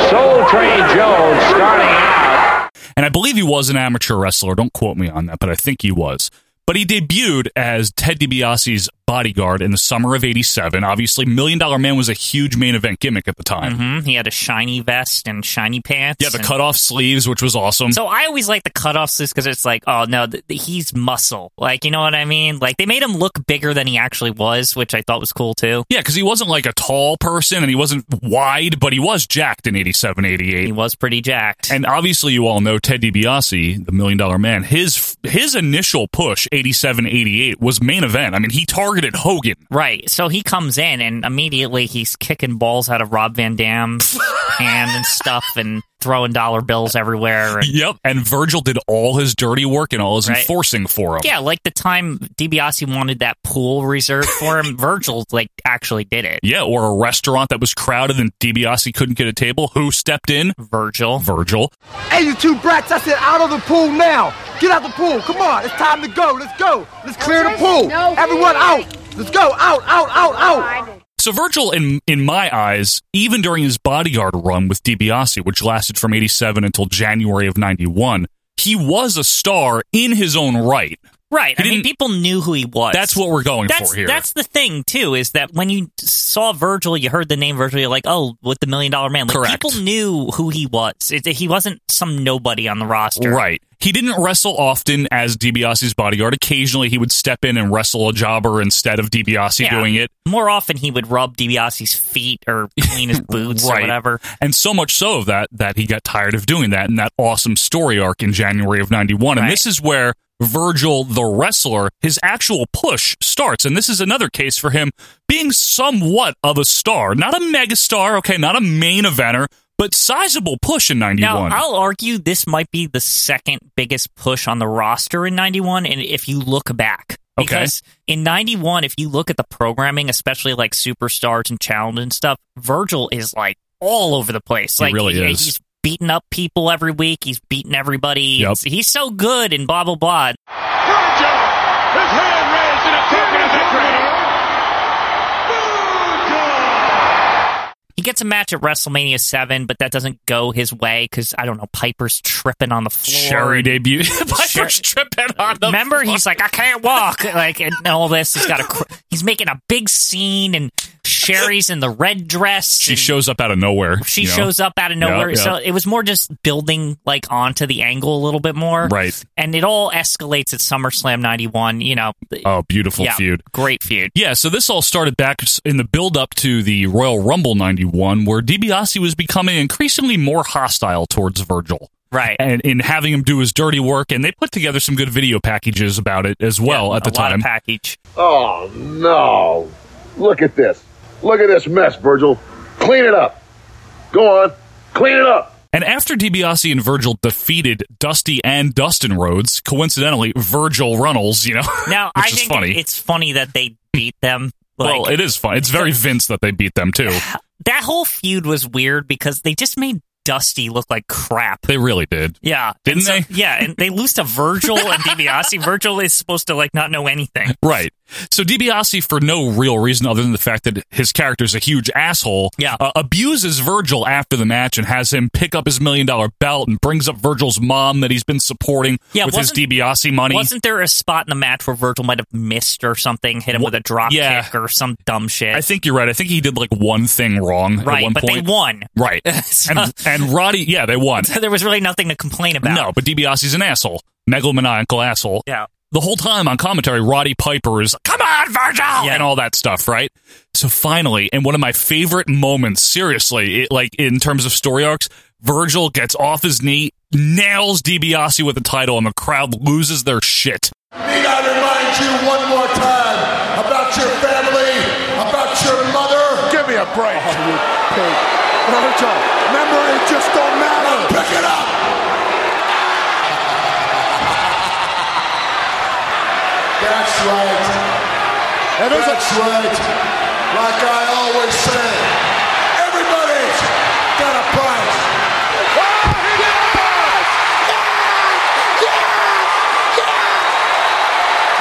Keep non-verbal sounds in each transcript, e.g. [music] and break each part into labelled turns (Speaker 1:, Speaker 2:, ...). Speaker 1: Soul Train Jones starting out.
Speaker 2: And I believe he was an amateur wrestler. Don't quote me on that, but I think he was. But he debuted as Ted DiBiase's bodyguard in the summer of 87. Obviously, Million Dollar Man was a huge main event gimmick at the time.
Speaker 3: hmm He had a shiny vest and shiny pants.
Speaker 2: Yeah, the
Speaker 3: and-
Speaker 2: cutoff sleeves, which was awesome.
Speaker 3: So I always like the cutoffs just because it's like, oh no, th- th- he's muscle. Like you know what I mean? Like they made him look bigger than he actually was, which I thought was cool too.
Speaker 2: yeah, because he wasn't like a tall person and he wasn't wide, but he was jacked in 87, 88.
Speaker 3: He was pretty jacked.
Speaker 2: And obviously, you all know Ted DiBiase, the Million Dollar Man. His his initial push, 87, 88, was main event. I mean, he targeted Hogan.
Speaker 3: Right. So he comes in and immediately he's kicking balls out of Rob
Speaker 2: [laughs]
Speaker 3: Van Dam's hand and stuff and throwing dollar bills everywhere. And,
Speaker 2: Yep. And Virgil did all his dirty work and all his
Speaker 3: Right.
Speaker 2: enforcing for him.
Speaker 3: yeah, like the time DiBiase wanted that pool reserved
Speaker 2: [laughs]
Speaker 3: for him, Virgil like actually did it.
Speaker 2: Yeah, or a restaurant that was crowded and DiBiase couldn't get a table. Who stepped in?
Speaker 3: Virgil.
Speaker 2: Virgil.
Speaker 4: Hey, you two brats, I said out of the pool now. Get out the pool. Come on. It's time to go. Let's go. Let's clear the pool.
Speaker 5: No
Speaker 4: Everyone out.
Speaker 5: kidding.
Speaker 4: Let's go. Out, out, out, out.
Speaker 2: So Virgil, in in my eyes, even during his bodyguard run with DiBiase, which lasted from 87 until January of 91, he was a star in his own right.
Speaker 3: Right.
Speaker 2: He
Speaker 3: I mean,
Speaker 2: didn't-
Speaker 3: people knew who he was.
Speaker 2: That's what we're going
Speaker 3: that's,
Speaker 2: for here.
Speaker 3: That's the thing too, is that when you saw Virgil, you heard the name Virgil, you're like, oh, with the million dollar man. Like
Speaker 2: Correct.
Speaker 3: people knew who he was. It, he wasn't some nobody on the roster.
Speaker 2: Right. He didn't wrestle often as DiBiase's bodyguard. Occasionally, he would step in and wrestle a jobber instead of DiBiase
Speaker 3: Yeah.
Speaker 2: doing it.
Speaker 3: More often, he would rub DiBiase's feet or clean
Speaker 2: [laughs]
Speaker 3: his boots or whatever.
Speaker 2: And so much so of that that he got tired of doing that in that awesome story arc in January of 91. And
Speaker 3: Right.
Speaker 2: this is where Virgil the wrestler, his actual push starts. And this is another case for him being somewhat of a star, not a megastar, okay, not a main eventer, but sizable push in 91.
Speaker 3: Now, I'll argue this might be the second biggest push on the roster in 91, and if you look back.
Speaker 2: Okay.
Speaker 3: Because in 91, if you look at the programming, especially like Superstars and Challenge and stuff, Virgil is like all over the place.
Speaker 2: He
Speaker 3: Like,
Speaker 2: really is.
Speaker 3: He's beating up people every week. He's beating everybody.
Speaker 2: Yep.
Speaker 3: It's- He's so good and blah, blah, blah.
Speaker 6: Virgil, his hand raised in a token of victory.
Speaker 3: He gets a match at WrestleMania 7, but that doesn't go his way because, I don't know, Piper's tripping on the floor.
Speaker 2: Sherry debut. [laughs]
Speaker 3: Sher-
Speaker 2: Piper's tripping on the
Speaker 3: Remember, he's like, I can't walk, like, and all this. He's got a, cr- he's making a big scene, and Sherry's in the red dress.
Speaker 2: she
Speaker 3: and
Speaker 2: shows up out of nowhere.
Speaker 3: she
Speaker 2: you know?
Speaker 3: shows up out of nowhere.
Speaker 2: Yeah, yeah.
Speaker 3: So it was more just building like onto the angle a little bit more,
Speaker 2: Right.
Speaker 3: And it all escalates at SummerSlam '91. You know,
Speaker 2: Oh, beautiful
Speaker 3: yeah,
Speaker 2: feud.
Speaker 3: great feud.
Speaker 2: Yeah, so this all started back in the build up to the Royal Rumble 91, where DiBiase was becoming increasingly more hostile towards Virgil
Speaker 3: Right.
Speaker 2: and in having him do his dirty work. And they put together some good video packages about it as well
Speaker 3: Yeah,
Speaker 2: at the
Speaker 3: a lot
Speaker 2: time.
Speaker 3: of package.
Speaker 6: Oh, no. Look at this. Look at this mess, Virgil. Clean it up. Go on. Clean it up.
Speaker 2: and after DiBiase and Virgil defeated Dusty and Dustin Rhodes, coincidentally, Virgil Runnels, you know,
Speaker 3: Now
Speaker 2: which
Speaker 3: I
Speaker 2: is
Speaker 3: think
Speaker 2: funny.
Speaker 3: it's funny that they beat them.
Speaker 2: [laughs]
Speaker 3: Like,
Speaker 2: well, it is fun. It's very Vince that they beat them,
Speaker 3: [laughs]
Speaker 2: too.
Speaker 3: that whole feud was weird because they just made Dusty look like crap.
Speaker 2: They really did.
Speaker 3: Yeah,
Speaker 2: Didn't
Speaker 3: And so-
Speaker 2: they?
Speaker 3: [laughs] Yeah, and they lose to Virgil and
Speaker 2: [laughs]
Speaker 3: DiBiase. Virgil is supposed to like not know anything.
Speaker 2: Right. So DiBiase, for no real reason other than the fact that his character is a huge asshole,
Speaker 3: Yeah.
Speaker 2: uh, abuses Virgil after the match and has him pick up his million dollar belt and brings up Virgil's mom that he's been supporting
Speaker 3: Yeah,
Speaker 2: with his
Speaker 3: wasn't-
Speaker 2: DiBiase money.
Speaker 3: Wasn't there a spot in the match where Virgil might have missed or something, hit him with a drop
Speaker 2: yeah.
Speaker 3: kick or some dumb shit?
Speaker 2: I think you're right. I think he did like one thing wrong at
Speaker 3: right,
Speaker 2: one
Speaker 3: but
Speaker 2: point. [laughs]
Speaker 3: they won. [laughs]
Speaker 2: Right.
Speaker 3: So-
Speaker 2: and, and Roddy, yeah, they won.
Speaker 3: So there was really nothing to complain about.
Speaker 2: No, but DiBiase's an asshole. Megalomaniacal asshole.
Speaker 3: Yeah.
Speaker 2: the whole time on commentary, Roddy Piper is, come on, Virgil!
Speaker 3: Yeah.
Speaker 2: And all that stuff, right? So finally, and one of my favorite moments, seriously, it, like in terms of story arcs, Virgil gets off his knee, nails DiBiase with the title, and the crowd loses their shit.
Speaker 7: Need I remind you one more time about your family, Oh, about your mother?
Speaker 6: Give me a break.
Speaker 4: Hey, Virgil, remember it just don't matter.
Speaker 7: Pick it up! [laughs] That's right. That's right. Like I always say, everybody's got a price. Yes! Yes! Yes!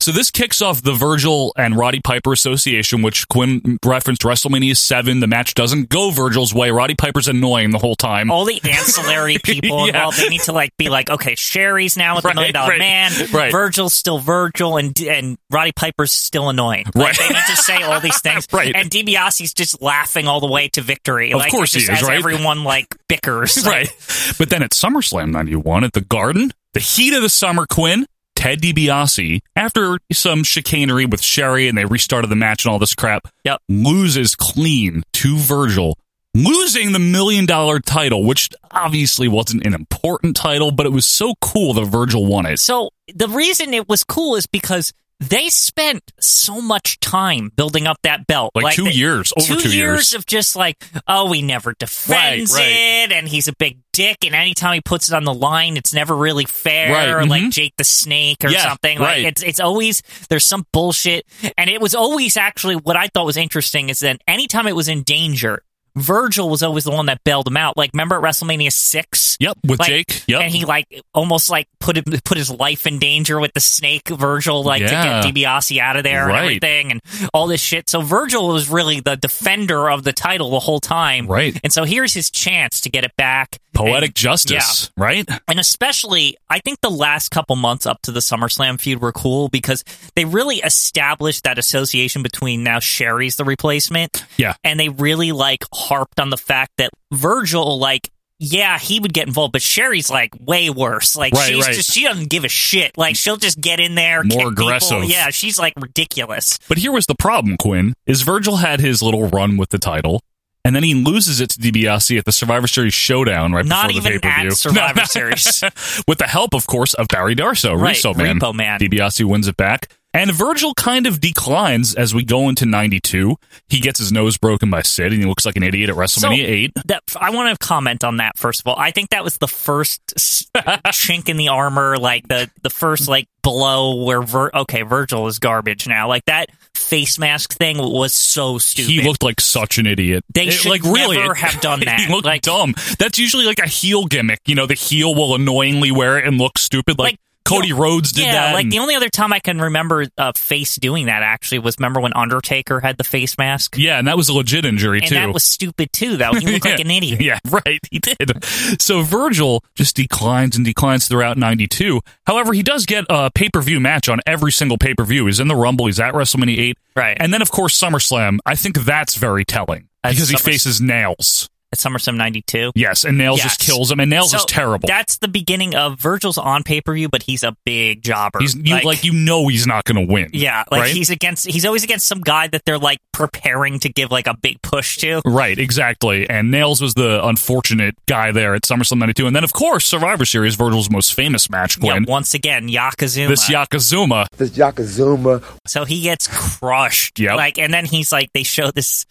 Speaker 2: so this kicks off the Virgil and Roddy Piper association, which Quinn referenced WrestleMania 7. The match doesn't go Virgil's way. Roddy Piper's annoying the whole time.
Speaker 3: all the ancillary
Speaker 2: [laughs]
Speaker 3: people
Speaker 2: Yeah.
Speaker 3: involved. They need to like be like, okay, Sherry's now with
Speaker 2: Right,
Speaker 3: the Million Dollar
Speaker 2: right,
Speaker 3: Man.
Speaker 2: right.
Speaker 3: Virgil's still Virgil, and and Roddy Piper's still annoying. Like,
Speaker 2: Right.
Speaker 3: They need to say all these things.
Speaker 2: [laughs] Right.
Speaker 3: And DiBiase's just laughing all the way to victory.
Speaker 2: Of
Speaker 3: like,
Speaker 2: course
Speaker 3: it just
Speaker 2: he is,
Speaker 3: has
Speaker 2: right?
Speaker 3: Everyone like bickers. Like,
Speaker 2: right. But then at SummerSlam 91 at the Garden, the heat of the summer, Quinn, Ted DiBiase, after some chicanery with Sherry and they restarted the match and all this crap,
Speaker 3: Yep.
Speaker 2: loses clean to Virgil, losing the million dollar title, which obviously wasn't an important title, but it was so cool that Virgil won it.
Speaker 3: So the reason it was cool is because they spent so much time building up that belt,
Speaker 2: Like two
Speaker 3: they-
Speaker 2: years, over two years.
Speaker 3: of just like, oh, he never defends
Speaker 2: Right, right.
Speaker 3: it, and he's a big dick, and anytime he puts it on the line, it's never really fair,
Speaker 2: Right,
Speaker 3: or like
Speaker 2: mhm.
Speaker 3: Jake the Snake or
Speaker 2: Yeah,
Speaker 3: something.
Speaker 2: right.
Speaker 3: Like it's it's always there's some bullshit, and it was always actually what I thought was interesting is that anytime it was in danger. Virgil was always the one that bailed him out. Like, remember at WrestleMania six?
Speaker 2: Yep, with
Speaker 3: Like,
Speaker 2: Jake. Yep.
Speaker 3: and he like almost like put him, put his life in danger with the snake Virgil like
Speaker 2: Yeah.
Speaker 3: to get DiBiase out of there and
Speaker 2: Right.
Speaker 3: everything and all this shit. So Virgil was really the defender of the title the whole time,
Speaker 2: Right.
Speaker 3: And so here's his chance to get it back.
Speaker 2: Poetic
Speaker 3: And- Yeah.
Speaker 2: justice, right?
Speaker 3: And especially, I think the last couple months up to the SummerSlam feud were cool because they really established that association between now Sherry's the replacement.
Speaker 2: Yeah.
Speaker 3: And they really like harped on the fact that Virgil, like, yeah, he would get involved, but Sherry's like way worse. Like
Speaker 2: Right,
Speaker 3: she's
Speaker 2: right.
Speaker 3: just she doesn't give a shit. Like she'll just get in
Speaker 2: More
Speaker 3: there, kick people.
Speaker 2: aggressive.
Speaker 3: Yeah, she's like ridiculous.
Speaker 2: But here was the problem, Quinn, is Virgil had his little run with the title, and then he loses it to DiBiase at the Survivor Series showdown right
Speaker 3: Not
Speaker 2: before the
Speaker 3: even
Speaker 2: pay-per-view. [laughs]
Speaker 3: at Survivor Series.
Speaker 2: with the help, of course, of Barry Darso,
Speaker 3: Right,
Speaker 2: Repo Man.
Speaker 3: Repo Man.
Speaker 2: DiBiase wins it back. And Virgil kind of declines as we go into 92. He gets his nose broken by Sid, and he looks like an idiot at WrestleMania 8.
Speaker 3: That I want to comment on that first of all. I think that was the first s- [laughs] chink in the armor, like the the first like blow where Vir- okay, Virgil is garbage now. Like that face mask thing was so stupid.
Speaker 2: He looked like such an idiot.
Speaker 3: They
Speaker 2: It-
Speaker 3: should
Speaker 2: like, really,
Speaker 3: never
Speaker 2: it-
Speaker 3: have done
Speaker 2: [laughs]
Speaker 3: that.
Speaker 2: He looked
Speaker 3: Like-
Speaker 2: dumb. That's usually like a heel gimmick. You know, the heel will annoyingly wear it and look stupid. Like,
Speaker 3: Like,
Speaker 2: Cody
Speaker 3: you know,
Speaker 2: Rhodes did
Speaker 3: yeah,
Speaker 2: that.
Speaker 3: like
Speaker 2: and-
Speaker 3: the only other time I can remember uh, face doing that actually was remember when Undertaker had the face mask,
Speaker 2: Yeah, and that was a legit injury
Speaker 3: and
Speaker 2: too.
Speaker 3: that was stupid too. Though he looked like an
Speaker 2: [laughs]
Speaker 3: idiot.
Speaker 2: Yeah, right. He did. So Virgil just declines and declines throughout 92. However, he does get a pay per view match on every single pay per view. He's in the Rumble, he's at WrestleMania 8.
Speaker 3: Right.
Speaker 2: And then, of course, SummerSlam. I think that's very telling
Speaker 3: At
Speaker 2: because he
Speaker 3: Summer-
Speaker 2: faces Nails.
Speaker 3: At SummerSlam '92.
Speaker 2: Yes, and Nails just
Speaker 3: Yes.
Speaker 2: kills him, and Nails
Speaker 3: So
Speaker 2: is terrible.
Speaker 3: That's the beginning of Virgil's on pay per view, but he's a big jobber.
Speaker 2: He's you, like, you know he's not going to win.
Speaker 3: Yeah, like
Speaker 2: right?
Speaker 3: he's against he's always against some guy that they're like preparing to give like a big push to.
Speaker 2: Right, exactly. And Nails was the unfortunate guy there at SummerSlam 92. And then, of course, Survivor Series, Virgil's most famous match,
Speaker 3: Yeah,
Speaker 2: Glenn.
Speaker 3: once again, Yakazuma.
Speaker 2: this Yakazuma.
Speaker 4: This Yakazuma.
Speaker 3: so he gets crushed.
Speaker 2: Yep.
Speaker 3: Like and then he's like they show this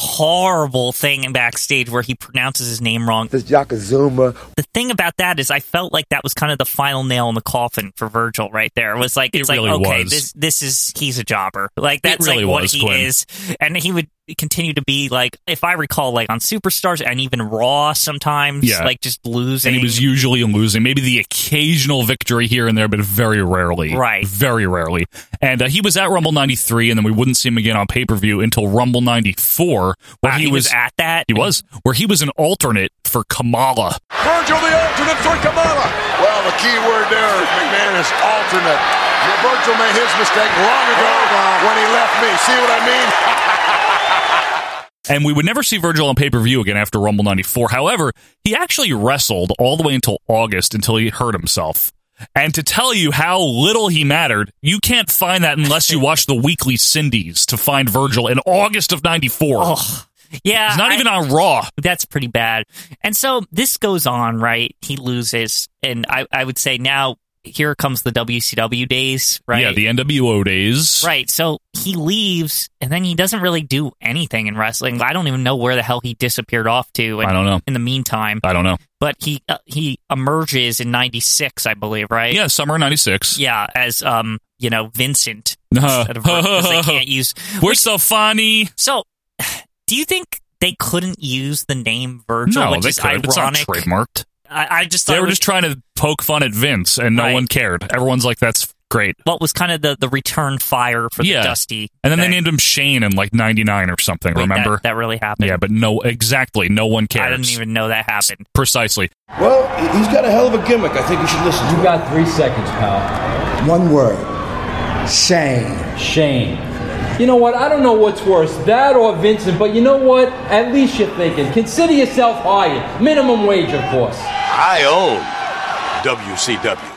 Speaker 3: horrible thing in backstage where he pronounces his name wrong.
Speaker 4: This Yakazuma.
Speaker 3: The thing about that is I felt like that was kind of the final nail in the coffin for Virgil right there. It was like
Speaker 2: It
Speaker 3: it's
Speaker 2: really
Speaker 3: like okay,
Speaker 2: was.
Speaker 3: this this is he's a jobber. Like that's
Speaker 2: really
Speaker 3: like what
Speaker 2: was,
Speaker 3: he
Speaker 2: Quinn.
Speaker 3: is. And he would continue to be like if I recall like on Superstars and even Raw sometimes
Speaker 2: Yeah.
Speaker 3: like just losing
Speaker 2: and he was usually losing. Maybe the occasional victory here and there, but very rarely.
Speaker 3: Right.
Speaker 2: Very rarely. And uh, he was at Rumble 93, and then we wouldn't see him again on pay per view until Rumble 94, where
Speaker 3: Wow,
Speaker 2: he, was.
Speaker 3: Ah, at that.
Speaker 2: he was where he was an alternate for Kamala.
Speaker 7: Virgil the alternate for Kamala. Well, the key word there is McMahon is alternate. Virgil made his mistake long ago when he left me. See what I mean?
Speaker 2: And we would never see Virgil on pay per view again after Rumble 94. However, he actually wrestled all the way until August until he hurt himself. And to tell you how little he mattered, you can't find that unless you watch the weekly Cindy's to find Virgil in August of 94.
Speaker 3: Ugh. Yeah,
Speaker 2: He's not
Speaker 3: Oh, I-
Speaker 2: even on Raw.
Speaker 3: That's pretty bad. And so this goes on, right? He loses, and I, I would say now here comes the WCW days, right?
Speaker 2: Yeah, the NWO days.
Speaker 3: right. So he leaves, and then he doesn't really do anything in wrestling. I don't even know where the hell he disappeared off to. And,
Speaker 2: I don't know.
Speaker 3: In the meantime,
Speaker 2: I don't know.
Speaker 3: but he uh, he emerges in '96, I believe, right?
Speaker 2: Yeah, summer '96. [laughs]
Speaker 3: Yeah, as um, you know, Vincent.
Speaker 2: Uh,
Speaker 3: Instead of- 'cause they can't use
Speaker 2: [laughs] We're so funny.
Speaker 3: So, do you think they couldn't use the name Virgil,
Speaker 2: No,
Speaker 3: which
Speaker 2: they
Speaker 3: is
Speaker 2: could. It's not
Speaker 3: ironic?
Speaker 2: trademarked.
Speaker 3: I, I just thought
Speaker 2: They
Speaker 3: it
Speaker 2: were
Speaker 3: was-
Speaker 2: just trying to poke fun at Vince, and no
Speaker 3: Right.
Speaker 2: one cared. Everyone's like, "That's Great.
Speaker 3: what was kind of the, the return fire for
Speaker 2: yeah.
Speaker 3: the Dusty.
Speaker 2: And then
Speaker 3: thing.
Speaker 2: they named him Shane in like 99 or something,
Speaker 3: Wait, that-
Speaker 2: remember?
Speaker 3: that, really happened?
Speaker 2: yeah, but no, exactly. No one cares.
Speaker 3: I didn't even know that happened.
Speaker 2: Precisely.
Speaker 5: Well, he's got a hell of a gimmick. I think you should listen to
Speaker 8: You got three seconds, pal.
Speaker 9: One word. Shane.
Speaker 8: Shane. You know what? I don't know what's worse, that or Vincent, but you know what? At least you're thinking. Consider yourself hired. Minimum wage, of course.
Speaker 5: I own WCW.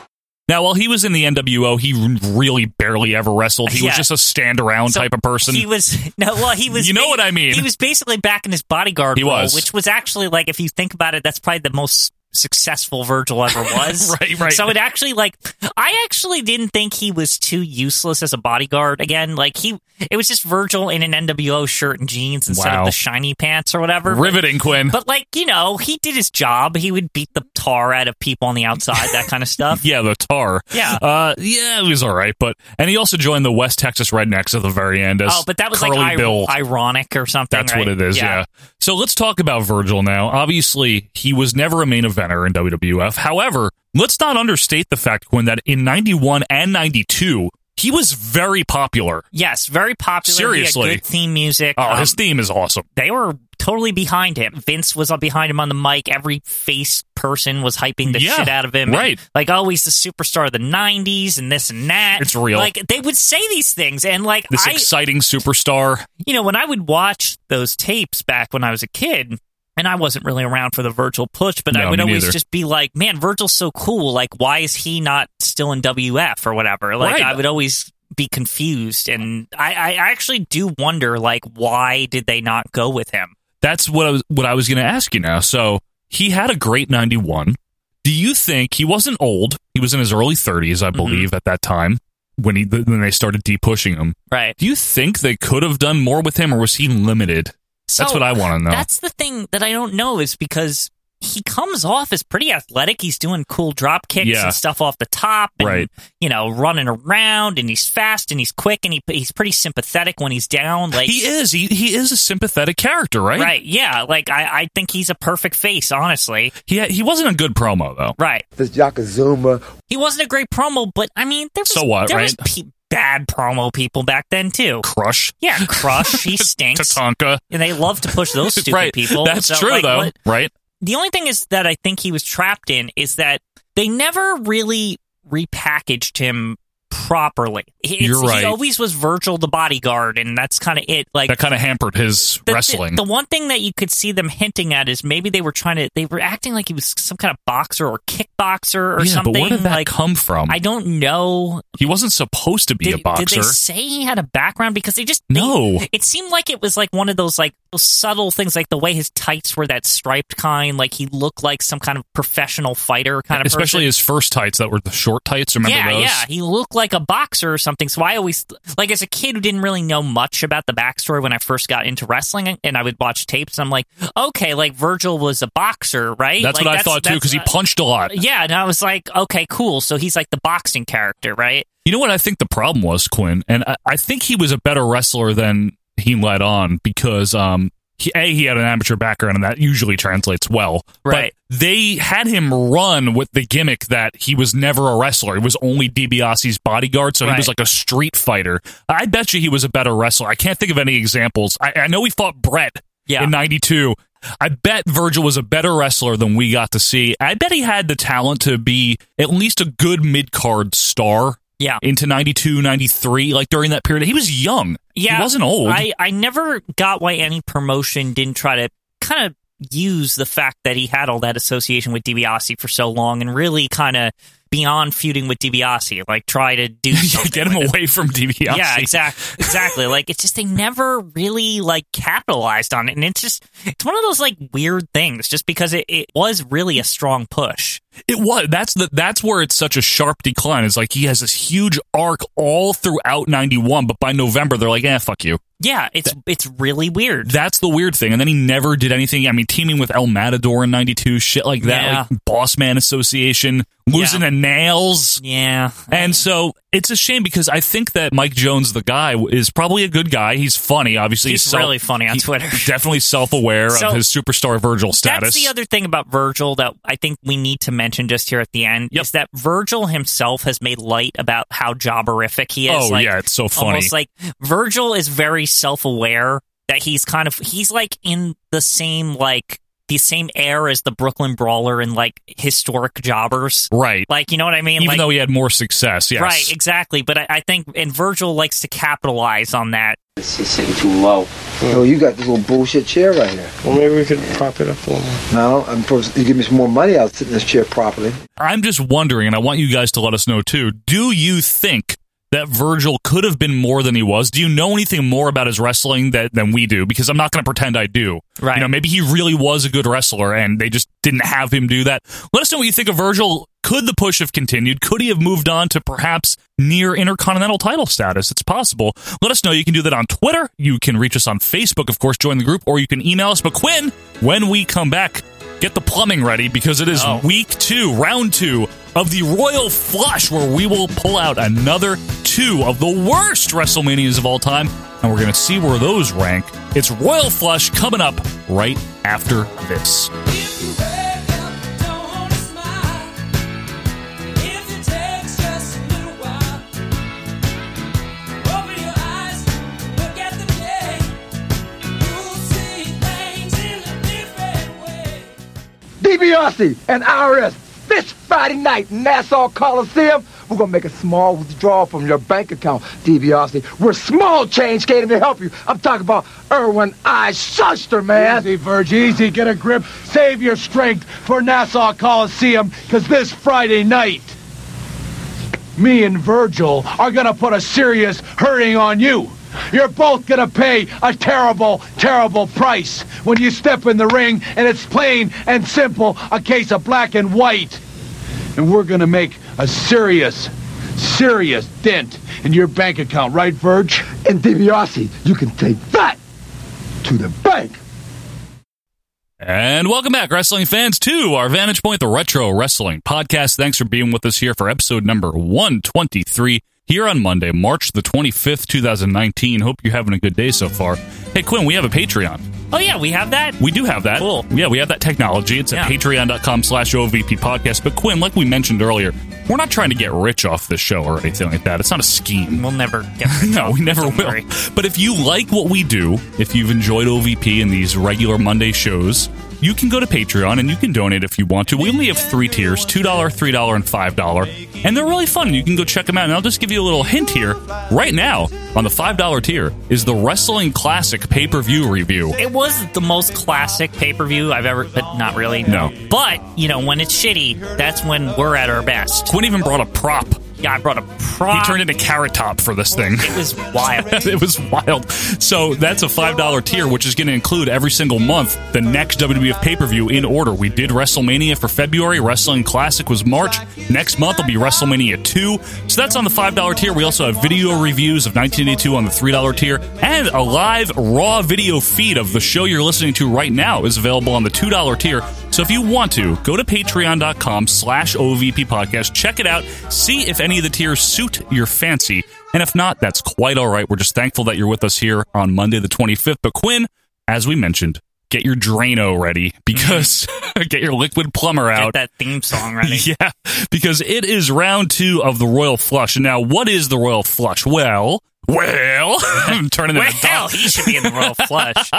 Speaker 2: Now, while he was in the NWO, he really barely ever wrestled. He was
Speaker 3: Yeah.
Speaker 2: just a stand around
Speaker 3: So
Speaker 2: type of person.
Speaker 3: He was [laughs] no, well, he was.
Speaker 2: You know
Speaker 3: ba-
Speaker 2: what I mean.
Speaker 3: He was basically back in his bodyguard
Speaker 2: He
Speaker 3: role,
Speaker 2: was.
Speaker 3: which was actually like, if you think about it, that's probably the most successful
Speaker 2: [laughs]
Speaker 3: Virgil ever was.
Speaker 2: Right, right.
Speaker 3: So it actually like, I actually didn't think he was too useless as a bodyguard. Again, like he, it was just Virgil in an NWO shirt and jeans instead
Speaker 2: Wow.
Speaker 3: of the shiny pants or whatever. But-
Speaker 2: Riveting, Quinn.
Speaker 3: But like you know, he did his job. He would beat the tar out of people on the outside, that kind
Speaker 2: [laughs]
Speaker 3: of stuff.
Speaker 2: yeah, the tar.
Speaker 3: Yeah.
Speaker 2: Uh, yeah, it was all right. But and he also joined the West Texas Rednecks at the very end as
Speaker 3: Oh, but that was
Speaker 2: Curly
Speaker 3: like ir-
Speaker 2: Bill.
Speaker 3: ironic or something.
Speaker 2: That's
Speaker 3: right?
Speaker 2: what it is. Yeah. So let's talk about Virgil now. Obviously, he was never a main eventer in WWF. However, let's not understate the fact, Quinn, that in '91 and '92, he was very popular.
Speaker 3: Yes, very popular.
Speaker 2: Seriously.
Speaker 3: he had good theme music.
Speaker 2: Oh,
Speaker 3: Um,
Speaker 2: his theme is awesome.
Speaker 3: they were totally behind him. Vince was up behind him on the mic. Every face person was hyping the
Speaker 2: Yeah,
Speaker 3: shit out of him.
Speaker 2: right.
Speaker 3: And, like, oh, he's the superstar of the '90s and this and that.
Speaker 2: It's real.
Speaker 3: Like they would say these things, and like
Speaker 2: This
Speaker 3: I,
Speaker 2: exciting superstar.
Speaker 3: you know, when I would watch those tapes back when I was a kid, and I wasn't really around for the Virgil push, but
Speaker 2: No,
Speaker 3: I would
Speaker 2: me
Speaker 3: always
Speaker 2: neither.
Speaker 3: just be like, man, Virgil's so cool. Like, why is he not still in WF or whatever? Like,
Speaker 2: Right.
Speaker 3: I would always be confused. And I, I actually do wonder, like, why did they not go with him?
Speaker 2: That's what I was what I was going to ask you now. So he had a great '91. Do you think he wasn't old? He was in his early 30s,
Speaker 3: Mm-hmm.
Speaker 2: I believe, at that time when he when they started depushing him.
Speaker 3: Right.
Speaker 2: Do you think they could have done more with him, or was he limited? that's
Speaker 3: So,
Speaker 2: what I want to know.
Speaker 3: That's the thing that I don't know is because he comes off as pretty athletic. He's doing cool drop kicks
Speaker 2: Yeah.
Speaker 3: and stuff off the top, and,
Speaker 2: Right.
Speaker 3: You know, running around, and he's fast and he's quick, and he, he's pretty sympathetic when he's down. Like
Speaker 2: he is. He, he is a sympathetic character, right?
Speaker 3: right, yeah. Like I, I think he's a perfect face, honestly.
Speaker 2: He he wasn't a good promo though.
Speaker 3: Right.
Speaker 9: This Yokozuna.
Speaker 3: He wasn't a great promo, but I mean, there was
Speaker 2: So what,
Speaker 3: there was
Speaker 2: right?
Speaker 3: pe- bad promo people back then too.
Speaker 2: Crush.
Speaker 3: Yeah, Crush,
Speaker 2: [laughs]
Speaker 3: he stinks,
Speaker 2: Tatanka.
Speaker 3: and they love to
Speaker 2: [laughs]
Speaker 3: push those stupid
Speaker 2: right.
Speaker 3: people.
Speaker 2: That's
Speaker 3: So,
Speaker 2: true
Speaker 3: like,
Speaker 2: though.
Speaker 3: what-
Speaker 2: Right.
Speaker 3: the only thing is that I think he was trapped in is that they never really repackaged him properly. He, it's-
Speaker 2: You're right.
Speaker 3: He always was Virgil the bodyguard, and that's kind of it. Like
Speaker 2: That kind of hampered his
Speaker 3: the,
Speaker 2: wrestling.
Speaker 3: The, the one thing that you could see them hinting at is maybe they were trying to they were acting like he was some kind of boxer or kickboxer or
Speaker 2: yeah,
Speaker 3: something.
Speaker 2: but where did that
Speaker 3: like
Speaker 2: come from?
Speaker 3: I don't know.
Speaker 2: he wasn't supposed to be
Speaker 3: Did,
Speaker 2: a boxer.
Speaker 3: did they say he had a background? Because they just
Speaker 2: No.
Speaker 3: they- it seemed like it was like one of those like those subtle things, like the way his tights were that striped kind. Like he looked like some kind of professional fighter kind of.
Speaker 2: Especially his first tights that were the short tights. Remember
Speaker 3: yeah,
Speaker 2: those?
Speaker 3: yeah, he looked like a boxer or something. So I always like as a kid who didn't really know much about the backstory when I first got into wrestling, and I would watch tapes. I'm like, okay, like Virgil was a boxer, right?
Speaker 2: That's
Speaker 3: Like,
Speaker 2: what I thought too,
Speaker 3: that's- uh,
Speaker 2: because he punched a lot.
Speaker 3: Yeah, and I was like, okay, cool. So he's like the boxing character, right?
Speaker 2: You know what I think the problem was, Quinn, and I, I think he was a better wrestler than he let on because um he, a he had an amateur background and that usually translates well.
Speaker 3: Right.
Speaker 2: But they had him run with the gimmick that he was never a wrestler. He was only DiBiase's bodyguard, so he was
Speaker 3: Right.
Speaker 2: like a street fighter. I bet you he was a better wrestler. I can't think of any examples. I, I know he fought Brett
Speaker 3: Yeah.
Speaker 2: in '92. I bet Virgil was a better wrestler than we got to see. I bet he had the talent to be at least a good mid card star
Speaker 3: Yeah.
Speaker 2: into 92, 93, like during that period. He was young.
Speaker 3: Yeah,
Speaker 2: He wasn't old. [laughs]
Speaker 3: I, I never got why any promotion didn't try to kind of use the fact that he had all that association with DiBiase for so long and really kind of beyond feuding with DiBiase, like try
Speaker 2: [laughs]
Speaker 3: to do something
Speaker 2: Get him
Speaker 3: with it.
Speaker 2: away from DiBiase.
Speaker 3: Yeah, exactly, exactly. like it's just they never really like capitalized on it, and it's just it's one of those like weird things. Just because it, it was really a strong push,
Speaker 2: It was. That's the that's where it's such a sharp decline. It's like he has this huge arc all throughout 91, but by November they're like, "Eh, fuck you."
Speaker 3: Yeah, it's it's really weird.
Speaker 2: That's the weird thing. And then he never did anything. I mean, teaming with El Matador in '92, shit like that,
Speaker 3: Yeah.
Speaker 2: like Boss Man Association, losing the nails.
Speaker 3: Yeah.
Speaker 2: And so it's a shame because I think that Mike Jones, the guy, is probably a good guy. He's funny, obviously.
Speaker 3: He's really funny on
Speaker 2: [laughs]
Speaker 3: Twitter.
Speaker 2: Definitely self aware
Speaker 3: So,
Speaker 2: of his superstar Virgil status.
Speaker 3: That's the other thing about Virgil that I think we need to mention just here at the end is that Virgil himself has made light about how jobberific he is.
Speaker 2: Oh,
Speaker 3: Like,
Speaker 2: yeah, it's so funny.
Speaker 3: Almost like Virgil is very self aware that he's kind of he's like in the same like the same air as the Brooklyn Brawler and like historic jobbers.
Speaker 2: Right.
Speaker 3: Like you know what I mean?
Speaker 2: Even
Speaker 3: like,
Speaker 2: though he had more success, yes.
Speaker 3: Right, exactly. But I, I think and Virgil likes to capitalize on that.
Speaker 10: It's, it's sitting too low.
Speaker 9: Yo, you got this little bullshit chair right here.
Speaker 10: Well, maybe we could prop it up a little more.
Speaker 9: No, I'm supposed you give me some more money, I'll sit in this chair properly.
Speaker 2: I'm just wondering, and I want you guys to let us know too. Do you think that Virgil could have been more than he was? Do you know anything more about his wrestling that, than we do? Because I'm not going to pretend I do. Right. You know, maybe he really was a good wrestler, and they just didn't have him do that. Let us know what you think of Virgil. Could the push have continued? Could he have moved on to perhaps near intercontinental title status? It's possible. Let us know. You can do that on Twitter. You can reach us on Facebook, of course, join the group, or you can email us. But Quinn, when we come back, get the plumbing ready because it is
Speaker 3: Oh.
Speaker 2: week two, round two of the Royal Flush, where we will pull out another two of the worst WrestleManias of all time, and we're going to see where those rank. It's Royal Flush coming up right after this.
Speaker 4: DiBiase and IRS, this Friday night, Nassau Coliseum. We're gonna make a small withdrawal from your bank account, DiBiase. We're small change skating to help you. I'm talking about Erwin I. Shuster, man. Easy, Virg, easy. Get a grip. Save your strength for Nassau Coliseum, because this Friday night, me and Virgil are gonna put a serious hurting on you. You're both gonna pay a terrible, terrible price when you step in the ring, and it's plain and simple a case of black and white. And we're gonna make a serious, serious dent in your bank account, right, Virg? And DiBiase, you can take that to the bank.
Speaker 2: And welcome back, wrestling fans, to our Vantage Point, the Retro Wrestling Podcast. Thanks for being with us here for episode number 123 here on Monday, March the 25th, 2019. Hope you're having a good day so far. Hey, Quinn, we have a Patreon.
Speaker 3: Oh yeah, we have that.
Speaker 2: We do have that. Cool. Yeah, we have that technology. It's at patreon.com slash OVP podcast. But Quinn, like we mentioned earlier, we're not trying to get rich off this show or anything like that. It's not a scheme.
Speaker 3: We'll never get
Speaker 2: [laughs]
Speaker 3: rich.
Speaker 2: no, we never will. But if you like what we do, if you've enjoyed OVP and these regular Monday shows, you can go to Patreon and you can donate if you want to. We only have three tiers $2, $3, and $5. And they're really fun. You can go check them out. And I'll just give you a little hint here. Right now, on the $5 tier, is the Wrestling Classic pay per view review.
Speaker 3: It was the most classic pay per view I've ever, but not really.
Speaker 2: No.
Speaker 3: But, you know, when it's shitty, that's when we're at our best.
Speaker 2: Quinn even brought a prop.
Speaker 3: Yeah, I brought a prop.
Speaker 2: He turned into Carrot Top for this thing. It
Speaker 3: was wild.
Speaker 2: [laughs] it was wild. So that's a $5 tier, which is going to include every single month the next WWF pay per view in order. We did WrestleMania for February, Wrestling Classic was March. Next month will be WrestleMania 2. So that's on the $5 tier. We also have video reviews of 1982 on the $3 tier, and a live raw video feed of the show you're listening to right now is available on the $2 tier. So if you want to, go to patreon.com slash OVP podcast, check it out, see if any of the tiers suit your fancy. And if not, that's quite all right. We're just thankful that you're with us here on Monday the 25th. But Quinn, as we mentioned, get your Drano ready because [laughs] get your liquid plumber out. [laughs]
Speaker 3: that theme song ready.
Speaker 2: yeah, because it is round two of the Royal Flush. And now, what is the Royal Flush? Well, well, [laughs] I'm turning it into
Speaker 3: Well, he should be in
Speaker 2: [laughs]
Speaker 3: the Royal Flush.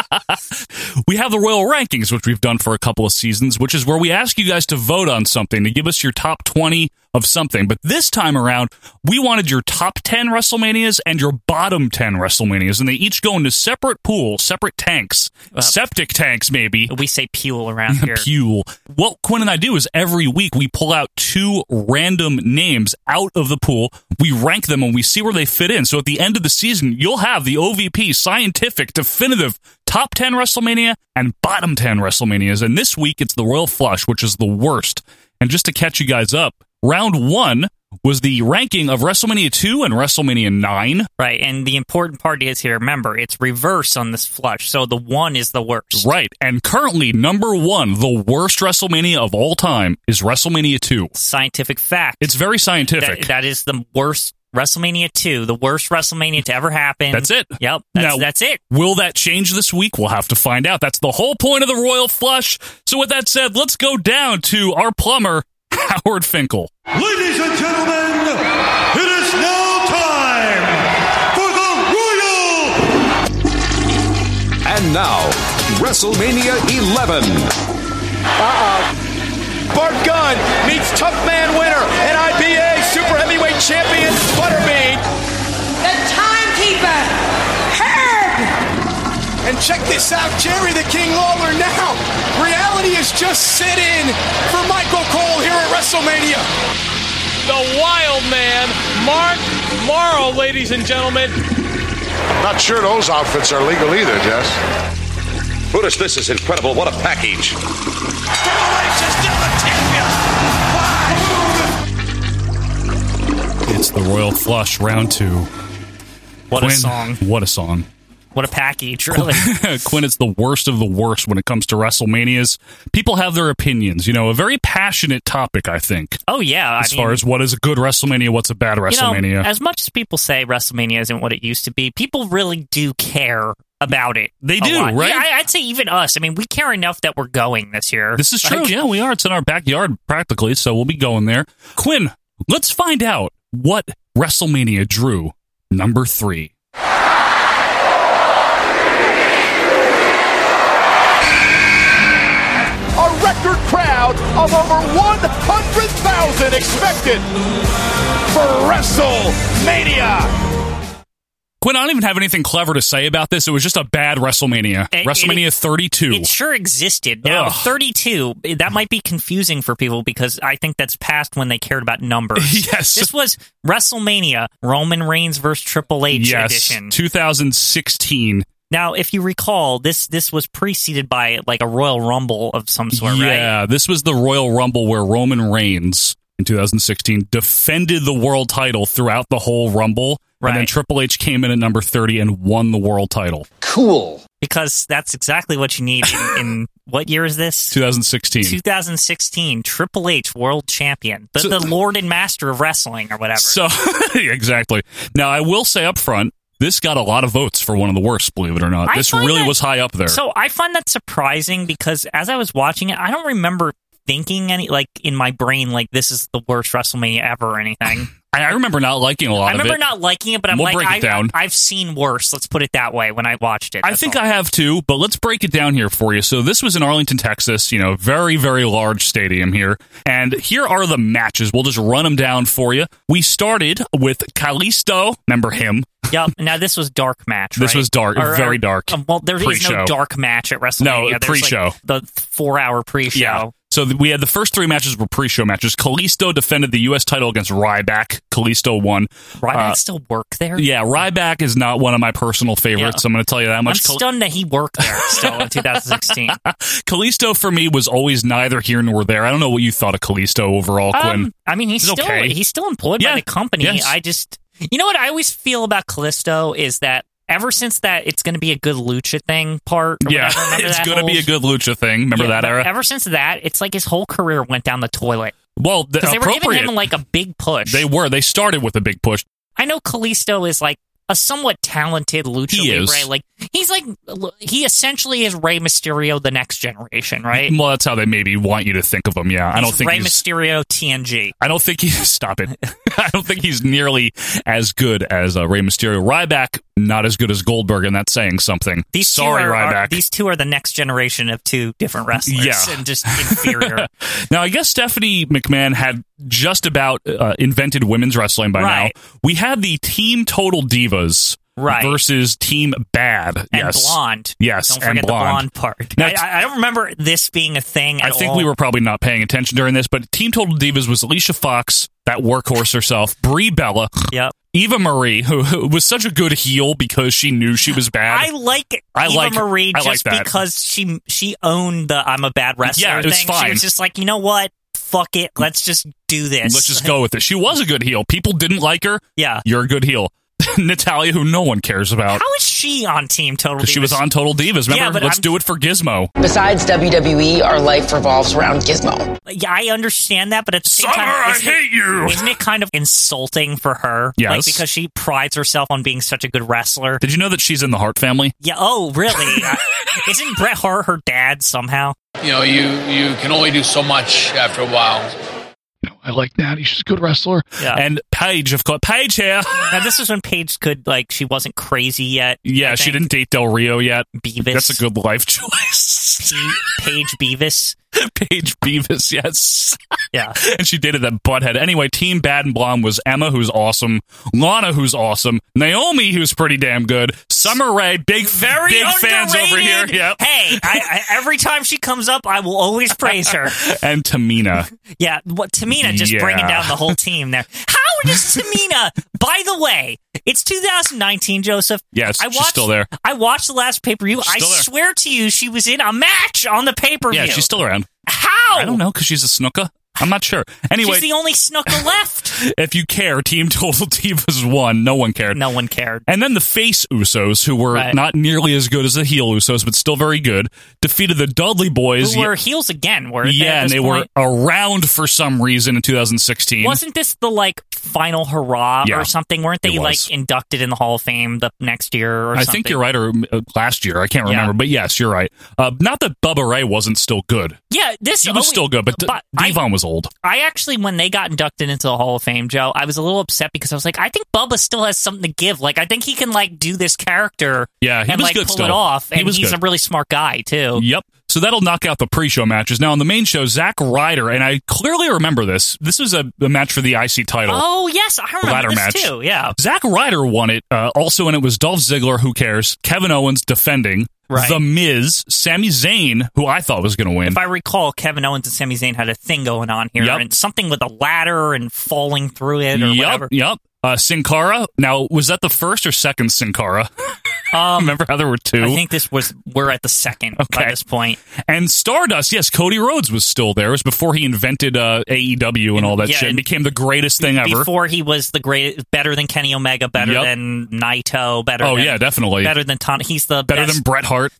Speaker 2: we have the Royal Rankings, which we've done for a couple of seasons, which is where we ask you guys to vote on something, to give us your top 20 of something. But this time around, we wanted your top 10 WrestleManias and your bottom 10 WrestleManias. And they each go into separate pools, separate tanks, septic tanks, maybe.
Speaker 3: We say
Speaker 2: [laughs]
Speaker 3: Pule around here.
Speaker 2: Pule. What Quinn and I do is every week we pull out two random names out of the pool. We rank them and we see where they fit in. So at the end of the season, you'll have the OVP scientific definitive top 10 WrestleMania and bottom 10 WrestleManias. And this week it's the Royal Flush, which is the worst. And just to catch you guys up, round one was the ranking of WrestleMania 2 and WrestleMania 9.
Speaker 3: Right, and the important part is here, remember, it's reverse on this flush, so the one is the worst.
Speaker 2: Right, and currently number one, the worst WrestleMania of all time, is WrestleMania 2.
Speaker 3: Scientific fact.
Speaker 2: It's very scientific.
Speaker 3: That, that is the worst WrestleMania 2, the worst WrestleMania to ever happen.
Speaker 2: That's it.
Speaker 3: Yep, that's,
Speaker 2: [laughs]
Speaker 3: that's it.
Speaker 2: Will that change this week? We'll have to find out. That's the whole point of the Royal Flush. So, with that said, let's go down to our plumber, [laughs] Howard Finkel.
Speaker 11: Ladies and gentlemen, it is now time for the Royal.
Speaker 12: And now, WrestleMania 11. Uh-oh. Bart Gunn meets Tough Man winner and IBA Super Heavyweight Champion Butterbean.
Speaker 13: The timekeeper, Herb!
Speaker 12: And check this out, Jerry the King Lawler now. Reality is just set in for Michael Cole here at WrestleMania.
Speaker 14: The wild man, Mark Morrow, ladies and gentlemen.
Speaker 7: Not sure those outfits are legal either, Jess.
Speaker 5: Brutus, this is incredible. What a package.
Speaker 2: It's the Royal Flush, round two.
Speaker 3: What a song.
Speaker 2: What a song. [laughs]
Speaker 3: What a package, really.
Speaker 2: Quinn is the worst of the worst when it comes to WrestleManias. People have their opinions. You know, a very passionate topic, I think.
Speaker 3: Oh, yeah. I
Speaker 2: As far
Speaker 3: mean-
Speaker 2: as what is a good WrestleMania, what's a bad
Speaker 3: You know,
Speaker 2: WrestleMania.
Speaker 3: as much as people say WrestleMania isn't what it used to be, people really do care about it.
Speaker 2: They
Speaker 3: a
Speaker 2: do,
Speaker 3: lot.
Speaker 2: right?
Speaker 3: Yeah, I, I'd say even us. I mean, we care enough that we're going this year.
Speaker 2: This is true.
Speaker 3: Like,
Speaker 2: yeah, we are. It's in our backyard practically, so we'll be going there. Quinn, let's find out what WrestleMania drew number three.
Speaker 12: A record crowd of over 100,000 expected for WrestleMania.
Speaker 2: Quinn, I don't even have anything clever to say about this. It was just a bad WrestleMania.
Speaker 3: It-
Speaker 2: WrestleMania 32.
Speaker 3: It sure existed. Now,
Speaker 2: Ugh.
Speaker 3: 32, that might be confusing for people because I think that's past when they cared about numbers.
Speaker 2: [laughs] Yes.
Speaker 3: This was WrestleMania, Roman Reigns versus Triple H
Speaker 2: yes,
Speaker 3: edition.
Speaker 2: 2016.
Speaker 3: Now, if you recall, this this was preceded by like a Royal Rumble of some sort, right?
Speaker 2: Yeah, this was the Royal Rumble where Roman Reigns in 2016 defended the world title throughout the whole Rumble. And then
Speaker 3: Right.
Speaker 2: Triple H came in at number 30 and won the world title.
Speaker 3: Cool. Because that's exactly what you need
Speaker 2: [laughs]
Speaker 3: in, in what year is this?
Speaker 2: 2016.
Speaker 3: 2016 Triple H World Champion, the,
Speaker 2: So-
Speaker 3: the Lord and Master of Wrestling or whatever. [laughs]
Speaker 2: So [laughs] exactly. Now I will say up front, this got a lot of votes for one of the worst, believe it or not.
Speaker 3: I
Speaker 2: this
Speaker 3: find
Speaker 2: really
Speaker 3: that-
Speaker 2: was high up there.
Speaker 3: So I find that surprising because as I was watching it, I don't remember thinking any like in my brain like this is the worst WrestleMania ever
Speaker 2: [sighs]
Speaker 3: or anything.
Speaker 2: I, I remember not liking a lot
Speaker 3: I
Speaker 2: of
Speaker 3: remember
Speaker 2: it.
Speaker 3: not liking it, but I'm
Speaker 2: We'll
Speaker 3: like
Speaker 2: break it
Speaker 3: I,
Speaker 2: down.
Speaker 3: I've seen worse. Let's put it that way. When I watched it,
Speaker 2: I
Speaker 3: that's
Speaker 2: think
Speaker 3: [laughs] all.
Speaker 2: I have too, but let's break it down here for you. So this was in Arlington, Texas, you know, very, very large stadium here. And here are the matches. We'll just run them down for you. We started with Kalisto. Remember him?
Speaker 3: Yep. Now this was dark match.
Speaker 2: This
Speaker 3: right?
Speaker 2: was dark, very dark.
Speaker 3: um, well, there is
Speaker 2: Pre-show.
Speaker 3: no dark match at WrestleMania. There's, like,
Speaker 2: pre-show.
Speaker 3: the four hour pre show.
Speaker 2: So th- we had the first three matches were pre-show matches. Kalisto defended the U.S. title against Ryback. Kalisto won.
Speaker 3: Ryback
Speaker 2: Uh,
Speaker 3: still work there.
Speaker 2: Yeah, Ryback is not one of my personal favorites.
Speaker 3: Yeah.
Speaker 2: I'm going to tell you that
Speaker 3: I'm
Speaker 2: much. Kal-
Speaker 3: stunned that he worked there
Speaker 2: [laughs]
Speaker 3: still in 2016.
Speaker 2: Kalisto for me was always neither here nor there. I don't know what you thought of Kalisto overall, Quinn.
Speaker 3: Um, I mean, he's
Speaker 2: He's
Speaker 3: still
Speaker 2: okay.
Speaker 3: he's still employed
Speaker 2: Yeah.
Speaker 3: by the company.
Speaker 2: Yes.
Speaker 3: I just you know what I always feel about Callisto is that ever since that it's going to be a good lucha thing part. or
Speaker 2: Yeah,
Speaker 3: whatever,
Speaker 2: [laughs]
Speaker 3: remember
Speaker 2: it's
Speaker 3: that
Speaker 2: going to
Speaker 3: whole-
Speaker 2: be a good lucha thing. Remember
Speaker 3: Yeah,
Speaker 2: that
Speaker 3: but
Speaker 2: era?
Speaker 3: Ever since that, it's like his whole career went down the toilet
Speaker 2: well, the,
Speaker 3: because they were giving
Speaker 2: appropriate.
Speaker 3: him like a big push.
Speaker 2: they were. They started with a big push.
Speaker 3: I know Callisto is like a somewhat talented lucha
Speaker 2: He
Speaker 3: libre.
Speaker 2: is.
Speaker 3: Like he's like he essentially is Rey Mysterio, the next generation, right?
Speaker 2: Well, that's how they maybe want you to think of him. Yeah, I don't
Speaker 3: He's
Speaker 2: think
Speaker 3: Rey
Speaker 2: he's.
Speaker 3: Mysterio TNG.
Speaker 2: I don't think he's. [laughs] Stop it. I don't think he's nearly as good as uh, Rey Mysterio. Ryback, not as good as Goldberg, and that's saying something.
Speaker 3: These
Speaker 2: Sorry,
Speaker 3: two are, are-
Speaker 2: Ryback.
Speaker 3: these two are the next generation of two different wrestlers.
Speaker 2: Yeah.
Speaker 3: and
Speaker 2: [laughs]
Speaker 3: just inferior.
Speaker 2: Now, I guess Stephanie McMahon had just about uh, invented women's wrestling by
Speaker 3: Right.
Speaker 2: now. We had the Team Total Divas
Speaker 3: Right.
Speaker 2: versus Team Bad.
Speaker 3: And
Speaker 2: yes.
Speaker 3: blonde.
Speaker 2: Yes,
Speaker 3: Don't
Speaker 2: and
Speaker 3: forget
Speaker 2: blonde.
Speaker 3: the blonde part.
Speaker 2: Now,
Speaker 3: I, I- I don't remember this being a thing.
Speaker 2: I
Speaker 3: at
Speaker 2: think
Speaker 3: all.
Speaker 2: we were probably not paying attention during this, but Team Total Divas was Alicia Fox, that workhorse herself, Brie Bella,
Speaker 3: Yep.
Speaker 2: Eva Marie, who, who was such a good heel because she knew she was bad.
Speaker 3: I like
Speaker 2: I
Speaker 3: Eva
Speaker 2: like-
Speaker 3: Marie
Speaker 2: I like
Speaker 3: just
Speaker 2: that.
Speaker 3: because she she owned the I'm a bad wrestler
Speaker 2: Yeah, it was
Speaker 3: thing.
Speaker 2: fine.
Speaker 3: She was just like, you know what? fuck it. Let's just do this.
Speaker 2: Let's just go with it. She was a good heel. People didn't like her.
Speaker 3: [laughs] Yeah.
Speaker 2: You're a good heel. [laughs] Natalia, who no one cares about.
Speaker 3: How is she on Team Total?
Speaker 2: Because she was
Speaker 3: Divas?
Speaker 2: on Total Divas. Remember,
Speaker 3: Yeah, but
Speaker 2: let's
Speaker 3: I'm-
Speaker 2: do it for Gizmo.
Speaker 15: Besides WWE, our life revolves around Gizmo.
Speaker 3: Yeah, I understand that, but at the same
Speaker 2: Summer,
Speaker 3: time,
Speaker 2: I
Speaker 3: isn't
Speaker 2: hate
Speaker 3: it,
Speaker 2: you.
Speaker 3: Isn't it kind of insulting for her? like
Speaker 2: Yes.
Speaker 3: because she prides herself on being such a good wrestler.
Speaker 2: Did you know that she's in the Hart family?
Speaker 3: Yeah. Oh,
Speaker 2: [laughs]
Speaker 3: really? Uh, isn't Bret Hart her dad somehow?
Speaker 16: You know, you you can only do so much after a while.
Speaker 2: I like Natty. She's a good wrestler.
Speaker 3: Yeah.
Speaker 2: And Paige, of course. Paige
Speaker 3: [laughs]
Speaker 2: here.
Speaker 3: Now this is when Paige could like she wasn't crazy yet.
Speaker 2: Yeah, she didn't date Del Rio yet.
Speaker 3: Beavis.
Speaker 2: That's a good life choice. [laughs]
Speaker 3: Paige Beavis.
Speaker 2: Paige Beavis, yes. [laughs]
Speaker 3: Yeah.
Speaker 2: and she dated that butthead. Anyway, Team Bad and Blonde was Emma, who's awesome, Lana, who's awesome, Naomi, who's pretty damn good, Summer Rae, big,
Speaker 3: Very
Speaker 2: big fans over here.
Speaker 3: underrated.
Speaker 2: Yep.
Speaker 3: Hey, I, I, every time she comes up, I will always
Speaker 2: [laughs]
Speaker 3: praise her.
Speaker 2: And
Speaker 3: [laughs]
Speaker 2: Tamina.
Speaker 3: Yeah, what Tamina just
Speaker 2: Yeah.
Speaker 3: bringing down the whole team there. How
Speaker 2: [laughs]
Speaker 3: does Tamina? by the way, it's 2019, Joseph.
Speaker 2: Yes, she's still there.
Speaker 3: I watched the last pay per view. I
Speaker 2: still there.
Speaker 3: swear to you, she was in a match on the pay per view.
Speaker 2: Yeah, she's still around.
Speaker 3: How?
Speaker 2: I don't know, because she's a snooker. I'm not sure. Anyway,
Speaker 3: Oh. She's the
Speaker 2: [laughs]
Speaker 3: only snooker left.
Speaker 2: if you care, Team Total [laughs] Divas won. No one cared.
Speaker 3: No one cared.
Speaker 2: And then the face Usos, who were
Speaker 3: Right.
Speaker 2: not nearly as good as the heel Usos, but still very good, defeated the Dudley Boys.
Speaker 3: Who were heels again? Were they,
Speaker 2: yeah,
Speaker 3: at
Speaker 2: and
Speaker 3: this
Speaker 2: they
Speaker 3: point?
Speaker 2: were around for some reason in 2016.
Speaker 3: Wasn't this the like final hurrah
Speaker 2: Yeah.
Speaker 3: or something? Weren't
Speaker 2: It
Speaker 3: they
Speaker 2: was.
Speaker 3: like inducted in the Hall of Fame the next year or
Speaker 2: I
Speaker 3: something?
Speaker 2: think you're right, or uh, last year I can't
Speaker 3: Yeah.
Speaker 2: remember, but yes, you're right. Uh, not that Bubba Ray wasn't still good;
Speaker 3: Yeah, this
Speaker 2: he was
Speaker 3: oh,
Speaker 2: still good, but, D-
Speaker 3: but I-
Speaker 2: Devon was old.
Speaker 3: I actually, when they got inducted into the Hall of Fame, Joe, I was a little upset because I was like, I think Bubba still has something to give. Like, I think he can like do this character,
Speaker 2: Yeah, he
Speaker 3: and
Speaker 2: was
Speaker 3: like
Speaker 2: good
Speaker 3: pull
Speaker 2: still.
Speaker 3: it off.
Speaker 2: He
Speaker 3: And
Speaker 2: was
Speaker 3: he's
Speaker 2: good.
Speaker 3: a really smart guy too.
Speaker 2: Yep. So that'll knock out the pre-show matches. Now on the main show, Zack Ryder and I clearly remember this. This was a, a match for the IC title.
Speaker 3: Oh yes, I remember
Speaker 2: Ladder
Speaker 3: this
Speaker 2: match.
Speaker 3: too. Yeah,
Speaker 2: Zack Ryder won it uh, also, and it was Dolph Ziggler, who cares, Kevin Owens defending,
Speaker 3: Right.
Speaker 2: The Miz, Sami Zayn, who I thought was going to win.
Speaker 3: if I recall, Kevin Owens and Sami Zayn had a thing going on here,
Speaker 2: Yep.
Speaker 3: and something with a ladder and falling through it or
Speaker 2: yep,
Speaker 3: whatever.
Speaker 2: yep. Uh, Sin Cara. Now, was that the first or second Sin
Speaker 3: [laughs]
Speaker 2: Cara?
Speaker 3: Um,
Speaker 2: Remember how there were two?
Speaker 3: I think this was we're at the second by
Speaker 2: Okay.
Speaker 3: this point.
Speaker 2: And Stardust, yes, Cody Rhodes was still there. It was before he invented uh, AEW and all that
Speaker 3: Yeah,
Speaker 2: shit.
Speaker 3: and
Speaker 2: And became the greatest thing ever.
Speaker 3: Before he was the great, better than Kenny Omega, better
Speaker 2: Yep.
Speaker 3: than Naito, better.
Speaker 2: oh
Speaker 3: than,
Speaker 2: yeah, definitely
Speaker 3: better than Ton. He's the
Speaker 2: Better
Speaker 3: best
Speaker 2: than Bret Hart.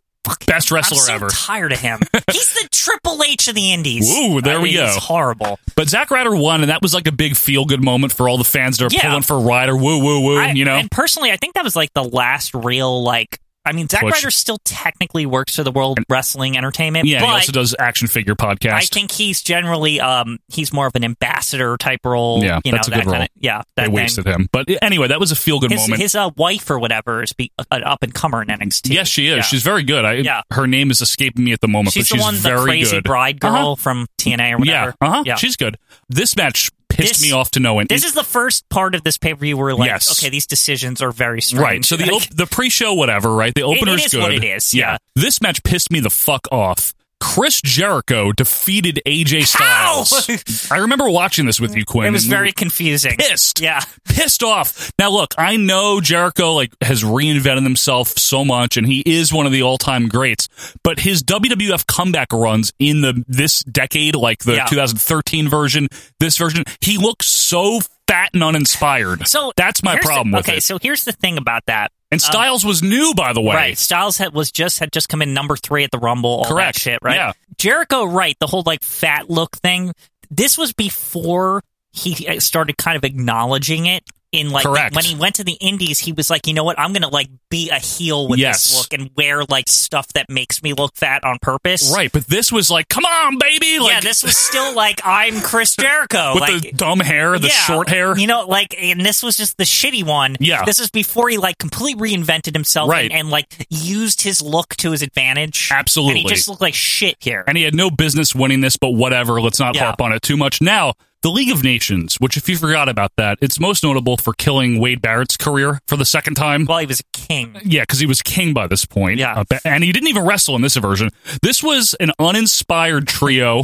Speaker 2: Best wrestler
Speaker 3: I'm so
Speaker 2: ever.
Speaker 3: Tired
Speaker 2: [laughs]
Speaker 3: of him. He's the Triple H of the Indies.
Speaker 2: Ooh, there
Speaker 3: I
Speaker 2: we
Speaker 3: mean,
Speaker 2: go.
Speaker 3: He's horrible.
Speaker 2: But Zack Ryder won, and that was like a big feel good moment for all the fans that are
Speaker 3: Yeah.
Speaker 2: pulling for Ryder. Woo, woo, woo.
Speaker 3: I-
Speaker 2: you know,
Speaker 3: And personally, I think that was like the last real like. I mean, Zack
Speaker 2: Push.
Speaker 3: Ryder still technically works for the World Wrestling Entertainment.
Speaker 2: yeah. and
Speaker 3: but
Speaker 2: he also does action figure podcast.
Speaker 3: I think he's generally um he's more of an ambassador type role.
Speaker 2: Yeah,
Speaker 3: you know,
Speaker 2: that's a
Speaker 3: that
Speaker 2: good
Speaker 3: kinda-
Speaker 2: role.
Speaker 3: yeah, that
Speaker 2: they
Speaker 3: thing.
Speaker 2: wasted him. But anyway, that was a feel good
Speaker 3: His,
Speaker 2: moment.
Speaker 3: his uh, wife or whatever is be, uh, an up and comer in NXT.
Speaker 2: yes, she is.
Speaker 3: Yeah.
Speaker 2: She's very good. I,
Speaker 3: Yeah.
Speaker 2: Her name is escaping me at the moment,
Speaker 3: she's
Speaker 2: but
Speaker 3: the
Speaker 2: she's
Speaker 3: one,
Speaker 2: very
Speaker 3: the crazy
Speaker 2: good.
Speaker 3: bride girl
Speaker 2: Uh-huh.
Speaker 3: from TNA or whatever.
Speaker 2: Yeah, uh-huh.
Speaker 3: Yeah.
Speaker 2: she's good. This match pissed
Speaker 3: This-
Speaker 2: me off to no end.
Speaker 3: This
Speaker 2: It-
Speaker 3: is the first part of this pay per view where like,
Speaker 2: Yes.
Speaker 3: okay, these decisions are very strange.
Speaker 2: Right. So the
Speaker 3: Like,
Speaker 2: op- the pre-show whatever, right? The
Speaker 3: it
Speaker 2: opener's
Speaker 3: is
Speaker 2: good.
Speaker 3: what it is, yeah.
Speaker 2: This match pissed me the fuck off. Chris Jericho defeated AJ
Speaker 3: How?
Speaker 2: Styles.
Speaker 3: [laughs]
Speaker 2: I remember watching this with you, Quinn.
Speaker 3: it was
Speaker 2: and we
Speaker 3: very
Speaker 2: were
Speaker 3: confusing.
Speaker 2: pissed.
Speaker 3: Yeah.
Speaker 2: Pissed off. Now look, I know Jericho like has reinvented himself so much and he is one of the all-time greats, but his WWF comeback runs in the this decade like the
Speaker 3: Yeah.
Speaker 2: 2013 version, this version, he looks so fat and uninspired.
Speaker 3: So
Speaker 2: that's my
Speaker 3: here's the-
Speaker 2: problem with
Speaker 3: okay,
Speaker 2: it.
Speaker 3: so here's the thing about that.
Speaker 2: And
Speaker 3: Um,
Speaker 2: Styles was new, by the way.
Speaker 3: Right. Styles had was just had just come in number three at the Rumble. All
Speaker 2: Correct.
Speaker 3: That shit. Right.
Speaker 2: Yeah.
Speaker 3: Jericho. Right. The whole like fat look thing. This was before he uh, started kind of acknowledging it. In like
Speaker 2: Correct.
Speaker 3: when he went to the Indies, he was like, you know what? I'm gonna like be a heel with
Speaker 2: Yes.
Speaker 3: this look and wear like stuff that makes me look fat on purpose.
Speaker 2: Right, but this was like, come on, baby! [laughs] Like,
Speaker 3: yeah. This was still like I'm Chris Jericho.
Speaker 2: with
Speaker 3: like,
Speaker 2: the dumb hair, the
Speaker 3: yeah,
Speaker 2: short hair.
Speaker 3: You know, like, and this was just the shitty one.
Speaker 2: Yeah.
Speaker 3: This is before he, like, completely reinvented himself
Speaker 2: Right.
Speaker 3: and, and, like, used his look to his advantage.
Speaker 2: Absolutely.
Speaker 3: And he just looked like shit here.
Speaker 2: and he had no business winning this, but whatever. Let's not
Speaker 3: Yeah.
Speaker 2: harp on it too much. Now, the League of Nations, which if you forgot about that, it's most notable for killing Wade Barrett's career for the second time.
Speaker 3: While he was a king.
Speaker 2: Yeah, because he was king by this point.
Speaker 3: Yeah.
Speaker 2: Uh, ba- and he didn't even wrestle in this version. This was an uninspired trio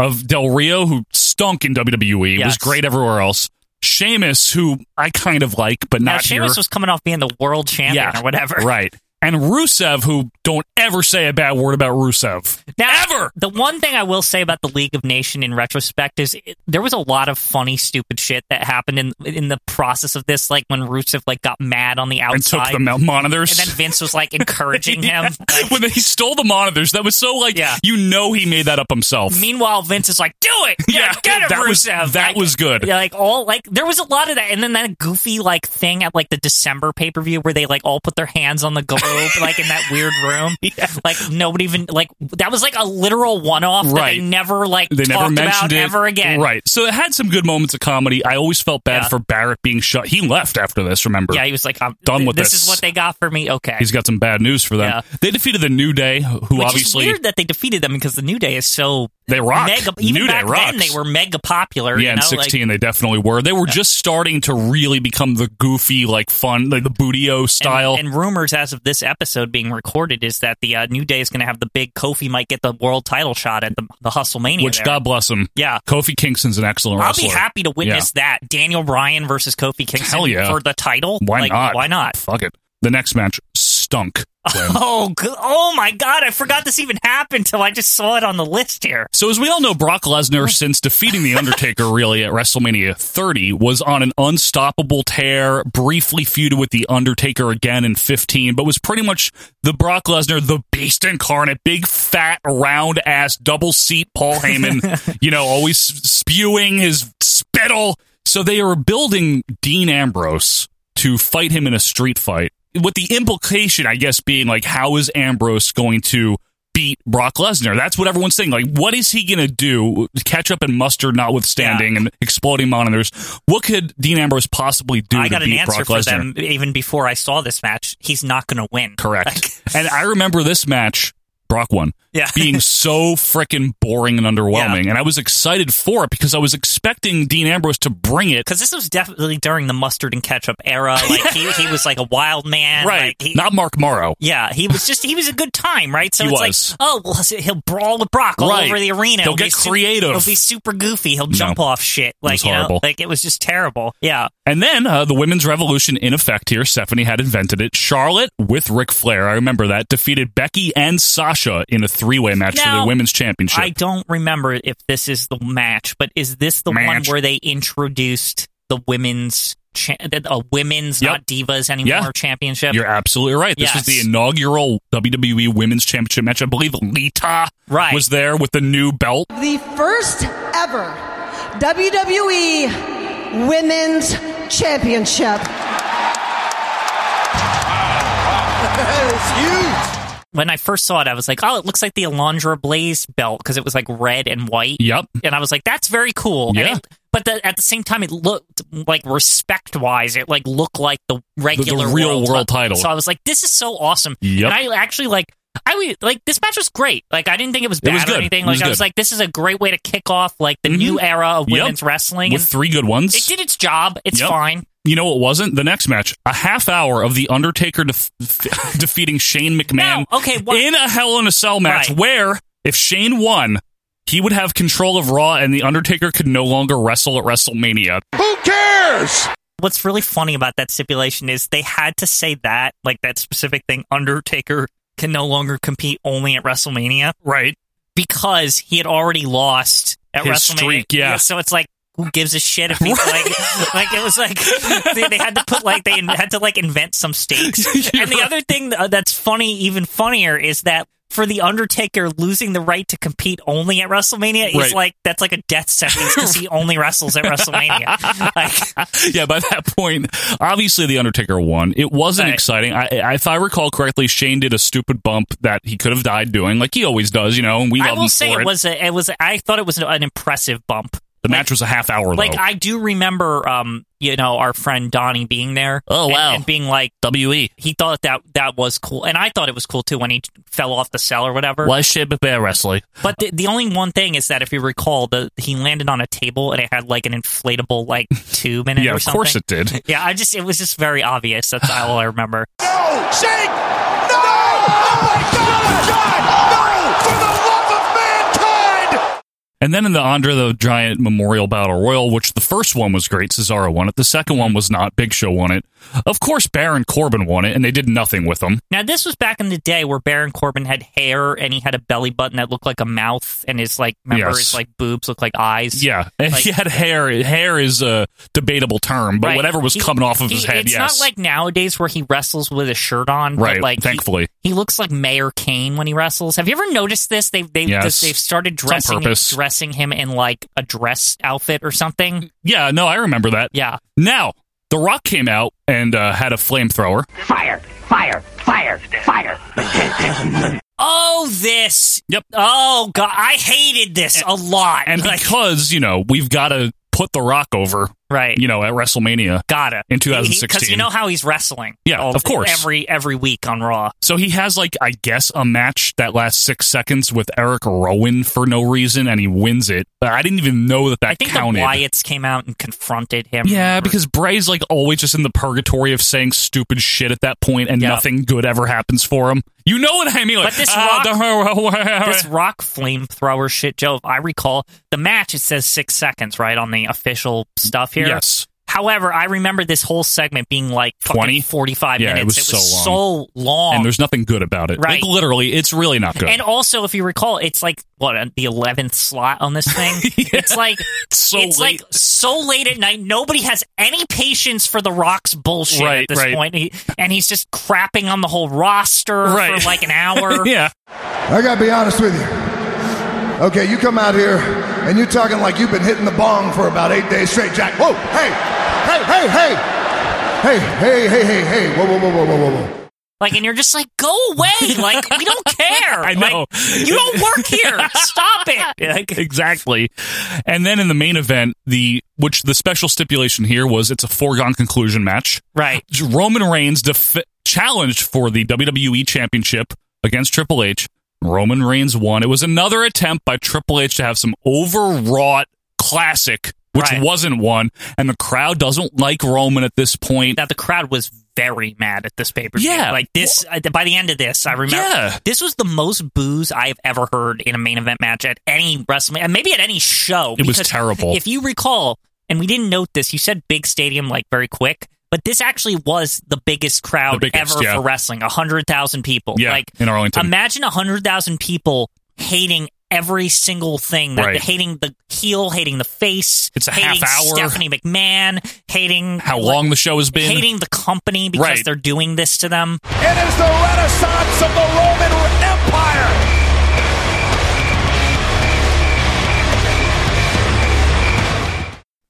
Speaker 2: of Del Rio, who stunk in WWE, was
Speaker 3: Yes.
Speaker 2: great everywhere else. Sheamus, who I kind of like, but
Speaker 3: Now,
Speaker 2: not
Speaker 3: Sheamus
Speaker 2: here.
Speaker 3: was coming off being the world champion or whatever.
Speaker 2: Right. and Rusev, who don't ever say a bad word about Rusev.
Speaker 3: Now, Ever! The one thing I will say about the League of Nation in retrospect is it, there was a lot of funny, stupid shit that happened in in the process of this, like when Rusev like got mad on the
Speaker 2: And took
Speaker 3: outside
Speaker 2: the mo- monitors.
Speaker 3: and then Vince was
Speaker 2: [laughs]
Speaker 3: like encouraging him.
Speaker 2: when he stole the monitors, that was so like you know he made that up himself.
Speaker 3: Meanwhile, Vince is like, "Do it, yeah, get it,
Speaker 2: that was-
Speaker 3: Rusev."
Speaker 2: that was good.
Speaker 3: Yeah, like all like there was a lot of that, and then that goofy like thing at like the December pay per view where they like all put their hands on the globe like in that weird
Speaker 2: [laughs]
Speaker 3: room, like nobody even like that was like a literal one off that they
Speaker 2: Right.
Speaker 3: never like
Speaker 2: they never
Speaker 3: talked
Speaker 2: mentioned
Speaker 3: about
Speaker 2: it
Speaker 3: ever again.
Speaker 2: Right. So it had some good moments of comedy. I always felt bad for Barrett being shut. He left after this. Remember?
Speaker 3: Yeah, he was like, "I'm
Speaker 2: done with
Speaker 3: this
Speaker 2: this.
Speaker 3: is what they got for me." Okay,
Speaker 2: He's got some bad news for them. They defeated the New Day, who
Speaker 3: Which
Speaker 2: obviously
Speaker 3: is weird that they defeated them because the New Day is so
Speaker 2: they rock.
Speaker 3: Mega, even
Speaker 2: New
Speaker 3: back
Speaker 2: Day rocks.
Speaker 3: then, they were mega popular.
Speaker 2: yeah,
Speaker 3: you
Speaker 2: in
Speaker 3: know, like-
Speaker 2: sixteen they definitely were. They were just starting to really become the goofy, like fun, like the bootio style.
Speaker 3: And rumors as of this episode being recorded is that the uh, New Day is going to have the big Kofi might get the world title shot at the, the Hustle Mania.
Speaker 2: which
Speaker 3: there.
Speaker 2: God bless him.
Speaker 3: Yeah,
Speaker 2: Kofi Kingston's an excellent
Speaker 3: I'll
Speaker 2: wrestler.
Speaker 3: be happy to witness that Daniel Bryan versus Kofi Kingston
Speaker 2: Hell yeah.
Speaker 3: for the title.
Speaker 2: Why
Speaker 3: Like,
Speaker 2: not?
Speaker 3: Why not?
Speaker 2: Fuck it. The next match stunk. Glenn.
Speaker 3: Oh, go- oh my God! I forgot this even happened till I just saw it on the list here.
Speaker 2: So as we all know, Brock Lesnar, since defeating The Undertaker really at WrestleMania 30, was on an unstoppable tear, briefly feuded with The Undertaker again in 15, but was pretty much the Brock Lesnar, the beast incarnate, big fat round ass double seat Paul Heyman, you know, always spewing his spittle. So they are building Dean Ambrose to fight him in a street fight. With the implication, I guess, being like, how is Ambrose going to beat Brock Lesnar? That's what everyone's saying. Like, what is he going to do? Catch up and mustard, notwithstanding, and exploding monitors. What could Dean Ambrose possibly do
Speaker 3: I
Speaker 2: to
Speaker 3: got an
Speaker 2: beat
Speaker 3: answer
Speaker 2: Brock
Speaker 3: for
Speaker 2: Lesnar?
Speaker 3: them even before I saw this match. He's not going to win. [laughs] uh,
Speaker 2: Correct. and I remember this match, Brock won.
Speaker 3: Yeah. [laughs]
Speaker 2: being so freaking boring and underwhelming. And I was excited for it because I was expecting Dean Ambrose to bring it.
Speaker 3: Because this was definitely during the mustard and ketchup era. Like he, he was like a wild
Speaker 2: [laughs]
Speaker 3: man.
Speaker 2: Right.
Speaker 3: Like, he-
Speaker 2: Not Mark Morrow.
Speaker 3: Yeah, he was just he was a good time, right? So
Speaker 2: He
Speaker 3: it's
Speaker 2: was.
Speaker 3: like, oh, well, so he'll brawl with Brock all
Speaker 2: Right.
Speaker 3: over the arena.
Speaker 2: They'll
Speaker 3: He'll
Speaker 2: get
Speaker 3: be su-
Speaker 2: creative.
Speaker 3: he'll be super goofy. He'll jump off shit. Like
Speaker 2: was
Speaker 3: you know,
Speaker 2: horrible.
Speaker 3: like it was just terrible. Yeah.
Speaker 2: And then uh, the women's revolution in effect here. Stephanie had invented it. Charlotte with Ric Flair, I remember that, defeated Becky and Sasha in a three way match for
Speaker 3: Now,
Speaker 2: the women's championship.
Speaker 3: I don't remember if this is the match, but is this the one
Speaker 2: Match.
Speaker 3: where they introduced the women's cha- a women's not divas anymore
Speaker 2: Yeah.
Speaker 3: championship?
Speaker 2: You're absolutely right. This was
Speaker 3: Yes.
Speaker 2: the inaugural WWE Women's Championship match. I believe Lita
Speaker 3: Right.
Speaker 2: was there with the new belt.
Speaker 13: The first ever
Speaker 17: E
Speaker 13: WWE Women's Championship.
Speaker 3: when I first saw it, I was like, oh, it looks like the Alondra Blaze belt because it was like red and white.
Speaker 2: Yep.
Speaker 3: And I was like, that's very cool.
Speaker 2: Yeah.
Speaker 3: And it, but the, at the same time, it looked like respect wise, it like looked like the regular
Speaker 2: real world title.
Speaker 3: So I was like, this is so awesome.
Speaker 2: Yep.
Speaker 3: And I actually like. I would- like this match was great. Like I didn't think it was
Speaker 2: It
Speaker 3: bad
Speaker 2: was
Speaker 3: or
Speaker 2: good.
Speaker 3: anything.
Speaker 2: It
Speaker 3: Like
Speaker 2: was
Speaker 3: I was
Speaker 2: good. Mm-hmm.
Speaker 3: like, this is a great way to kick off like the new era of
Speaker 2: Yep.
Speaker 3: women's wrestling.
Speaker 2: with
Speaker 3: and
Speaker 2: three good ones.
Speaker 3: it did its job. It's
Speaker 2: Yep.
Speaker 3: fine.
Speaker 2: You know what wasn't? The next match. A half hour of The Undertaker def- [laughs] defeating Shane McMahon
Speaker 3: Okay. Well,
Speaker 2: in a Hell in a Cell match
Speaker 3: Right.
Speaker 2: where if Shane won, he would have control of Raw and The Undertaker could no longer wrestle at WrestleMania.
Speaker 3: Who cares? What's really funny about that stipulation is they had to say that, like that specific thing Undertaker can no longer compete only at WrestleMania.
Speaker 2: Right. [laughs]
Speaker 3: Because he had already lost at
Speaker 2: His
Speaker 3: WrestleMania.
Speaker 2: streak, yeah.
Speaker 3: So it's like, who gives a shit if he's
Speaker 2: [laughs]
Speaker 3: like, like it was like, they, they had to put like, they had to like invent
Speaker 2: [laughs]
Speaker 3: some stakes. and the other thing uh, that's funny, even funnier, is that for the Undertaker losing the right to compete only at WrestleMania is
Speaker 2: Right.
Speaker 3: like, that's like a death sentence
Speaker 2: [laughs]
Speaker 3: because he only wrestles at WrestleMania. like,
Speaker 2: yeah, by that point, obviously the Undertaker won. It wasn't
Speaker 3: Right.
Speaker 2: exciting. I, I- if I recall correctly, Shane did a stupid bump that he could have died doing, like he always does, you know. And we
Speaker 3: I
Speaker 2: love
Speaker 3: will
Speaker 2: him
Speaker 3: say
Speaker 2: for
Speaker 3: it was a, it was a- I thought it was an impressive bump.
Speaker 2: the match was a half hour.
Speaker 3: Like
Speaker 2: though.
Speaker 3: I do remember, um, you know, our friend Donnie being there. Oh
Speaker 2: wow. E.
Speaker 3: and, and being like
Speaker 2: we
Speaker 3: he thought that that was cool, and I thought it was cool too when he fell off the cell or whatever.
Speaker 2: shit bear wrestling?
Speaker 3: But the, the only one thing is that if you recall, the he landed on a table and it had like an inflatable
Speaker 2: [laughs]
Speaker 3: like tube in it.
Speaker 2: Yeah,
Speaker 3: or
Speaker 2: of course
Speaker 3: something.
Speaker 2: it did.
Speaker 3: Yeah, I just it was just very obvious. That's all I remember.
Speaker 12: No! Shake! No! Oh my God! God! No! For the love of mankind!
Speaker 2: And then in the Andre the Giant Memorial Battle Royal, which the first one was great, Cesaro won it. The second one was not. Big Show won it. Of course, Baron Corbin won it, and they did nothing with him.
Speaker 3: Now, this was back in the day where Baron Corbin had hair and he had a belly button that looked like a mouth, and his like remember
Speaker 2: Yes.
Speaker 3: his like boobs look like eyes.
Speaker 2: Yeah, [laughs] and
Speaker 3: Like-
Speaker 2: he had hair. Hair is a debatable term, but
Speaker 3: Right.
Speaker 2: whatever was
Speaker 3: He-
Speaker 2: coming off of
Speaker 3: he-
Speaker 2: his head,
Speaker 3: It's
Speaker 2: yes,
Speaker 3: not like nowadays where he wrestles with a shirt on. but,
Speaker 2: right.
Speaker 3: like he-
Speaker 2: thankfully,
Speaker 3: He looks like Mayor Kane when he wrestles. Have you ever noticed this? They've they've
Speaker 2: Yes.
Speaker 3: just- they've started
Speaker 2: It's on
Speaker 3: dressing
Speaker 2: purpose.
Speaker 3: dressing him in like a dress outfit or something.
Speaker 2: yeah. No, I remember that.
Speaker 3: Yeah.
Speaker 2: Now, The Rock came out and uh, had a flamethrower.
Speaker 18: Fire! Fire! Fire! Fire!
Speaker 3: Oh, this.
Speaker 2: Yep.
Speaker 3: Oh god, I hated this a lot.
Speaker 2: And
Speaker 3: [laughs] Like,
Speaker 2: because, you know, we've got to put The Rock over,
Speaker 3: right?
Speaker 2: you know, at WrestleMania.
Speaker 3: Gotta
Speaker 2: In
Speaker 3: because
Speaker 2: 2016.
Speaker 3: you know how he's wrestling.
Speaker 2: Yeah, of course.
Speaker 3: Every every week on Raw.
Speaker 2: so he has, like, I guess a match that lasts six seconds with Eric Rowan for no reason, and he wins it. But I didn't even know that that
Speaker 3: I think
Speaker 2: counted.
Speaker 3: the Wyatts came out and confronted him.
Speaker 2: yeah, because Bray's like always just in the purgatory of saying stupid shit at that point, and
Speaker 3: Yeah.
Speaker 2: nothing good ever happens for him. You know what I mean? Like,
Speaker 3: But this
Speaker 2: ah,
Speaker 3: rock-
Speaker 2: the-
Speaker 3: this rock flamethrower shit, Joe. if I recall the match. It says six seconds, right, on the official stuff here.
Speaker 2: Yes.
Speaker 3: However, I remember this whole segment being like
Speaker 2: 20?
Speaker 3: fucking 45
Speaker 2: Yeah, it
Speaker 3: minutes.
Speaker 2: was so long.
Speaker 3: so long.
Speaker 2: and there's nothing good about it. Like,
Speaker 3: Right.
Speaker 2: literally, it's really not good.
Speaker 3: And also, if you recall, it's like what uh, the eleventh slot on
Speaker 2: [laughs]
Speaker 3: this thing. It's like
Speaker 2: so
Speaker 3: it's
Speaker 2: late.
Speaker 3: like so late at night. Nobody has any patience for the Rock's bullshit
Speaker 2: Right,
Speaker 3: at this
Speaker 2: right.
Speaker 3: point. He, and he's just crapping on the whole roster
Speaker 2: Right.
Speaker 3: for like an
Speaker 2: [laughs]
Speaker 3: hour.
Speaker 2: yeah.
Speaker 19: I gotta be honest with you. Okay, you come out here and you're talking like you've been hitting the bong for about eight days straight, Jack. Whoa, hey, hey, hey, hey, hey, hey, hey, hey, hey, whoa, whoa, whoa, whoa, whoa, whoa, whoa.
Speaker 3: Like, and you're just like, go away. Like, we [laughs] don't care. I
Speaker 2: know.
Speaker 3: you don't work here. [laughs] Stop it. [laughs] Like,
Speaker 2: [laughs] exactly. And then in the main event, the which the special stipulation here was it's a foregone conclusion match.
Speaker 3: Right.
Speaker 2: Roman Reigns def- challenged for the WWE Championship against Triple H. Roman Reigns won. It was another attempt by Triple H to have some overwrought classic, which
Speaker 3: Right.
Speaker 2: wasn't one. And the crowd doesn't like Roman at this point.
Speaker 3: now the crowd was very mad at this pay per view.
Speaker 2: Yeah.
Speaker 3: Like this, uh, by the end of this, I remember
Speaker 2: Yeah.
Speaker 3: this was the most booze I've ever heard in a main event match at any WrestleMania, and maybe at any show.
Speaker 2: It was
Speaker 3: because
Speaker 2: terrible.
Speaker 3: If you recall, and we didn't note this, you said big stadium like very quick, but this actually was the biggest crowd
Speaker 2: The biggest,
Speaker 3: ever
Speaker 2: yeah.
Speaker 3: for wrestling. hundred thousand people.
Speaker 2: Yeah,
Speaker 3: Like
Speaker 2: in Arlington.
Speaker 3: Imagine hundred thousand people hating. Every single thing that
Speaker 2: Right.
Speaker 3: hating the heel, hating the face,
Speaker 2: It's a half
Speaker 3: hating
Speaker 2: hour.
Speaker 3: Stephanie McMahon, hating
Speaker 2: How
Speaker 3: like,
Speaker 2: long the show has been.
Speaker 3: hating the company because
Speaker 2: Right.
Speaker 3: they're doing this to them.
Speaker 12: It is the renaissance of the Roman Empire.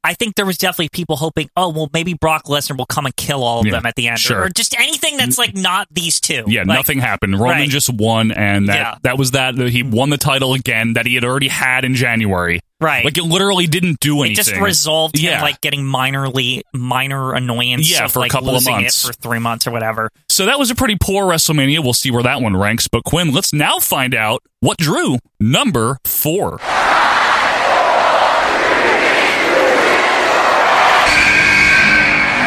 Speaker 3: I think there was definitely people hoping, oh well, maybe Brock Lesnar will come and kill all of
Speaker 2: Yeah,
Speaker 3: them at the end,
Speaker 2: sure.
Speaker 3: or just anything that's like not these two.
Speaker 2: Yeah,
Speaker 3: Like,
Speaker 2: nothing happened. Roman
Speaker 3: right.
Speaker 2: just won, and that
Speaker 3: Yeah.
Speaker 2: that was that. He won the title again that he had already had in January.
Speaker 3: Right.
Speaker 2: Like it literally didn't do anything.
Speaker 3: It just resolved
Speaker 2: Yeah.
Speaker 3: him like getting minorly minor annoyance.
Speaker 2: Yeah,
Speaker 3: of,
Speaker 2: for a
Speaker 3: like,
Speaker 2: couple of
Speaker 3: losing
Speaker 2: months.
Speaker 3: it for three months or whatever.
Speaker 2: so that was a pretty poor WrestleMania. We'll see where that one ranks. But Quinn, let's now find out what drew number four.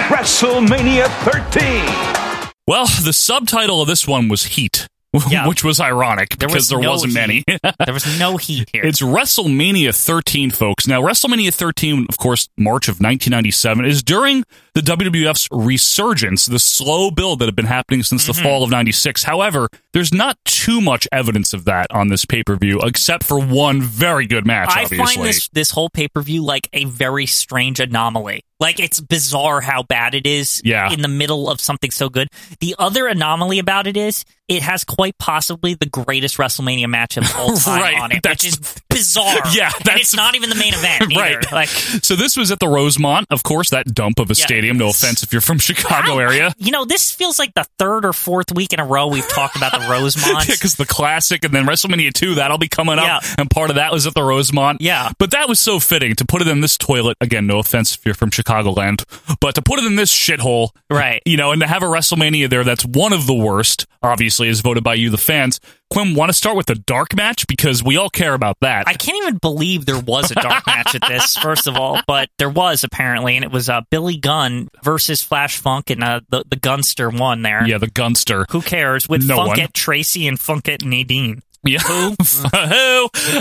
Speaker 1: WrestleMania 13.
Speaker 2: Well, the subtitle of this one was Heat, [laughs]
Speaker 3: Yeah.
Speaker 2: which was ironic
Speaker 3: There
Speaker 2: because
Speaker 3: was
Speaker 2: there
Speaker 3: no
Speaker 2: wasn't many. [laughs]
Speaker 3: There was no heat here.
Speaker 2: It's WrestleMania 13, folks. Now, WrestleMania 13, of course, March of 1997, is during the WWF's resurgence, the slow build that had been happening since
Speaker 3: Mm-hmm.
Speaker 2: the fall of 96. However, there's not too much evidence of that on this pay per view, except for one very good match,
Speaker 3: I
Speaker 2: obviously.
Speaker 3: find this this whole pay per view like a very strange anomaly. Like it's bizarre how bad it is.
Speaker 2: Yeah.
Speaker 3: In the middle of something so good. The other anomaly about it is it has quite possibly the greatest WrestleMania match of
Speaker 2: [laughs]
Speaker 3: all time
Speaker 2: Right,
Speaker 3: on it,
Speaker 2: that's-
Speaker 3: which is bizarre.
Speaker 2: [laughs] Yeah,
Speaker 3: and
Speaker 2: that's-
Speaker 3: it's not even the main
Speaker 2: [laughs]
Speaker 3: event. either.
Speaker 2: Right.
Speaker 3: Like
Speaker 2: so this was at the Rosemont, of course, that dump of a
Speaker 3: Yeah.
Speaker 2: stadium. No offense if you're from [laughs] Chicago area.
Speaker 3: you know, this feels like the third or fourth week in a row we've talked about
Speaker 2: [laughs]
Speaker 3: the Rosemont.
Speaker 2: because the classic and then WrestleMania 2, that'll be coming up.
Speaker 3: Yeah.
Speaker 2: And part of that was at the Rosemont.
Speaker 3: Yeah.
Speaker 2: But that was so fitting to put it in this toilet. Again, no offense if you're from Chicagoland, but to put it in this shithole.
Speaker 3: Right.
Speaker 2: You know, and to have a WrestleMania there that's one of the worst, obviously, is voted by you, the fans. Quinn, want to start with the dark match? Because we all care about that.
Speaker 3: I can't even believe there was a dark match at
Speaker 2: [laughs]
Speaker 3: this. First of all, but there was apparently, and it was uh, Billy Gunn versus Flash Funk, and uh, the the Gunster won there.
Speaker 2: yeah, the Gunster.
Speaker 3: Who cares? With
Speaker 2: No
Speaker 3: Funkette
Speaker 2: one.
Speaker 3: Tracy and Funkette Nadine.
Speaker 2: Yeah. Who?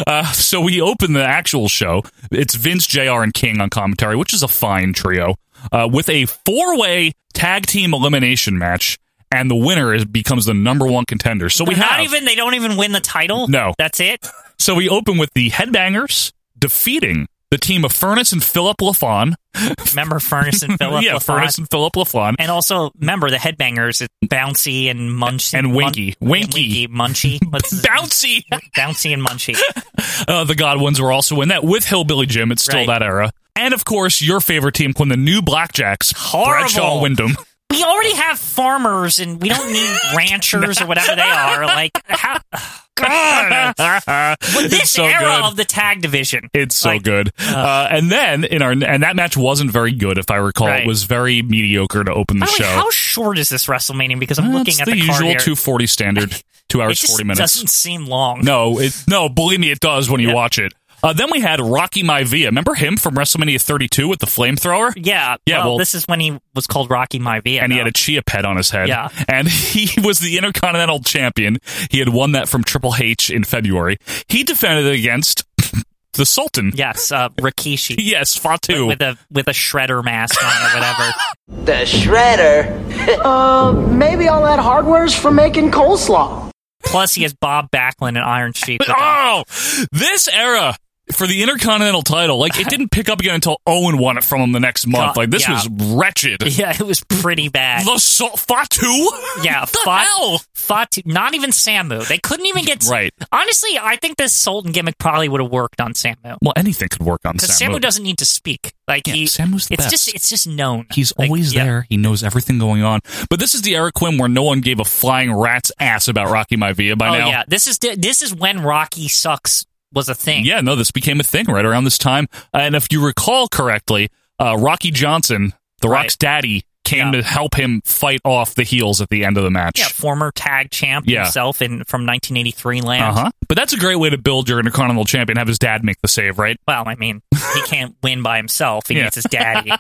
Speaker 2: Uh, so we open the actual show. It's Vince, JR, and King on commentary, which is a fine trio, uh, with a four way tag team elimination match, and the winner is, becomes the number one contender. So we
Speaker 3: They're
Speaker 2: have.
Speaker 3: not even they don't even win the title.
Speaker 2: No. [laughs]
Speaker 3: that's it.
Speaker 2: so we open with the Headbangers defeating the team of Furnace and Philip LaFon.
Speaker 3: Remember Furnace and
Speaker 2: [laughs]
Speaker 3: Philip?
Speaker 2: yeah,
Speaker 3: Lafont?
Speaker 2: Furnace and Philip LaFon.
Speaker 3: And also remember the headbangers, it's Bouncy and Munchie
Speaker 2: And Winky.
Speaker 3: Mun-
Speaker 2: Winky.
Speaker 3: and Winky,
Speaker 2: [laughs]
Speaker 3: Munchie, What's his-
Speaker 2: Bouncy.
Speaker 3: Bouncy and Munchie.
Speaker 2: Uh, the Godwins were also in that with Hillbilly Jim. It's still
Speaker 3: Right.
Speaker 2: that era. And of course, your favorite team, when the new Blackjacks,
Speaker 3: Horrible.
Speaker 2: Bradshaw Wyndham.
Speaker 3: We already have farmers, and we
Speaker 2: [laughs]
Speaker 3: don't need ranchers or whatever they are. Like, how, God, Well,
Speaker 2: It's
Speaker 3: this
Speaker 2: so
Speaker 3: era
Speaker 2: good.
Speaker 3: of the tag division.
Speaker 2: It's so
Speaker 3: Like,
Speaker 2: good. Uh, and then in our and that match wasn't very good, if I recall.
Speaker 3: Right.
Speaker 2: It was very mediocre to open the
Speaker 3: By the
Speaker 2: show.
Speaker 3: way, how short is this WrestleMania? Because I'm
Speaker 2: Uh,
Speaker 3: looking
Speaker 2: it's
Speaker 3: at
Speaker 2: the,
Speaker 3: the, card
Speaker 2: usual
Speaker 3: here.
Speaker 2: two forty standard,
Speaker 3: [laughs]
Speaker 2: two
Speaker 3: It
Speaker 2: hours
Speaker 3: just
Speaker 2: forty minutes.
Speaker 3: doesn't seem long.
Speaker 2: [laughs] No, it, no, believe me, it does when you watch it. Uh, then we had Rocky Maivia. Remember him from WrestleMania 32 with the flamethrower?
Speaker 3: Yeah,
Speaker 2: Yeah,
Speaker 3: Well,
Speaker 2: well-
Speaker 3: this is when he was called Rocky Maivia.
Speaker 2: and he
Speaker 3: though.
Speaker 2: had a chia pet on his head.
Speaker 3: Yeah.
Speaker 2: And [laughs] he was the Intercontinental Champion. He had won that from Triple H in February. He defended it against [laughs] the Sultan.
Speaker 3: Yes, uh, Rikishi.
Speaker 2: yes, Fatu.
Speaker 3: with a with a shredder mask on or whatever.
Speaker 18: [laughs] The shredder. [laughs]
Speaker 13: uh, maybe all that hardware's for making coleslaw.
Speaker 3: Plus, he has Bob Backlund and Iron Sheik. with him.
Speaker 2: oh, this era for the Intercontinental title, like it didn't pick up again until Owen won it from him the next month.
Speaker 3: God,
Speaker 2: Like this
Speaker 3: yeah.
Speaker 2: was wretched.
Speaker 3: [laughs] Yeah, it was pretty bad.
Speaker 2: The Sul- Fatu? [laughs]
Speaker 3: yeah,
Speaker 2: the
Speaker 3: Fat-
Speaker 2: hell?
Speaker 3: Fatu, not even Samu. They couldn't even get
Speaker 2: Right.
Speaker 3: Honestly, I think this Sultan gimmick probably would have worked on Samu
Speaker 2: Well, anything could work on
Speaker 3: because
Speaker 2: Samu.
Speaker 3: Samu doesn't need to speak. Like
Speaker 2: Yeah,
Speaker 3: he,
Speaker 2: Samu's the
Speaker 3: it's
Speaker 2: best.
Speaker 3: just it's just known.
Speaker 2: He's always
Speaker 3: yeah.
Speaker 2: there. He knows everything going on. But this is the Eric Quinn where no one gave a flying rat's ass about Rocky Maivia by
Speaker 3: oh
Speaker 2: now.
Speaker 3: yeah, this is this is when Rocky sucks was a thing.
Speaker 2: Yeah, no, this became a thing right around this time. And if you recall correctly, uh, Rocky Johnson, The Rock's daddy, came to help him fight off the heels at the end of the match.
Speaker 3: Yeah, former tag champ
Speaker 2: Yeah.
Speaker 3: himself in from 1983 land.
Speaker 2: Uh huh. But that's a great way to build your Intercontinental Champion. Have his dad make the save, right?
Speaker 3: Well, I mean, he can't win by himself. He
Speaker 2: Yeah.
Speaker 3: needs his
Speaker 2: [laughs]
Speaker 3: daddy.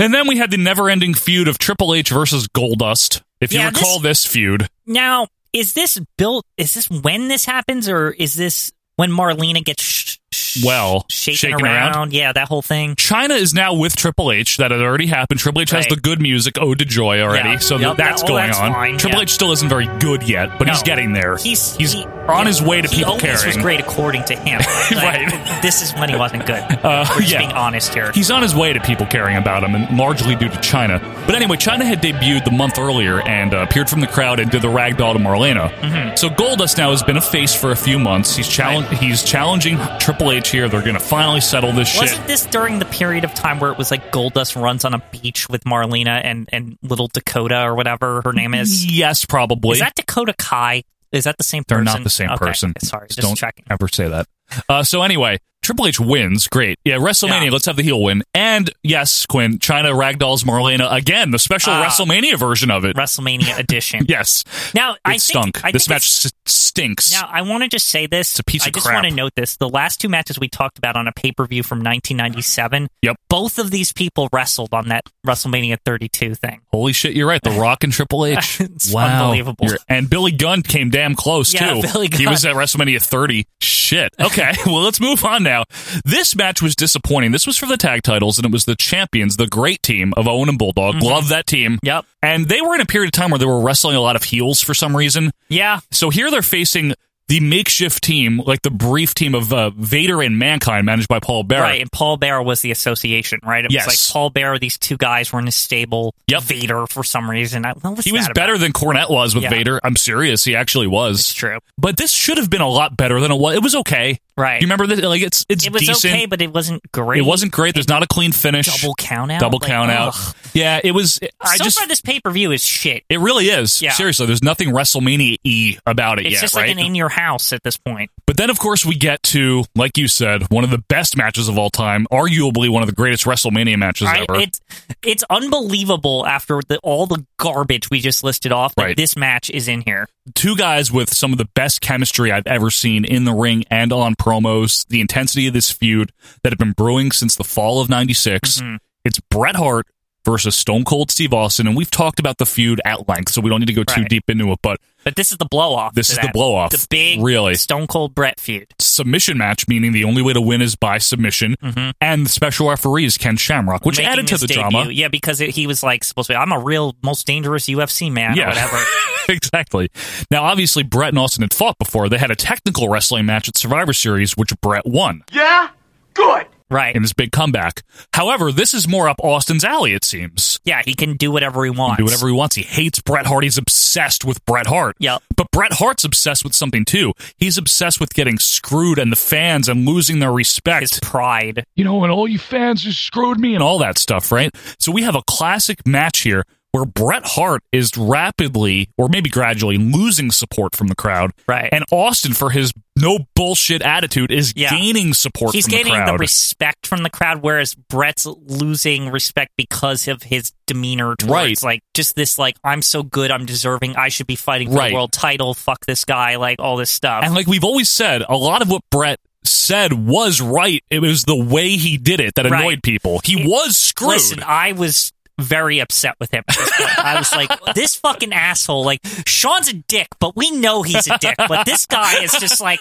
Speaker 2: And then we had the never-ending feud of Triple H versus Goldust. If you
Speaker 3: Yeah, this-
Speaker 2: recall this feud,
Speaker 3: Now, is this built? Is this when this happens, or is this when Marlena gets sh- sh-
Speaker 2: well,
Speaker 3: shaken,
Speaker 2: shaken around.
Speaker 3: Yeah, that whole thing.
Speaker 2: China is now with Triple H. That had already happened. Triple H has
Speaker 3: Right.
Speaker 2: the good music, Ode to Joy, already.
Speaker 3: Yeah.
Speaker 2: So
Speaker 3: Yep,
Speaker 2: that's
Speaker 3: that- well,
Speaker 2: going
Speaker 3: that's
Speaker 2: on.
Speaker 3: fine,
Speaker 2: Triple
Speaker 3: yeah.
Speaker 2: H still isn't very good yet, but he's
Speaker 3: No.
Speaker 2: getting there.
Speaker 3: He's
Speaker 2: He's
Speaker 3: he-
Speaker 2: on his way to
Speaker 3: he
Speaker 2: people
Speaker 3: always was
Speaker 2: caring.
Speaker 3: great according
Speaker 2: [laughs]
Speaker 3: to him. Like, This is when he wasn't good. We're just
Speaker 2: Uh, yeah.
Speaker 3: being honest here.
Speaker 2: He's on his way to people caring about him, and largely due to China. But anyway, China had debuted the month earlier and uh, appeared from the crowd and did the ragdoll to Marlena.
Speaker 3: Mm-hmm.
Speaker 2: So Goldust now has been a face for a few months. He's challenge he's challenging Triple H here. They're going to finally settle this shit.
Speaker 3: Wasn't this during the period of time where it was like Goldust runs on a beach with Marlena and and little Dakota or whatever her name is?
Speaker 2: yes, probably.
Speaker 3: Is that Dakota Kai? Is that the same
Speaker 2: They're
Speaker 3: person?
Speaker 2: not the same
Speaker 3: Okay,
Speaker 2: person.
Speaker 3: Sorry, just
Speaker 2: Don't
Speaker 3: checking.
Speaker 2: ever say that. Uh, so anyway, Triple H wins. Great. Yeah, WrestleMania.
Speaker 3: Yeah.
Speaker 2: Let's have the heel win. And yes, Quinn, China ragdolls Marlena again. The special
Speaker 3: Ah.
Speaker 2: WrestleMania version of it. [laughs]
Speaker 3: WrestleMania edition.
Speaker 2: Yes,
Speaker 3: Now
Speaker 2: it
Speaker 3: I think,
Speaker 2: stunk.
Speaker 3: I
Speaker 2: this
Speaker 3: think
Speaker 2: match
Speaker 3: it's-
Speaker 2: s- stinks.
Speaker 3: Now I want to just say this. It's
Speaker 2: a piece
Speaker 3: I
Speaker 2: of
Speaker 3: just
Speaker 2: crap.
Speaker 3: want to note this. The last two matches we talked about on a pay per view from 1997.
Speaker 2: Yep.
Speaker 3: Both of these people wrestled on that WrestleMania 32 thing.
Speaker 2: Holy shit, you're right.
Speaker 3: [laughs]
Speaker 2: The Rock and Triple H.
Speaker 3: It's
Speaker 2: [laughs] wow.
Speaker 3: unbelievable.
Speaker 2: You're- and Billy Gunn came damn close,
Speaker 3: Yeah,
Speaker 2: too.
Speaker 3: Billy
Speaker 2: He
Speaker 3: Gunn.
Speaker 2: was at WrestleMania 30. Shit. Okay, [laughs] well, let's move on now. This match was disappointing. This was for the tag titles, and it was the champions, the great team of Owen and Bulldog. Love that team.
Speaker 3: Mm-hmm. Yep.
Speaker 2: And they were in a period of time where they were wrestling a lot of heels for some reason.
Speaker 3: Yeah.
Speaker 2: So here they're facing the makeshift team, like the brief team of uh, Vader and Mankind, managed by Paul Bearer.
Speaker 3: Right. And Paul Bear was the association, right? It
Speaker 2: Yes.
Speaker 3: was like Paul Bear. These two guys were in his stable.
Speaker 2: Yep.
Speaker 3: Vader for some reason. I, what was
Speaker 2: He was
Speaker 3: that about?
Speaker 2: better than Cornette was with
Speaker 3: Yeah.
Speaker 2: Vader. I'm serious. He actually was.
Speaker 3: It's true.
Speaker 2: But this should have been a lot better than it was. It was okay.
Speaker 3: Right.
Speaker 2: You remember this? Like it's it's
Speaker 3: It was
Speaker 2: decent.
Speaker 3: okay, but it wasn't great.
Speaker 2: It wasn't great. There's not a clean finish.
Speaker 3: double count out.
Speaker 2: Double
Speaker 3: Like,
Speaker 2: count out.
Speaker 3: ugh.
Speaker 2: Yeah, it was. I
Speaker 3: so
Speaker 2: just
Speaker 3: far, this pay per view is shit.
Speaker 2: it really is.
Speaker 3: Yeah.
Speaker 2: Seriously, there's nothing WrestleMania y about it
Speaker 3: It's
Speaker 2: yet,
Speaker 3: just
Speaker 2: right?
Speaker 3: like an in your house at this point.
Speaker 2: but then, of course, we get to like you said, one of the best matches of all time, arguably one of the greatest WrestleMania matches
Speaker 3: I-
Speaker 2: ever.
Speaker 3: It's it's unbelievable after the, all the garbage we just listed off that
Speaker 2: Right.
Speaker 3: this match is in here.
Speaker 2: two guys with some of the best chemistry I've ever seen in the ring and on promos. The
Speaker 3: Mm-hmm.
Speaker 2: intensity of this feud that had been brewing since the fall of 96. It's Bret Hart versus Stone Cold Steve Austin, and we've talked about the feud at length, so we don't need to go too
Speaker 3: Right.
Speaker 2: deep into it. But
Speaker 3: But this is the blow off.
Speaker 2: This
Speaker 3: to
Speaker 2: is the
Speaker 3: that.
Speaker 2: blow off.
Speaker 3: The big
Speaker 2: Really.
Speaker 3: Stone Cold Brett feud.
Speaker 2: submission match, meaning the only way to win is by submission, and the special referee is Ken Shamrock, which
Speaker 3: Mm-hmm. Making
Speaker 2: added to
Speaker 3: his
Speaker 2: the
Speaker 3: debut.
Speaker 2: drama.
Speaker 3: Yeah, because it, he was like supposed to be, I'm a real most dangerous UFC man
Speaker 2: [laughs]
Speaker 3: or whatever.
Speaker 2: [laughs] exactly. Now, obviously, Brett and Austin had fought before. They had a technical wrestling match at Survivor Series, which Brett won.
Speaker 12: Yeah? Good.
Speaker 2: Right. In his big comeback. However, this is more up Austin's alley, it seems.
Speaker 3: Yeah, he can do whatever he wants.
Speaker 2: do whatever he wants. He hates Bret Hart. He's obsessed with Bret Hart. Yeah. But Bret Hart's obsessed with something too. He's obsessed with getting screwed and the fans and losing their respect. His
Speaker 3: pride.
Speaker 2: You know, and all you fans just screwed me and all that stuff, right? So we have a classic match here where Bret Hart is rapidly or maybe gradually losing support from the crowd. Right. And Austin for his no bullshit attitude is gaining support
Speaker 3: He's
Speaker 2: from
Speaker 3: getting
Speaker 2: the crowd.
Speaker 3: respect from the crowd, whereas Brett's losing respect because of his demeanor towards
Speaker 2: Right.
Speaker 3: like just this like I'm so good, I'm deserving, I should be fighting for
Speaker 2: Right.
Speaker 3: the world title. Fuck this guy, like all this stuff.
Speaker 2: And like we've always said, a lot of what Brett said was right. It was the way he did it that annoyed
Speaker 3: Right.
Speaker 2: people. He was screwed.
Speaker 3: Listen, I was very upset with him. at this point. I was like, [laughs] this fucking asshole. Like, Sean's a dick, but we know he's a dick. But this guy is just like,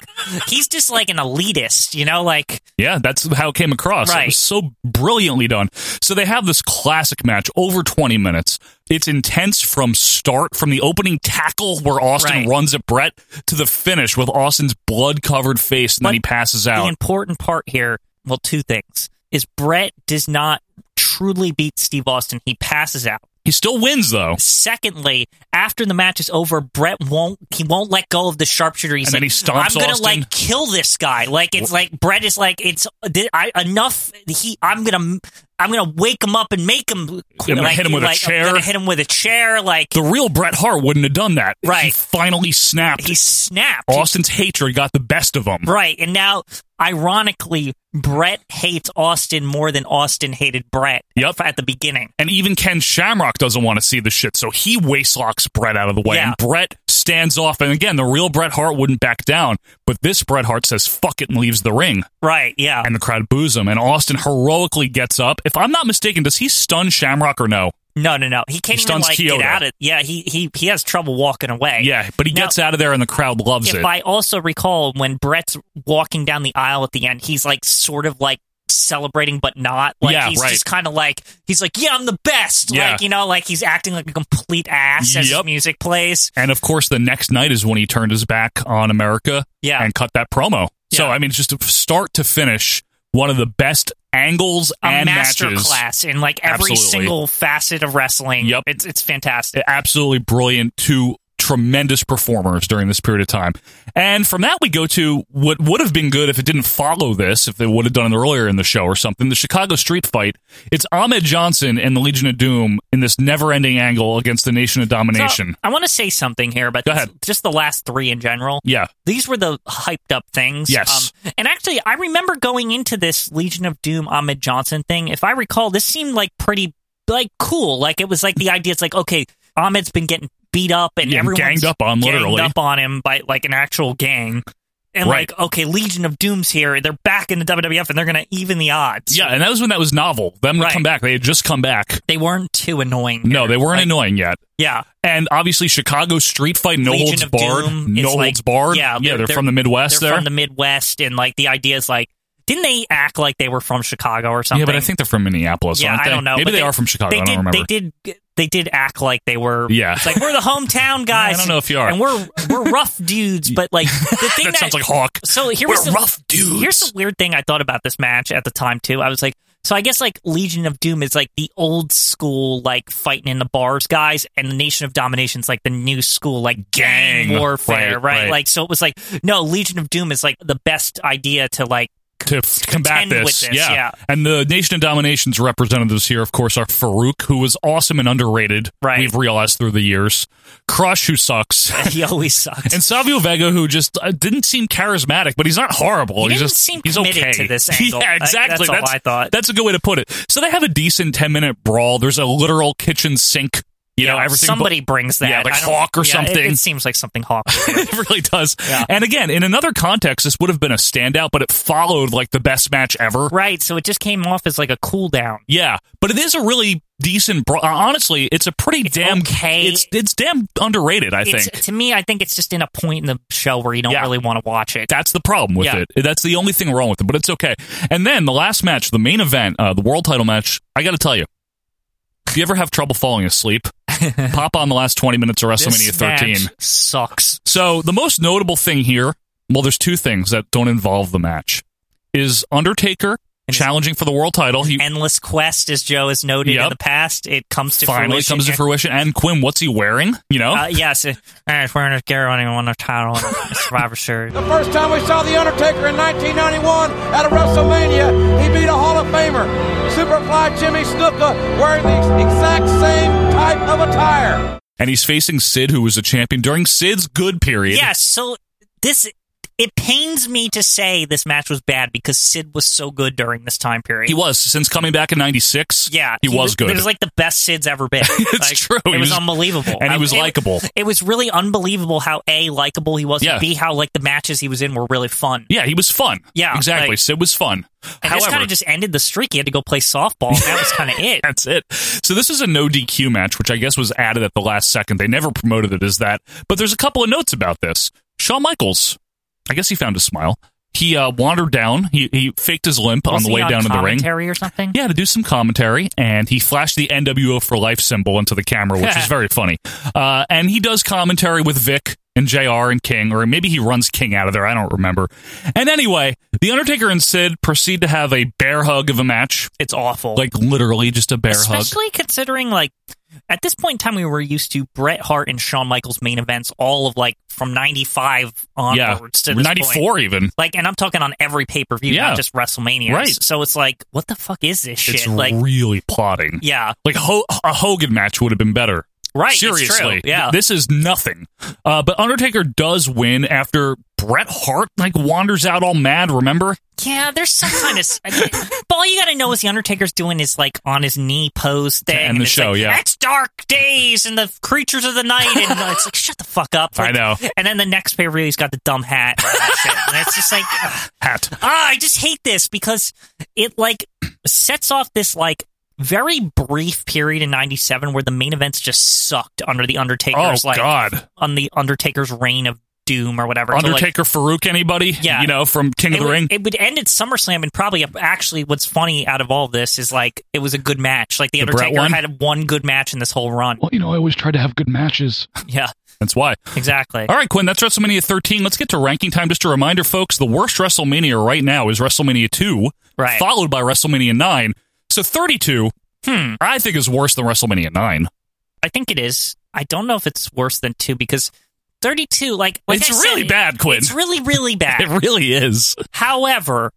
Speaker 3: he's just like an elitist, you know? Like,
Speaker 2: yeah, that's how it came across. It
Speaker 3: Right.
Speaker 2: was so brilliantly done. So they have this classic match over 20 minutes. It's intense from start, from the opening tackle where Austin
Speaker 3: Right.
Speaker 2: runs at Brett to the finish with Austin's blood covered face and then he passes
Speaker 3: the
Speaker 2: out.
Speaker 3: important part here, well, two things is Brett does not truly beat Steve Austin. He passes out.
Speaker 2: he still wins though.
Speaker 3: Secondly, after the match is over, Brett won't he won't let go of the sharpshooter. He's
Speaker 2: And then
Speaker 3: like,
Speaker 2: he stomps
Speaker 3: I'm gonna
Speaker 2: Austin."
Speaker 3: like kill this guy. Like it's like Brett is like it's did I enough. He I'm gonna I'm gonna wake him up and make him.
Speaker 2: gonna
Speaker 3: like,
Speaker 2: hit him with a
Speaker 3: like,
Speaker 2: chair.
Speaker 3: I'm gonna hit him with a chair. Like
Speaker 2: The real Bret Hart wouldn't have done that. Right. He finally snapped. He
Speaker 3: snapped.
Speaker 2: Austin's hatred got the best of him.
Speaker 3: right. And now, ironically, Brett hates Austin more than Austin hated Brett.
Speaker 2: Yep.
Speaker 3: At the beginning.
Speaker 2: And even Ken Shamrock doesn't want to see the shit, so he waistlocks Brett out of the way.
Speaker 3: Yeah.
Speaker 2: And Brett stands off. And again, the real Bret Hart wouldn't back down, but this Bret Hart says, fuck it, and leaves the ring.
Speaker 3: Right, yeah.
Speaker 2: And the crowd boos him. And Austin heroically gets up. If I'm not mistaken, does he stun Shamrock or no?
Speaker 3: No, no, no. He can't even
Speaker 2: stuns
Speaker 3: like
Speaker 2: Kyoto.
Speaker 3: get out of. Yeah, he he he has trouble walking away.
Speaker 2: Yeah, but he
Speaker 3: Now-
Speaker 2: gets out of there and the crowd loves
Speaker 3: if
Speaker 2: it.
Speaker 3: I also recall, when Brett's walking down the aisle at the end, he's like sort of like celebrating, but not. Like
Speaker 2: Yeah,
Speaker 3: he's
Speaker 2: right.
Speaker 3: just kind of like he's like, yeah, I'm the best.
Speaker 2: Yeah.
Speaker 3: Like you know, like he's acting like a complete ass as
Speaker 2: Yep.
Speaker 3: his music plays.
Speaker 2: and of course, the next night is when he turned his back on America
Speaker 3: Yeah.
Speaker 2: and cut that promo. So, I mean, it's just start to finish, one of the best angles
Speaker 3: A
Speaker 2: and matches.
Speaker 3: masterclass in like every
Speaker 2: Absolutely.
Speaker 3: single facet of wrestling. Yep, it's it's fantastic.
Speaker 2: absolutely brilliant. Two tremendous performers during this period of time. And from that, we go to what would have been good if it didn't follow this, if they would have done it earlier in the show or something the Chicago Street Fight. It's Ahmed Johnson and the Legion of Doom in this never ending angle against the Nation of Domination.
Speaker 3: So, I want to say something here about this- just the last three in general.
Speaker 2: Yeah.
Speaker 3: These were the hyped up things.
Speaker 2: Yes.
Speaker 3: Um, and actually, I remember going into this Legion of Doom Ahmed Johnson thing. If I recall, this seemed like pretty like cool. Like it was like the idea. It's like okay, Ahmed's been getting beat up and
Speaker 2: Yeah,
Speaker 3: everyone's
Speaker 2: ganged up on,
Speaker 3: ganged
Speaker 2: literally.
Speaker 3: up on him by like an actual gang. And
Speaker 2: Right.
Speaker 3: like okay, Legion of Doom's here. They're back in the WWF and they're gonna even the odds.
Speaker 2: yeah, and that was when that was novel. Them to come back. They had just come back.
Speaker 3: They weren't too annoying.
Speaker 2: No, they weren't annoying yet.
Speaker 3: Yeah.
Speaker 2: And obviously, Chicago Street Fight, no
Speaker 3: Legion
Speaker 2: holds
Speaker 3: of
Speaker 2: barred.
Speaker 3: Doom
Speaker 2: No
Speaker 3: is
Speaker 2: holds
Speaker 3: like-
Speaker 2: barred.
Speaker 3: Yeah,
Speaker 2: yeah, they're, from the Midwest
Speaker 3: They're
Speaker 2: there.
Speaker 3: from the Midwest, and like the idea is like, didn't they act like they were from Chicago or something?
Speaker 2: yeah, but I think they're from Minneapolis.
Speaker 3: Yeah,
Speaker 2: aren't
Speaker 3: I
Speaker 2: they?
Speaker 3: don't know.
Speaker 2: Maybe
Speaker 3: but
Speaker 2: they, are from Chicago.
Speaker 3: They
Speaker 2: I
Speaker 3: did,
Speaker 2: don't remember.
Speaker 3: They did. They did act like they were.
Speaker 2: Yeah.
Speaker 3: it's like we're
Speaker 2: [laughs]
Speaker 3: the hometown guys.
Speaker 2: I don't know if you are.
Speaker 3: and we're we're rough dudes. But like
Speaker 2: [laughs]
Speaker 3: the thing that,
Speaker 2: sounds like Hawk.
Speaker 3: So here
Speaker 2: We're
Speaker 3: was the,
Speaker 2: rough dudes.
Speaker 3: Here's the weird thing I thought about this match at the time too. I was like, so I guess like Legion of Doom is like the old school like fighting in the bars guys, and the Nation of Domination is like the new school like gang,
Speaker 2: Gang.
Speaker 3: warfare,
Speaker 2: Right,
Speaker 3: right,
Speaker 2: right.
Speaker 3: Like so it was like no Legion of Doom is like the best idea to like [laughs]
Speaker 2: to f- combat
Speaker 3: contend with
Speaker 2: this.
Speaker 3: this,
Speaker 2: Yeah.
Speaker 3: yeah.
Speaker 2: And the Nation of Domination's representatives here, of course, are Farouk, who was awesome and underrated. Right. We've realized through the years. Crush, who
Speaker 3: [laughs]
Speaker 2: sucks.
Speaker 3: he always sucks.
Speaker 2: And Savio Vega, who just uh, didn't seem charismatic, but he's not horrible.
Speaker 3: He
Speaker 2: he's
Speaker 3: didn't
Speaker 2: just
Speaker 3: seem
Speaker 2: he's
Speaker 3: committed
Speaker 2: okay.
Speaker 3: to this angle.
Speaker 2: [laughs] Yeah,
Speaker 3: I-
Speaker 2: exactly.
Speaker 3: that's all I thought.
Speaker 2: That's a good way to put it. So they have a decent ten minute brawl. There's a literal kitchen sink. You know, everything.
Speaker 3: somebody brings that.
Speaker 2: Yeah, like
Speaker 3: I don't-
Speaker 2: Hawk or
Speaker 3: yeah, it-
Speaker 2: something.
Speaker 3: It, seems like something Hawk.
Speaker 2: [laughs] it really does. And again, in another context, this would have been a standout, but it followed like the best match ever.
Speaker 3: Right. So it just came off as like a cool down.
Speaker 2: Yeah. But it is a really decent. Bro- honestly, it's a pretty damn.
Speaker 3: okay.
Speaker 2: It's it's damn underrated. I
Speaker 3: It's-
Speaker 2: think
Speaker 3: to me, I think it's just in a point in the show where you don't really want to watch it.
Speaker 2: That's the problem with
Speaker 3: Yeah.
Speaker 2: it. That's the only thing wrong with it, but it's okay. And then the last match, the main event, uh, the world title match. I got to tell you, if you ever have trouble falling
Speaker 3: [laughs]
Speaker 2: asleep, pop on the last twenty minutes of WrestleMania
Speaker 3: This match
Speaker 2: 13.
Speaker 3: sucks.
Speaker 2: So the most notable thing here, well, there's two things that don't involve the match, is Undertaker challenging for the world title. He
Speaker 3: Endless Quest, as Joe has noted in
Speaker 2: Yep.
Speaker 3: the past, it comes to
Speaker 2: finally
Speaker 3: fruition.
Speaker 2: comes to fruition. And Quinn, what's he wearing? You know,
Speaker 3: Uh, yes, uh, it's wearing a gear on one title and a Survivor Series.
Speaker 12: The first time we saw The Undertaker in 1991 at a WrestleMania, he beat a Hall of Famer, Superfly Jimmy Snuka, wearing the ex- exact same type of attire.
Speaker 2: and he's facing Sid, who was a champion during Sid's good period.
Speaker 3: Yes, so this it pains me to say this match was bad because Sid was so good during this time period.
Speaker 2: He was since coming back in '96.
Speaker 3: Yeah,
Speaker 2: he, was good.
Speaker 3: It was like the best Sid's ever
Speaker 2: [laughs]
Speaker 3: been. it's
Speaker 2: true.
Speaker 3: It
Speaker 2: He
Speaker 3: was,
Speaker 2: was-
Speaker 3: unbelievable,
Speaker 2: and he
Speaker 3: I-
Speaker 2: was
Speaker 3: it-
Speaker 2: likable.
Speaker 3: It was really unbelievable how a likable he was,
Speaker 2: Yeah.
Speaker 3: and b how like the matches he was in were really fun.
Speaker 2: yeah, he was fun.
Speaker 3: Yeah,
Speaker 2: exactly.
Speaker 3: like-
Speaker 2: Sid was fun.
Speaker 3: And this kind
Speaker 2: However,
Speaker 3: of just ended the streak. He had to go play softball. And that
Speaker 2: [laughs]
Speaker 3: was kind of it.
Speaker 2: That's it. So this is a no DQ match, which I guess was added at the last second. They never promoted it as that. But there's a couple of notes about this. Shawn Michaels, I guess he found a smile. He uh, wandered down. He, he faked his limp on
Speaker 3: Wasn't
Speaker 2: the
Speaker 3: he
Speaker 2: way down to the ring.
Speaker 3: commentary or something.
Speaker 2: Yeah, to do some commentary, and he flashed the NWO for life symbol into the camera, which
Speaker 3: [laughs]
Speaker 2: is very funny. Uh, and he does commentary with Vic and JR and King, or maybe he runs King out of there. I don't remember. And anyway, The Undertaker and Sid proceed to have a bear hug of a match.
Speaker 3: It's awful.
Speaker 2: Like literally just a bear hug.
Speaker 3: Especially considering, like, at this point in time, we were used to Bret Hart and Shawn Michaels main events, all of like from '95 onwards to this point.
Speaker 2: even.
Speaker 3: Like, and I'm talking on every pay per view,
Speaker 2: Yeah.
Speaker 3: not just WrestleMania.
Speaker 2: Right.
Speaker 3: So it's like, what the fuck is this shit?
Speaker 2: It's
Speaker 3: like,
Speaker 2: really plotting.
Speaker 3: yeah,
Speaker 2: Like Ho- a Hogan match would have been better.
Speaker 3: Right, it's true,
Speaker 2: Seriously.
Speaker 3: yeah.
Speaker 2: This is nothing. Uh, but Undertaker does win after Bret Hart like wanders out all mad, remember?
Speaker 3: yeah. There's some kind of. but all you got to know is the Undertaker's doing his like on his knee pose thing,
Speaker 2: end
Speaker 3: and
Speaker 2: the
Speaker 3: it's
Speaker 2: show,
Speaker 3: like,
Speaker 2: yeah.
Speaker 3: It's dark days and the creatures of the night,
Speaker 2: [laughs]
Speaker 3: and uh, it's like, shut the fuck up.
Speaker 2: I
Speaker 3: Like,
Speaker 2: know.
Speaker 3: And then the next pay per view, he's got the dumb hat. And, all that shit. and it's just like. ugh.
Speaker 2: Hat.
Speaker 3: ah, I just hate this because it like sets off this like very brief period in '97 where the main events just sucked under the Undertaker's
Speaker 2: Oh,
Speaker 3: like
Speaker 2: God.
Speaker 3: on the Undertaker's reign of doom or whatever. So, like,
Speaker 2: Undertaker Farouk anybody?
Speaker 3: Yeah.
Speaker 2: You know, from King
Speaker 3: it
Speaker 2: of the
Speaker 3: would,
Speaker 2: Ring?
Speaker 3: It would end at SummerSlam, and probably uh, actually, what's funny out of all this is like it was a good match. Like the,
Speaker 2: The Bret
Speaker 3: Undertaker
Speaker 2: one?
Speaker 3: had one good match in this whole run.
Speaker 2: well, you know, I always try to have good matches.
Speaker 3: [laughs] Yeah,
Speaker 2: That's why.
Speaker 3: exactly.
Speaker 2: All right, Quinn, that's WrestleMania 13. Let's get to ranking time. Just a reminder, folks, the worst WrestleMania right now is WrestleMania 2,
Speaker 3: Right.
Speaker 2: followed by WrestleMania 9. So 32, I think is worse than WrestleMania 9.
Speaker 3: I think it is. I don't know if it's worse than two because. 32 like, like
Speaker 2: it's
Speaker 3: I said,
Speaker 2: really bad, Quinn.
Speaker 3: it's
Speaker 2: [laughs]
Speaker 3: really really bad
Speaker 2: it really is.
Speaker 3: However,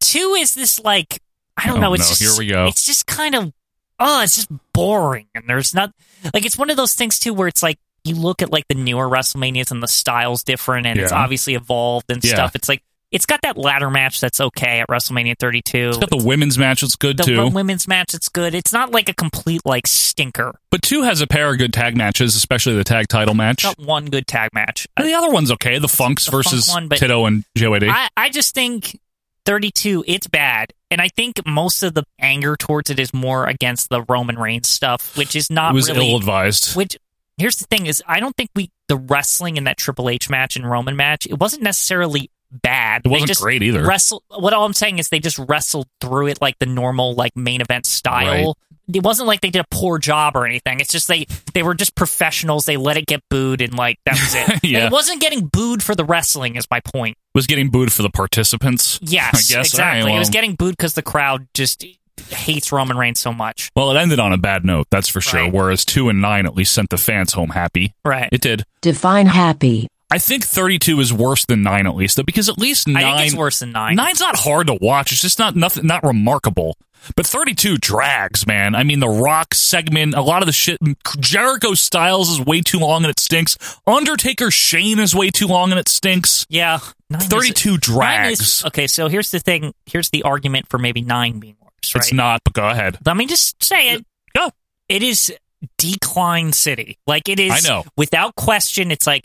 Speaker 3: two is this like I don't
Speaker 2: Oh,
Speaker 3: know. It's
Speaker 2: no,
Speaker 3: just,
Speaker 2: here we go.
Speaker 3: It's just kind of oh, it's just boring, and there's not like it's one of those things too where it's like you look at like the newer WrestleManias and the styles different, and it's
Speaker 2: Yeah.
Speaker 3: obviously evolved and
Speaker 2: Yeah.
Speaker 3: stuff. It's like it's got that ladder match that's okay at WrestleMania 32.
Speaker 2: It's got the women's match that's good
Speaker 3: The
Speaker 2: too.
Speaker 3: women's match, it's good. It's not like a complete like stinker.
Speaker 2: but two has a pair of good tag matches, especially the tag title match.
Speaker 3: It's not one good tag match.
Speaker 2: And the other one's okay. The Funks
Speaker 3: the Funk
Speaker 2: versus
Speaker 3: one, but-
Speaker 2: Tito and JOD.
Speaker 3: I, I just think 32, it's bad. And I think most of the anger towards it is more against the Roman Reigns stuff, which is not
Speaker 2: it was
Speaker 3: really.
Speaker 2: ill advised.
Speaker 3: Which here's the thing is I don't think we the wrestling in that Triple H match and Roman match it wasn't necessarily bad.
Speaker 2: It
Speaker 3: they
Speaker 2: wasn't
Speaker 3: just
Speaker 2: great either.
Speaker 3: Wrestle. What all I'm saying is they just wrestled through it like the normal like main event style. It wasn't like they did a poor job or anything. It's just they they were just professionals. They let it get booed and like that was
Speaker 2: [laughs]
Speaker 3: it.
Speaker 2: Yeah.
Speaker 3: And it wasn't getting booed for the wrestling is my point.
Speaker 2: was getting booed for the participants.
Speaker 3: Yes,
Speaker 2: I guess.
Speaker 3: exactly.
Speaker 2: All right,
Speaker 3: It was
Speaker 2: well-
Speaker 3: getting booed because the crowd just hates Roman Reigns so much.
Speaker 2: Well, it ended on a bad note, that's for sure. Whereas two and nine at least sent the fans home happy.
Speaker 3: Right.
Speaker 2: It did.
Speaker 17: Define happy.
Speaker 2: I think 32 is worse than nine at least, though, because at least nine.
Speaker 3: I think it's worse than nine.
Speaker 2: Nine's not hard to watch. It's just not nothing, not remarkable. But 32 drags, man. I mean, the rock segment, a lot of the shit. Jericho Styles is way too long and it stinks. Undertaker Shane is way too long and it stinks.
Speaker 3: Yeah, nine is-
Speaker 2: 32
Speaker 3: nine is-
Speaker 2: drags.
Speaker 3: okay, so here's the thing. Here's the argument for maybe nine being worse. Right?
Speaker 2: It's not, but go ahead.
Speaker 3: Let me just say it. Go. It is decline city. Like it is.
Speaker 2: I know.
Speaker 3: Without question, it's like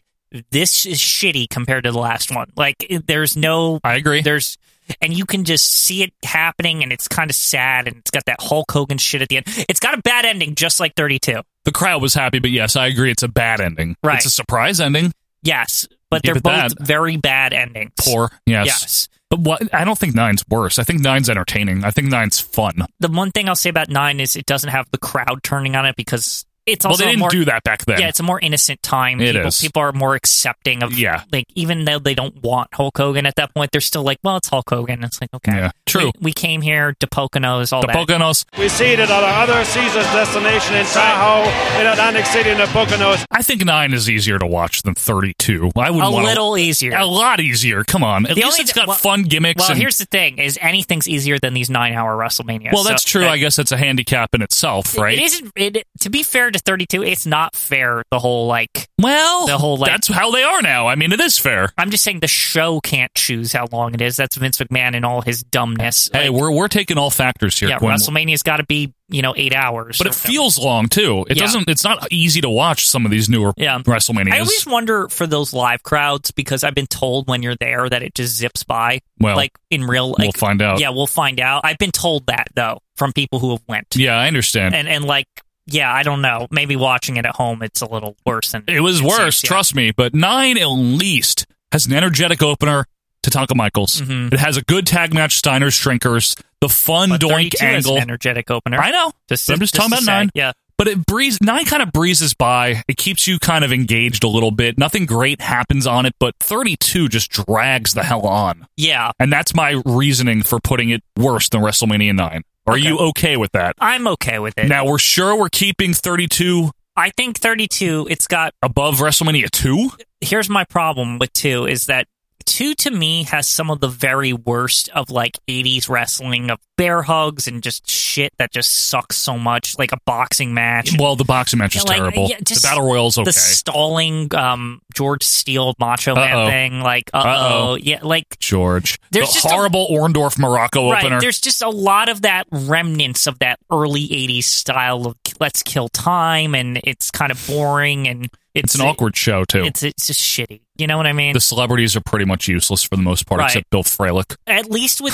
Speaker 3: this is shitty compared to the last one. Like it- there's no.
Speaker 2: I agree.
Speaker 3: There's and you can just see it happening, and it's kind of sad, and it's got that Hulk Hogan shit at the end. It's got a bad ending, just like 32.
Speaker 2: The crowd was happy, but yes, I agree. It's a bad ending.
Speaker 3: Right.
Speaker 2: It's a surprise ending.
Speaker 3: Yes, but
Speaker 2: Give
Speaker 3: they're
Speaker 2: it that.
Speaker 3: both very bad endings.
Speaker 2: Poor. Yes.
Speaker 3: Yes.
Speaker 2: But what? I don't think nine's worse. I think nine's entertaining. I think nine's fun.
Speaker 3: The one thing I'll say about Nine is it doesn't have the crowd turning on it because it's
Speaker 2: Well,
Speaker 3: also
Speaker 2: they
Speaker 3: a
Speaker 2: didn't
Speaker 3: more,
Speaker 2: do that back then.
Speaker 3: Yeah, it's a more innocent time.
Speaker 2: It
Speaker 3: people,
Speaker 2: is.
Speaker 3: people are more accepting of
Speaker 2: Yeah.
Speaker 3: like even though they don't want Hulk Hogan at that point, they're still like, well, it's Hulk Hogan. It's like okay,
Speaker 2: Yeah. True.
Speaker 3: We, we came here, the Poconos, all
Speaker 2: The
Speaker 3: that.
Speaker 2: Poconos.
Speaker 20: We seated on our other Caesars destination in Tahoe in Atlantic City in the Poconos.
Speaker 2: I think nine is easier to watch than thirty-two. I would
Speaker 3: A
Speaker 2: wanna-
Speaker 3: little easier.
Speaker 2: a lot easier. Come on, at
Speaker 3: The
Speaker 2: least
Speaker 3: only
Speaker 2: it's
Speaker 3: th-
Speaker 2: got
Speaker 3: well-
Speaker 2: fun gimmicks.
Speaker 3: Well,
Speaker 2: and-
Speaker 3: here's the thing: is anything's easier than these nine-hour WrestleManias.
Speaker 2: well,
Speaker 3: So
Speaker 2: that's true.
Speaker 3: that-
Speaker 2: I guess that's a handicap in itself, right?
Speaker 3: It isn't. It, to be fair to 32, it's not fair. The whole like.
Speaker 2: Well,
Speaker 3: the whole like.
Speaker 2: that's how they are now. I mean, it is fair.
Speaker 3: I'm just saying the show can't choose how long it is. That's Vince McMahon and all his dumbness.
Speaker 2: Hey, we're we're taking all factors here.
Speaker 3: yeah,
Speaker 2: Gwen.
Speaker 3: WrestleMania's got to be you know eight hours.
Speaker 2: but
Speaker 3: or
Speaker 2: it
Speaker 3: something.
Speaker 2: feels long too. It
Speaker 3: Yeah.
Speaker 2: doesn't. It's not easy to watch some of these newer
Speaker 3: Yeah.
Speaker 2: WrestleManias.
Speaker 3: I always wonder for those live crowds because I've been told when you're there that it just zips by.
Speaker 2: Well,
Speaker 3: like in real, like,
Speaker 2: we'll find out.
Speaker 3: Yeah, we'll find out. I've been told that though from people who have went
Speaker 2: Yeah, I understand.
Speaker 3: and and like yeah, I don't know. Maybe watching it at home, it's a little worse than
Speaker 2: it was
Speaker 3: seems,
Speaker 2: worse,
Speaker 3: yeah.
Speaker 2: trust me. But nine at least has an energetic opener to Tonka Michaels. It has a good tag match, Steiner's Shrinkers, the fun
Speaker 3: Mm-hmm. But
Speaker 2: doink
Speaker 3: 32 is an
Speaker 2: angle.
Speaker 3: energetic opener.
Speaker 2: I know.
Speaker 3: Just-
Speaker 2: But I'm just,
Speaker 3: just
Speaker 2: talking
Speaker 3: to
Speaker 2: about
Speaker 3: say,
Speaker 2: nine.
Speaker 3: yeah.
Speaker 2: But it breeze nine kind of breezes by. It keeps you kind of engaged a little bit. Nothing great happens on it, but thirty two just drags the hell on.
Speaker 3: Yeah,
Speaker 2: And that's my reasoning for putting it worse than WrestleMania nine. Are you okay with that?
Speaker 3: I'm okay with it.
Speaker 2: Now we're sure we're keeping thirty two
Speaker 3: I think 32. It's got
Speaker 2: above WrestleMania two?
Speaker 3: here's my problem with two is that two to me has some of the very worst of like 80s wrestling of bear hugs and just shit that just sucks so much like a boxing match
Speaker 2: Well, the boxing match
Speaker 3: Yeah,
Speaker 2: is
Speaker 3: like,
Speaker 2: terrible.
Speaker 3: yeah, just
Speaker 2: the battle royale's okay.
Speaker 3: the stalling um george steele macho
Speaker 2: Uh-oh.
Speaker 3: man thing like uh-oh,
Speaker 2: Uh-oh.
Speaker 3: yeah like
Speaker 2: George.
Speaker 3: There's
Speaker 2: the
Speaker 3: just a-
Speaker 2: horrible Orndorff Morocco
Speaker 3: Right,
Speaker 2: opener.
Speaker 3: there's just a lot of that remnants of that early '80s style of let's kill time, and it's kind of boring, and it's,
Speaker 2: It's an awkward show too.
Speaker 3: It's it's just shitty. You know what I mean?
Speaker 2: the celebrities are pretty much useless for the most part,
Speaker 3: Right.
Speaker 2: except Bill Frelick.
Speaker 3: at least with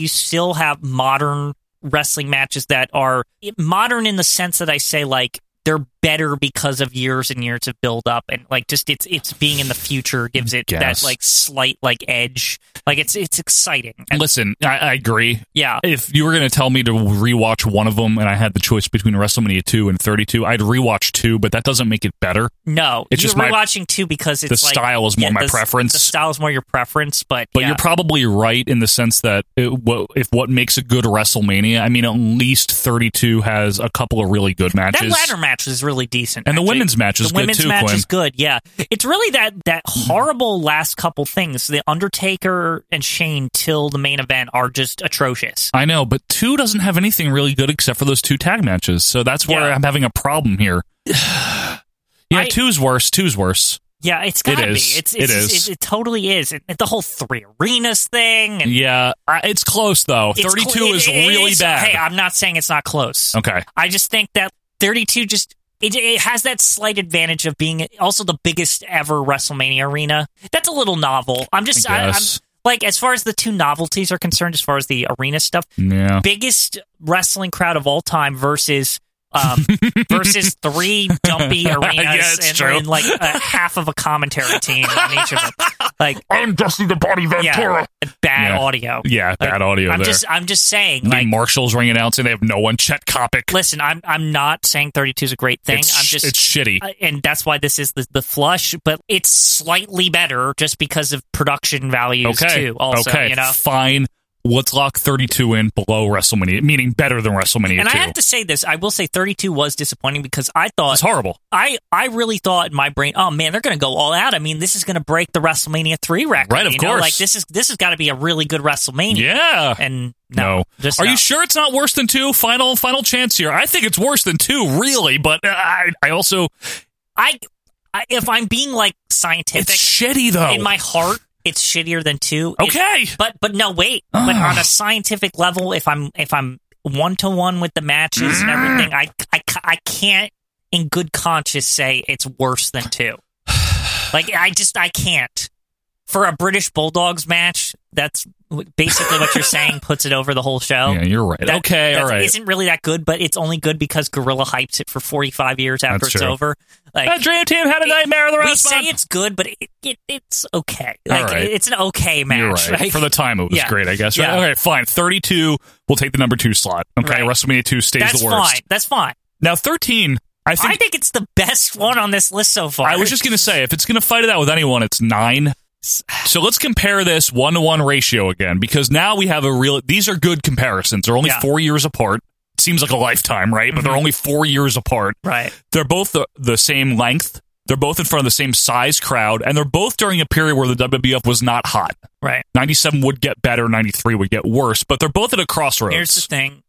Speaker 2: [laughs]
Speaker 3: you still have modern wrestling matches that are modern in the sense that i say like they're better because of years and years of build up and like just it's it's being in the future gives it
Speaker 2: Guess.
Speaker 3: that like slight like edge like it's it's exciting And-
Speaker 2: Listen, I, I agree.
Speaker 3: yeah
Speaker 2: If you were going to tell me to rewatch one of them, and I had the choice between WrestleMania two and thirty two, I'd rewatch two, but that doesn't make it better.
Speaker 3: no
Speaker 2: It's
Speaker 3: you're
Speaker 2: just my-
Speaker 3: rewatching too because it's
Speaker 2: the
Speaker 3: like,
Speaker 2: style is more my
Speaker 3: the s-
Speaker 2: preference.
Speaker 3: the style is more your preference but
Speaker 2: But
Speaker 3: yeah.
Speaker 2: you're probably right in the sense that it, what, if what makes a good WrestleMania, I mean, at least thirty two has a couple of really good matches.
Speaker 3: that ladder match was really decent,
Speaker 2: And the
Speaker 3: actually.
Speaker 2: women's match is
Speaker 3: the
Speaker 2: good,
Speaker 3: women's
Speaker 2: too,
Speaker 3: match
Speaker 2: Quinn.
Speaker 3: is good. Yeah, it's really that that horrible last couple things. The Undertaker and Shane till the main event are just atrocious.
Speaker 2: I know, but two doesn't have anything really good except for those two tag matches. So that's where
Speaker 3: Yeah.
Speaker 2: I'm having a problem here.
Speaker 3: [sighs]
Speaker 2: yeah,
Speaker 3: I-
Speaker 2: two's worse. Two's worse.
Speaker 3: Yeah, it's
Speaker 2: It
Speaker 3: gotta
Speaker 2: is.
Speaker 3: be. It's, it's
Speaker 2: It
Speaker 3: just-
Speaker 2: is.
Speaker 3: It, it totally is. And the whole three arenas thing. And
Speaker 2: Yeah, I, it's close though.
Speaker 3: it's
Speaker 2: Thirty-two
Speaker 3: cl- it-
Speaker 2: is
Speaker 3: it- it
Speaker 2: really
Speaker 3: is- uh,
Speaker 2: bad.
Speaker 3: Hey, I'm not saying it's not close.
Speaker 2: okay,
Speaker 3: I just think that 32 just it, it has that slight advantage of being also the biggest ever WrestleMania arena. That's a little novel. I'm just
Speaker 2: I
Speaker 3: I am
Speaker 2: guess.
Speaker 3: like as far as the two novelties are concerned, as far as the arena stuff,
Speaker 2: yeah.
Speaker 3: biggest wrestling crowd of all time versus. Um,
Speaker 2: [laughs]
Speaker 3: versus three dumpy arenas
Speaker 2: Yeah, it's
Speaker 3: and,
Speaker 2: true.
Speaker 3: and, like a half of a commentary team on each of them.
Speaker 2: [laughs]
Speaker 3: Like
Speaker 2: I'm Dusty the Body
Speaker 3: yeah, bad
Speaker 2: Yeah.
Speaker 3: audio.
Speaker 2: Yeah,
Speaker 3: Like,
Speaker 2: bad audio
Speaker 3: I'm
Speaker 2: there.
Speaker 3: just I'm just saying
Speaker 2: The
Speaker 3: like
Speaker 2: marshals ringing out saying they have no one. Chet Kopic.
Speaker 3: listen, I'm I'm not saying 32 is a great thing.
Speaker 2: It's
Speaker 3: I'm
Speaker 2: sh-
Speaker 3: just
Speaker 2: it's shitty.
Speaker 3: uh, and that's why this is the, the flush, but it's slightly better just because of production values
Speaker 2: okay.
Speaker 3: too. Also,
Speaker 2: okay.
Speaker 3: you know.
Speaker 2: Fine. Let's lock 32 in below WrestleMania, meaning better than WrestleMania
Speaker 3: And I
Speaker 2: 2.
Speaker 3: have to say this, I will say 32 was disappointing because I thought
Speaker 2: it's horrible.
Speaker 3: I I really thought in my brain, oh man, they're going to go all out. I mean, this is going to break the WrestleMania 3 record.
Speaker 2: Right, of
Speaker 3: you know?
Speaker 2: course.
Speaker 3: Like this is this has got to be a really good WrestleMania.
Speaker 2: Yeah.
Speaker 3: And no. Just
Speaker 2: Are
Speaker 3: no.
Speaker 2: you sure it's not worse than two? Final final chance here. I think it's worse than two, really. But uh, I I also
Speaker 3: I, I if I'm being like scientific,
Speaker 2: it's shitty though.
Speaker 3: in my heart it's shittier than two It-
Speaker 2: Okay.
Speaker 3: but but no wait but on
Speaker 2: [sighs]
Speaker 3: a scientific level if i'm if i'm one to one with the matches and everything I, I ca- i can't
Speaker 2: [sighs]
Speaker 3: in good conscience say it's worse than two like i just i can't for a British Bulldogs match, that's basically what you're saying puts it over the whole show.
Speaker 2: Yeah, you're right.
Speaker 3: Oh, That-
Speaker 2: Okay, all
Speaker 3: that
Speaker 2: right.
Speaker 3: Isn't really that good, but it's only good because Gorilla hypes it for 45 years after
Speaker 2: That's
Speaker 3: it's
Speaker 2: true.
Speaker 3: over. Like
Speaker 2: That dream team Uh, had a nightmare of the
Speaker 3: we
Speaker 2: rest
Speaker 3: say it's good, but it, it, it's okay.
Speaker 2: All
Speaker 3: Like
Speaker 2: right.
Speaker 3: it's an okay match.
Speaker 2: You're right.
Speaker 3: Like,
Speaker 2: For the time, it was
Speaker 3: Yeah.
Speaker 2: great, I guess. Right?
Speaker 3: Yeah.
Speaker 2: Okay, fine. 32, we'll take the number two slot. Okay, WrestleMania 2 stays
Speaker 3: that's
Speaker 2: the worst.
Speaker 3: fine. That's fine.
Speaker 2: Now, 13, I think,
Speaker 3: I think it's the best one on this list so far.
Speaker 2: I was just going to say, if it's going to fight it out with anyone, it's nine. So let's compare this one to one ratio again, because now we have a real. These are good comparisons. They're only
Speaker 3: Yeah. Mm-hmm.
Speaker 2: four years apart. Seems like a lifetime, right? But they're only four years apart.
Speaker 3: Right.
Speaker 2: They're both the, the same length. They're both in front of the same size crowd, and they're both during a period where the WWF was not hot.
Speaker 3: Right.
Speaker 2: 97 would get better, 93 would get worse, but they're both at a crossroads.
Speaker 3: Here's the thing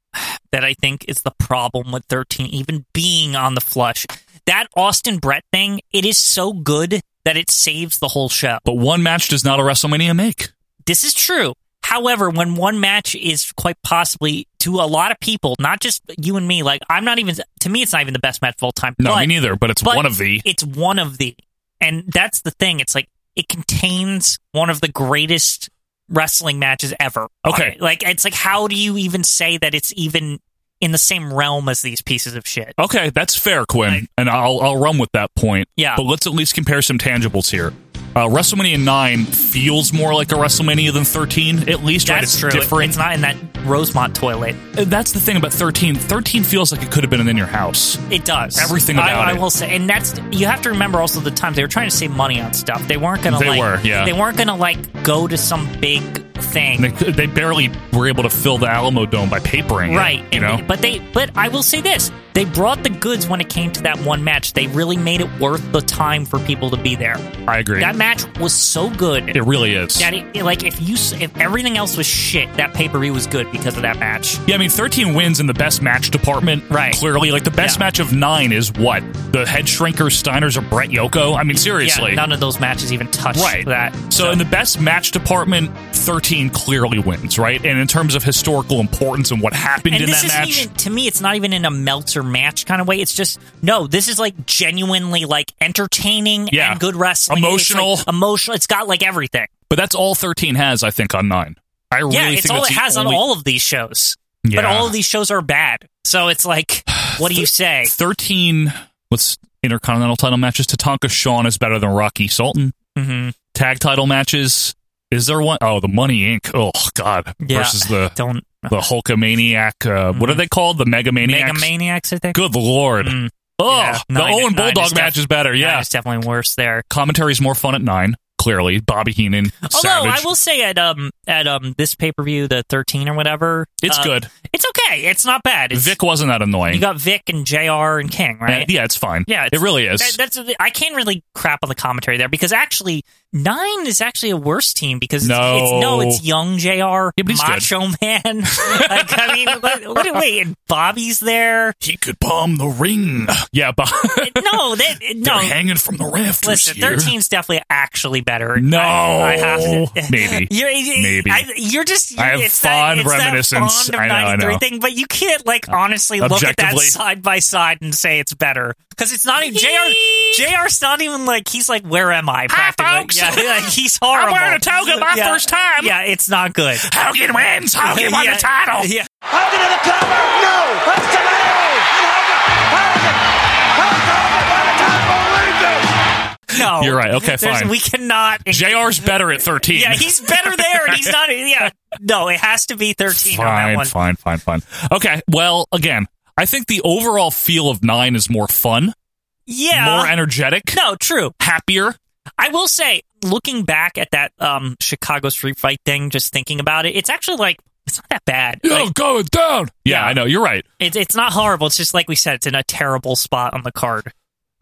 Speaker 3: that I think is the problem with 13 even being on the flush. That Austin Brett thing, it is so good that it saves the whole show.
Speaker 2: But one match does not a WrestleMania make.
Speaker 3: This is true. However, when one match is quite possibly to a lot of people, not just you and me, like I'm not even to me it's not even the best match of all time.
Speaker 2: No,
Speaker 3: but,
Speaker 2: me neither, but it's one of the.
Speaker 3: It's one of the. And that's the thing. It's like it contains one of the greatest wrestling matches ever.
Speaker 2: Okay.
Speaker 3: on it. Like it's like how do you even say that it's even in the same realm as these pieces of shit?
Speaker 2: Okay, that's fair, Quinn, and I'll I'll run with that point.
Speaker 3: Yeah.
Speaker 2: but let's at least compare some tangibles here. Uh, WrestleMania nine feels more like a WrestleMania than thirteen, at least. right?
Speaker 3: That's
Speaker 2: It's
Speaker 3: true. It-
Speaker 2: different.
Speaker 3: It's not in that Rosemont toilet.
Speaker 2: Uh, That's the thing about thirteen. Thirteen feels like it could have been in your house.
Speaker 3: It does
Speaker 2: Everything
Speaker 3: I,
Speaker 2: about
Speaker 3: I
Speaker 2: it.
Speaker 3: will say, and that's you have to remember also the times they were trying to save money on stuff. They weren't gonna.
Speaker 2: They
Speaker 3: like,
Speaker 2: were, yeah.
Speaker 3: They weren't gonna like go to some big thing.
Speaker 2: And They, they barely were able to fill the Alamo Dome by papering, it,
Speaker 3: Right.
Speaker 2: you
Speaker 3: and
Speaker 2: know,
Speaker 3: they- but they but I will say this. They brought the goods when it came to that one match. They really made it worth the time for people to be there.
Speaker 2: I agree.
Speaker 3: That match was so good.
Speaker 2: it really is.
Speaker 3: that e- it, like if you s- if everything else was shit, that pay-per-view was good because of that match.
Speaker 2: Yeah, I mean, 13 wins in the best match department. Right. Clearly, like the best match of nine is what? The head shrinker Steiners or Brett Yoko? I mean, seriously.
Speaker 3: Yeah, none of those matches even touched
Speaker 2: right.
Speaker 3: that.
Speaker 2: So, in the best match department, 13 clearly wins, right? And in terms of historical importance and what happened
Speaker 3: and
Speaker 2: in
Speaker 3: this
Speaker 2: that
Speaker 3: isn't
Speaker 2: match.
Speaker 3: even to me it's not even in a melter match kind of way it's just no this is like genuinely like entertaining
Speaker 2: Yeah.
Speaker 3: and good wrestling It's, like,
Speaker 2: Emotional.
Speaker 3: emotional it's got like everything
Speaker 2: but that's all 13 has, I think, on nine. I really
Speaker 3: yeah
Speaker 2: think
Speaker 3: it's all it
Speaker 2: that's the
Speaker 3: has
Speaker 2: only-
Speaker 3: on all of these shows but
Speaker 2: Yeah.
Speaker 3: all of these shows are bad so
Speaker 2: [sighs]
Speaker 3: it's like what do you say
Speaker 2: 13, what's intercontinental title matches? Tatanka Shawn is better than Rocky Sultan.
Speaker 3: mm-hmm.
Speaker 2: Tag title matches. Is there one? Oh, the Money Inc. Oh God,
Speaker 3: Yeah.
Speaker 2: versus the
Speaker 3: [laughs] don't Mm-hmm.
Speaker 2: the Hulkamaniac. Uh, What are they called? The Megamaniacs.
Speaker 3: megamaniacs i think
Speaker 2: Good lord. Oh,
Speaker 3: Mm, Yeah.
Speaker 2: the
Speaker 3: Nine-
Speaker 2: Owen
Speaker 3: nine
Speaker 2: Bulldog
Speaker 3: is def-
Speaker 2: match is better. Yeah,
Speaker 3: it's definitely worse there
Speaker 2: commentary's more fun at nine. Clearly, Bobby Heenan.
Speaker 3: Although I
Speaker 2: Savage.
Speaker 3: will say at um at um this pay per view the thirteen or whatever
Speaker 2: It's
Speaker 3: uh,
Speaker 2: good.
Speaker 3: it's okay it's not bad it's,
Speaker 2: Vic wasn't that annoying.
Speaker 3: you got Vic and Jr and King right
Speaker 2: Uh, yeah, it's fine.
Speaker 3: Yeah,
Speaker 2: it really is.
Speaker 3: That, that's I can't really crap on the commentary there because actually nine is actually a worse team because
Speaker 2: No.
Speaker 3: it's, it's no, it's young Jr.
Speaker 2: but he's
Speaker 3: Macho Man. [laughs] like, I mean, what, what, wait, and Bobby's there.
Speaker 2: he could bomb the ring. [sighs] Yeah, but
Speaker 3: No, that
Speaker 2: [laughs] they're
Speaker 3: [laughs] no.
Speaker 2: hanging from the rafters
Speaker 3: Listen,
Speaker 2: here.
Speaker 3: thirteen's definitely actually better.
Speaker 2: No,
Speaker 3: I, I have to,
Speaker 2: [laughs] maybe,
Speaker 3: [laughs] You're,
Speaker 2: maybe.
Speaker 3: I, you're just.
Speaker 2: I have
Speaker 3: it's
Speaker 2: fond
Speaker 3: that, it's
Speaker 2: reminiscence.
Speaker 3: That fond
Speaker 2: I
Speaker 3: of
Speaker 2: know, I
Speaker 3: 93
Speaker 2: know.
Speaker 3: Thing, but you can't like honestly look at that
Speaker 2: Objectively.
Speaker 3: side by side and say it's better because it's not even Jr. Jr's not even like he's like where am I? Practically.
Speaker 2: folks.
Speaker 3: Yeah, [laughs] yeah, he's
Speaker 2: I'm
Speaker 3: horrible.
Speaker 2: wearing a toga my
Speaker 3: Yeah.
Speaker 2: first time.
Speaker 3: Yeah, it's not good.
Speaker 2: Hogan wins. Hogan won
Speaker 3: Yeah,
Speaker 2: the title.
Speaker 3: Yeah.
Speaker 12: Hogan in the cover! No! That's Cavani!
Speaker 3: No,
Speaker 2: You're right. Okay,
Speaker 3: There's-
Speaker 2: fine.
Speaker 3: We cannot.
Speaker 2: Jr's better at thirteen.
Speaker 3: Yeah, he's better there, and
Speaker 2: [laughs]
Speaker 3: he's not. Yeah, no, it has to be thirteen on that
Speaker 2: fine,
Speaker 3: one.
Speaker 2: fine, fine, fine. Okay, well, again, I think the overall feel of nine is more fun,
Speaker 3: Yeah,
Speaker 2: more energetic,
Speaker 3: Uh-huh. No, true.
Speaker 2: happier.
Speaker 3: I will say, looking back at that um, Chicago street fight thing, just thinking about it, it's actually like it's not that bad.
Speaker 2: Yo,
Speaker 3: Like,
Speaker 2: going down. Yeah,
Speaker 3: Yeah.
Speaker 2: I know. You're right.
Speaker 3: it's it's not horrible. It's just like we said, it's in a terrible spot on the card.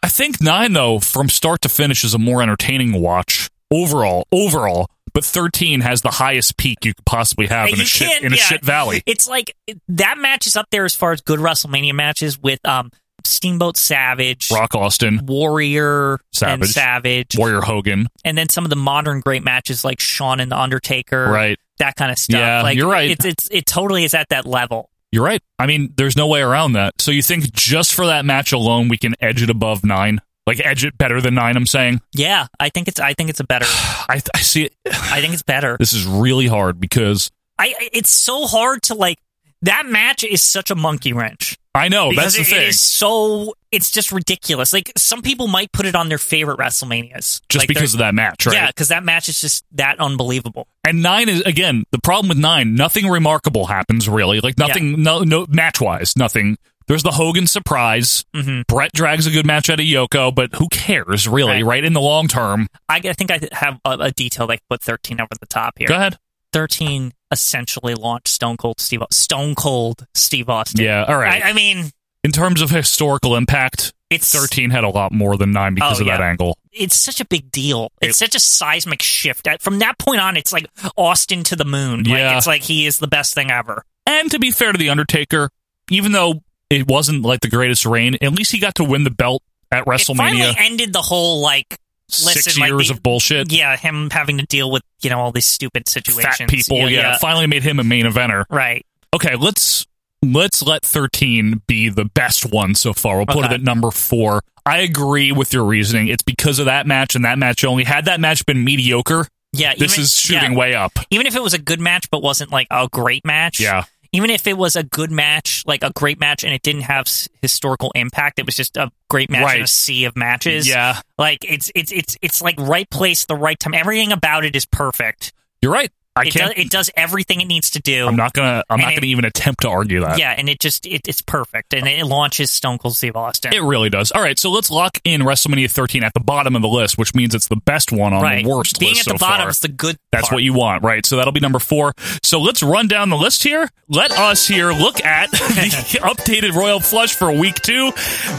Speaker 2: I think nine though, from start to finish, is a more entertaining watch overall. Overall. But thirteen has the highest peak you could possibly have in
Speaker 3: you
Speaker 2: a shit
Speaker 3: can't-
Speaker 2: in a
Speaker 3: yeah.
Speaker 2: shit
Speaker 3: [laughs]
Speaker 2: valley.
Speaker 3: It's like it- that match is up there as far as good WrestleMania matches with um, Steamboat Savage,
Speaker 2: Rock Austin,
Speaker 3: Warrior, and
Speaker 2: Savage.
Speaker 3: Savage,
Speaker 2: Warrior Hogan.
Speaker 3: and then some of the modern great matches like Shawn and the Undertaker,
Speaker 2: Right.
Speaker 3: That kind of stuff.
Speaker 2: Yeah,
Speaker 3: like,
Speaker 2: you're right.
Speaker 3: It's it's it totally is at that level.
Speaker 2: You're right. I mean, there's no way around that. So you think just for that match alone, we can edge it above nine? Like edge it better than nine. I'm saying.
Speaker 3: Yeah, I think it's I think it's
Speaker 2: [sighs]
Speaker 3: a better. [sighs]
Speaker 2: I, I see it. [sighs] I
Speaker 3: think it's better.
Speaker 2: This is really hard because
Speaker 3: I I- it's so hard to like that match is such a monkey wrench.
Speaker 2: I know
Speaker 3: because
Speaker 2: Oh, that's the
Speaker 3: it- It
Speaker 2: thing.
Speaker 3: is so it's just ridiculous. Like some people might put it on their favorite WrestleManias
Speaker 2: Just
Speaker 3: Like,
Speaker 2: because of
Speaker 3: they're-
Speaker 2: that match, right?
Speaker 3: Yeah, because that match is just that unbelievable.
Speaker 2: And nine is again the problem with nine. Nothing remarkable happens really. Like nothing, no, no match wise, nothing. There's the Hogan surprise.
Speaker 3: Mm-hmm.
Speaker 2: Brett drags a good match out of Yoko, but who cares really? Right, in the long term.
Speaker 3: I, I think I have a, a detail that I put 13 over the top here.
Speaker 2: Go ahead.
Speaker 3: 13 essentially launched Stone Cold Steve Austin. Stone Cold Steve Austin.
Speaker 2: Yeah, all right.
Speaker 3: I, I mean,
Speaker 2: in terms of historical impact,
Speaker 3: It's-
Speaker 2: thirteen had a lot more than nine because
Speaker 3: Oh,
Speaker 2: of that
Speaker 3: yeah.
Speaker 2: angle.
Speaker 3: it's such a big deal. It's such a seismic shift. That- From that point on, it's like Austin to the moon. Like,
Speaker 2: Yeah.
Speaker 3: it's like he is the best thing ever.
Speaker 2: And to be fair to The Undertaker, even though it wasn't like the greatest reign, at least he got to win the belt at
Speaker 3: Finally
Speaker 2: WrestleMania.
Speaker 3: ended the whole like
Speaker 2: Six
Speaker 3: listen, like,
Speaker 2: years
Speaker 3: the-
Speaker 2: of bullshit.
Speaker 3: Yeah, him having to deal with you know all these stupid situations.
Speaker 2: Fat people, yeah, Finally made him a main eventer.
Speaker 3: Right.
Speaker 2: Okay, let's let's let thirteen be the best one so far. We'll put
Speaker 3: Okay.
Speaker 2: it at number four. I agree with your reasoning. It's because of that match and that match only. Had that match been mediocre,
Speaker 3: Yeah,
Speaker 2: this
Speaker 3: even-
Speaker 2: is shooting
Speaker 3: yeah.
Speaker 2: way up.
Speaker 3: even if it was a good match but wasn't like a great match
Speaker 2: Yeah.
Speaker 3: even if it was a good match like a great match and it didn't have s- historical impact it was just a great match in a
Speaker 2: Right.
Speaker 3: sea of matches
Speaker 2: Yeah.
Speaker 3: like it's it's it's it's like right place the right time everything about it is perfect
Speaker 2: You're right. I
Speaker 3: it
Speaker 2: can't.
Speaker 3: does it does everything it needs to do
Speaker 2: I'm not gonna. I'm
Speaker 3: And
Speaker 2: not
Speaker 3: it-
Speaker 2: gonna even attempt to argue that.
Speaker 3: yeah and it just it, it's perfect and it launches stone cold steve austin
Speaker 2: It really does. All right, so let's lock in WrestleMania 13 at the bottom of the list, which means it's the best one on
Speaker 3: right
Speaker 2: the worst
Speaker 3: being
Speaker 2: list
Speaker 3: at the
Speaker 2: so
Speaker 3: bottom
Speaker 2: far.
Speaker 3: is the good
Speaker 2: That's
Speaker 3: part.
Speaker 2: what you want, right? So that'll be number four. So let's run down the list here. Let us here look at the updated Royal Flush for week two.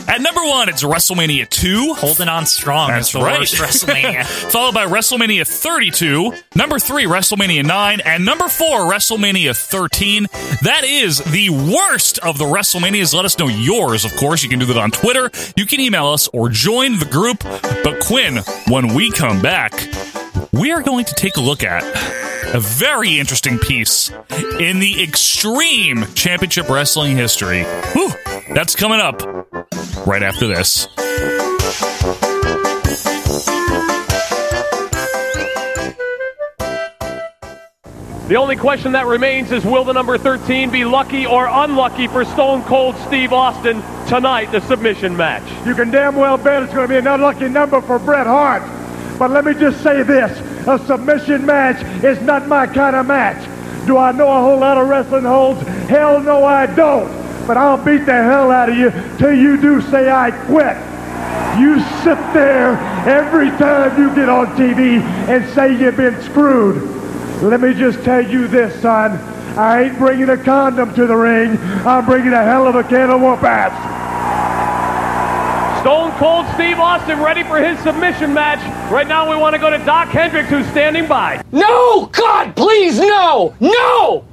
Speaker 2: At number one, it's WrestleMania 2.
Speaker 3: holding on strong
Speaker 2: That's
Speaker 3: is the
Speaker 2: right.
Speaker 3: worst wrestlemania
Speaker 2: [laughs] Followed by WrestleMania 32, number three, WrestleMania 9, and number four, WrestleMania 13. That is the worst of the WrestleManias. Let us know yours, of course. You can do that on Twitter. You can email us or join the group. But Quinn, when we come back, we are going to take a look at a very interesting piece in the extreme championship wrestling history. Whew, that's coming up right after this.
Speaker 14: The only question that remains is will the number 13 be lucky or unlucky for Stone Cold Steve Austin tonight, the submission match?
Speaker 21: You can damn well bet it's going to be an unlucky number for Bret Hart. But let me just say this. A submission match is not my kind of match. Do I know a whole lot of wrestling holds? Hell no, I don't. But I'll beat the hell out of you till you do say I quit. You sit there every time you get on TV and say you've been screwed. Let me just tell you this, son. I ain't bringing a condom to the ring. I'm bringing a hell of a can of whoop ass.
Speaker 14: Stone Cold Steve Austin ready for his submission match. Right now we want to go to Doc Hendricks who's standing by.
Speaker 12: No! God, please, no! No!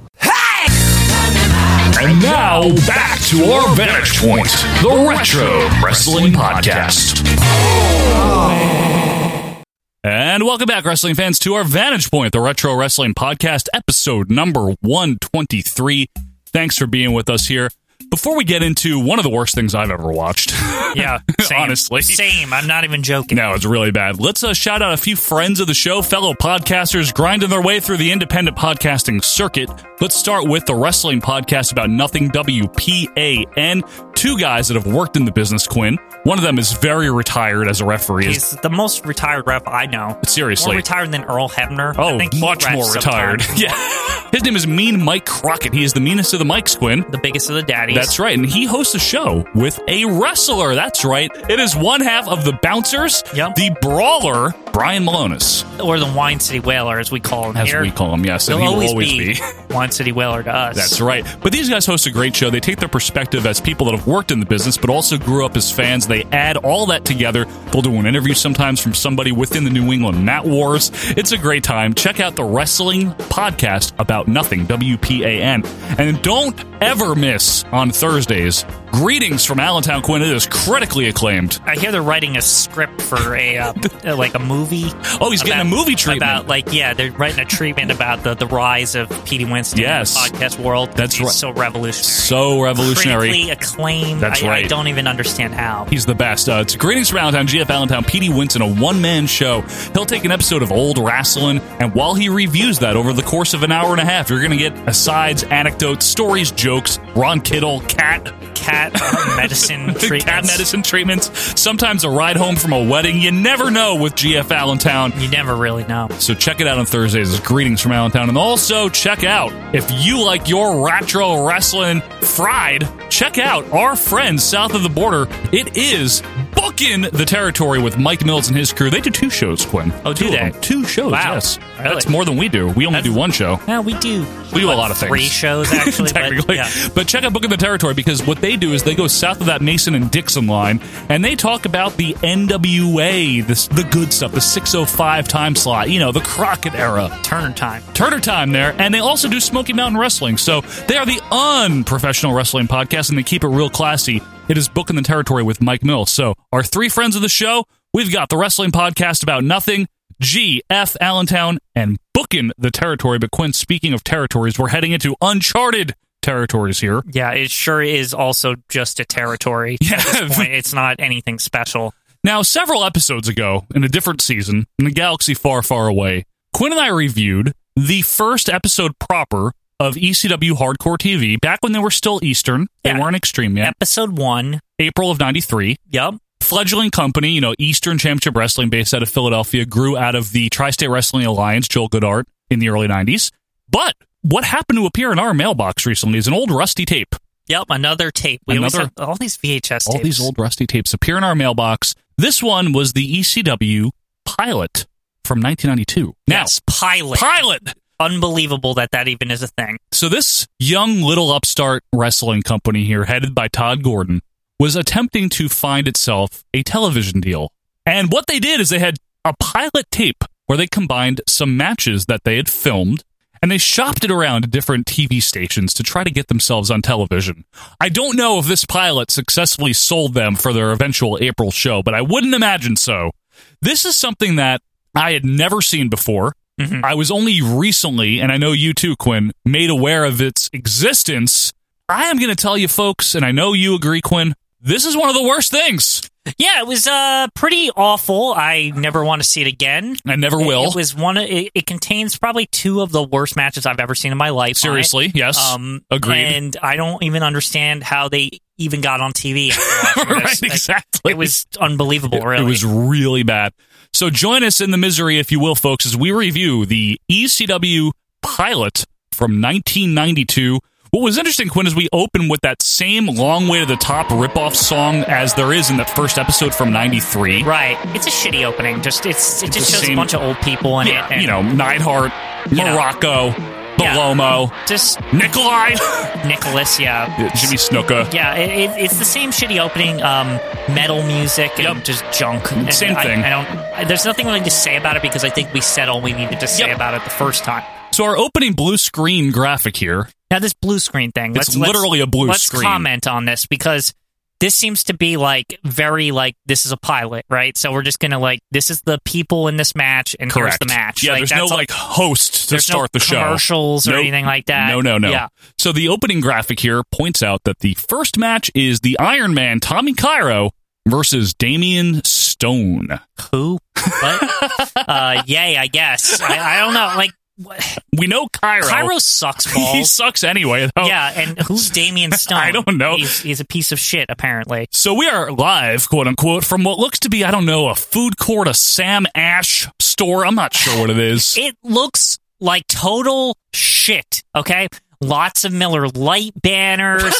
Speaker 2: And now back to our vantage point, the Retro Wrestling Podcast. And welcome back, wrestling fans, to our Vantage Point, the Retro Wrestling Podcast, episode number 123. Thanks for being with us here. Before we get into one of the worst things I've ever watched, [laughs]
Speaker 3: yeah same.
Speaker 2: honestly.
Speaker 3: same i'm not even joking
Speaker 2: No, it's really bad. Let's uh, shout out a few friends of the show, fellow podcasters grinding their way through the independent podcasting circuit. Let's start with the wrestling podcast about nothing, WPAN. Two guys that have worked in the business, Quinn. One of them is very retired as a referee.
Speaker 3: He's the most retired rep I know.
Speaker 2: Seriously.
Speaker 3: More retired than Earl Hebner. I
Speaker 2: Oh,
Speaker 3: think he
Speaker 2: much
Speaker 3: reps
Speaker 2: more retired. [laughs]
Speaker 3: sometimes.
Speaker 2: yeah. His name is Mean Mike Crockett. He is the meanest of the mics, Quinn.
Speaker 3: The biggest of the daddies.
Speaker 2: That's right. And he hosts a show with a wrestler. That's right. It is one half of the Bouncers, the Brawler, Brian Malonis.
Speaker 3: Or the Wine City Whaler, as we call him
Speaker 2: As
Speaker 3: here.
Speaker 2: we call him, yes, and
Speaker 3: He'll
Speaker 2: he will
Speaker 3: always,
Speaker 2: always
Speaker 3: [laughs] be, Wine City Whaler to us.
Speaker 2: That's right. But these guys host a great show. They take their perspective as people that have worked in the business, but also grew up as fans. They add all that together. They'll do an interview sometimes from somebody within the New England Mat Wars. It's a great time. Check out the Wrestling Podcast About Nothing, WPAN. And don't ever miss on Thursdays Greetings from Allentown, Quinn. It is critically acclaimed.
Speaker 3: I hear they're writing a script for
Speaker 2: [laughs]
Speaker 3: a uh, uh, like a movie.
Speaker 2: Oh, he's getting a movie treatment.
Speaker 3: about like yeah, they're writing a treatment about the, the rise of Petey Winston
Speaker 2: Yes.
Speaker 3: in the podcast world.
Speaker 2: That's
Speaker 3: He's
Speaker 2: right.
Speaker 3: So revolutionary,
Speaker 2: So revolutionary.
Speaker 3: critically acclaimed.
Speaker 2: That's
Speaker 3: I,
Speaker 2: right.
Speaker 3: I don't even understand how.
Speaker 2: He's the best. Uh, it's Greetings from Allentown, GF Allentown, P.D. Winton, a one man show. He'll take an episode of old wrestling, and while he reviews that over the course of an hour and a half, you're going to get asides, anecdotes, stories, jokes, Ron Kittle, cat,
Speaker 3: cat [laughs] medicine
Speaker 2: [laughs]
Speaker 3: treatments.
Speaker 2: cat medicine treatments, sometimes a ride home from a wedding. You never know with GF Allentown.
Speaker 3: You never really know.
Speaker 2: So check it out on Thursdays. It's Greetings from Allentown. And also check out, if you like your retro wrestling fried, check out our friends south of the border. It is Booking the Territory with Mike Mills and his crew. They do two shows, Quinn.
Speaker 3: Oh, do
Speaker 2: two of
Speaker 3: they?
Speaker 2: them. Two shows,
Speaker 3: Wow.
Speaker 2: yes.
Speaker 3: Really?
Speaker 2: That's more than we do. We only do one show.
Speaker 3: Yeah, we do.
Speaker 2: We do
Speaker 3: what,
Speaker 2: a lot of
Speaker 3: Three
Speaker 2: things. [laughs]
Speaker 3: shows actually.
Speaker 2: Technically.
Speaker 3: But, yeah.
Speaker 2: But check out Book of the Territory because what they do is they go south of that Mason and Dixon line and they talk about the NWA, this, the good stuff, the 605 time slot, you know, the Crockett era.
Speaker 3: Turner time.
Speaker 2: Turner time there. And they also do Smoky Mountain Wrestling. So they are the unprofessional wrestling podcast and they keep it real classy. It is Book in the Territory with Mike Mills. So our three friends of the show, we've got the wrestling podcast about nothing. GF Allentown and booking the territory. But Quinn, speaking of territories, we're heading into uncharted territories here.
Speaker 3: Yeah, it sure is also just
Speaker 2: [laughs]
Speaker 3: a territory. Yeah. At this point. It's not anything special.
Speaker 2: Now, several episodes ago, in a different season, in a galaxy far, far away, Quinn and I reviewed the first episode proper of ECW Hardcore TV back when they were still Eastern. They weren't Extreme yet.
Speaker 3: Episode one.
Speaker 2: April of 93.
Speaker 3: Yep.
Speaker 2: Fledgling company, you know, Eastern Championship Wrestling based out of Philadelphia, grew out of the Tri State Wrestling Alliance, Joel Goodart, in the early 90s. But what happened to appear in our mailbox recently is an old rusty tape.
Speaker 3: Yep. Another tape. We always
Speaker 2: Another-
Speaker 3: have all these VHS tapes.
Speaker 2: All these old rusty tapes appear in our mailbox. This one was the ECW pilot from 1992. Now,
Speaker 3: yes, pilot.
Speaker 2: Pilot.
Speaker 3: Unbelievable that that even is a thing.
Speaker 2: so this young little upstart wrestling company here, headed by Todd Gordon, was attempting to find itself a television deal. And what they did is they had a pilot tape where they combined some matches that they had filmed and they shopped it around to different TV stations to try to get themselves on television. I don't know if this pilot successfully sold them for their eventual April show, but I wouldn't imagine so. This is something that I had never seen before.
Speaker 3: Mm-hmm.
Speaker 2: I was only recently, and I know you too, Quinn, made aware of its existence. I am going to tell you folks, and I know you agree, Quinn, this is one of the worst things.
Speaker 3: Yeah, it was uh pretty awful. I never want to see it again.
Speaker 2: I never will.
Speaker 3: It, it was one. Of, it, it contains probably two of the worst matches I've ever seen in my life. on it. Um,
Speaker 2: Seriously, yes. Agreed.
Speaker 3: And I don't even understand how they even got on TV.
Speaker 2: [laughs]
Speaker 3: after watching
Speaker 2: right,
Speaker 3: this. Like,
Speaker 2: exactly.
Speaker 3: It was unbelievable.
Speaker 2: It-
Speaker 3: Really,
Speaker 2: It was really bad. So join us in the misery, if you will, folks, as we review the ECW pilot from 1992. What was interesting, Quinn, is we open with that same long way to the top ripoff song as there is in that first episode from 93.
Speaker 3: right. It's a shitty opening. Just it's it just
Speaker 2: the
Speaker 3: shows
Speaker 2: same-
Speaker 3: a bunch of old people in
Speaker 2: Yeah,
Speaker 3: it. And
Speaker 2: you know, Neidhart,
Speaker 3: You know.
Speaker 2: Morocco,
Speaker 3: Yeah.
Speaker 2: Belomo,
Speaker 3: just [laughs]
Speaker 2: Nikolai,
Speaker 3: Nicholas. Yeah,
Speaker 2: Jimmy Snuka.
Speaker 3: Yeah, it, it, it's the same shitty opening, um, metal music and just junk. And
Speaker 2: Same
Speaker 3: I-
Speaker 2: thing.
Speaker 3: I don't. I- there's nothing really to say about it because I think we said all we needed to say about it the first time.
Speaker 2: So our opening blue screen graphic here.
Speaker 3: Now this blue screen thing.
Speaker 2: It's literally a blue
Speaker 3: let's
Speaker 2: screen.
Speaker 3: comment on this because this seems to be like very like this is a pilot, right? So we're just gonna like this is the people in this match and
Speaker 2: Correct.
Speaker 3: here's the match.
Speaker 2: Yeah,
Speaker 3: Like,
Speaker 2: there's no
Speaker 3: that's all-
Speaker 2: like host to
Speaker 3: there's no
Speaker 2: start the show.
Speaker 3: commercials or
Speaker 2: Nope.
Speaker 3: anything like that.
Speaker 2: No, no, no.
Speaker 3: Yeah.
Speaker 2: So the opening graphic here points out that the first match is the Iron Man Tommy Cairo versus Damian Stone.
Speaker 3: Who? [laughs] What? uh, yay, I guess. I, I don't know.
Speaker 2: [laughs]
Speaker 3: Like what-
Speaker 2: We know Cairo.
Speaker 3: Cairo sucks balls.
Speaker 2: [laughs] he sucks anyway. Though.
Speaker 3: Yeah, and who's
Speaker 2: [laughs]
Speaker 3: Damien Stone?
Speaker 2: Oh. I don't know.
Speaker 3: He's, he's a piece of shit, apparently.
Speaker 2: So we are live, quote unquote, from what looks to be, I don't know, a food court, a Sam Ash store. I'm not sure what it is.
Speaker 3: It looks like total shit, okay? Lots of Miller Light banners.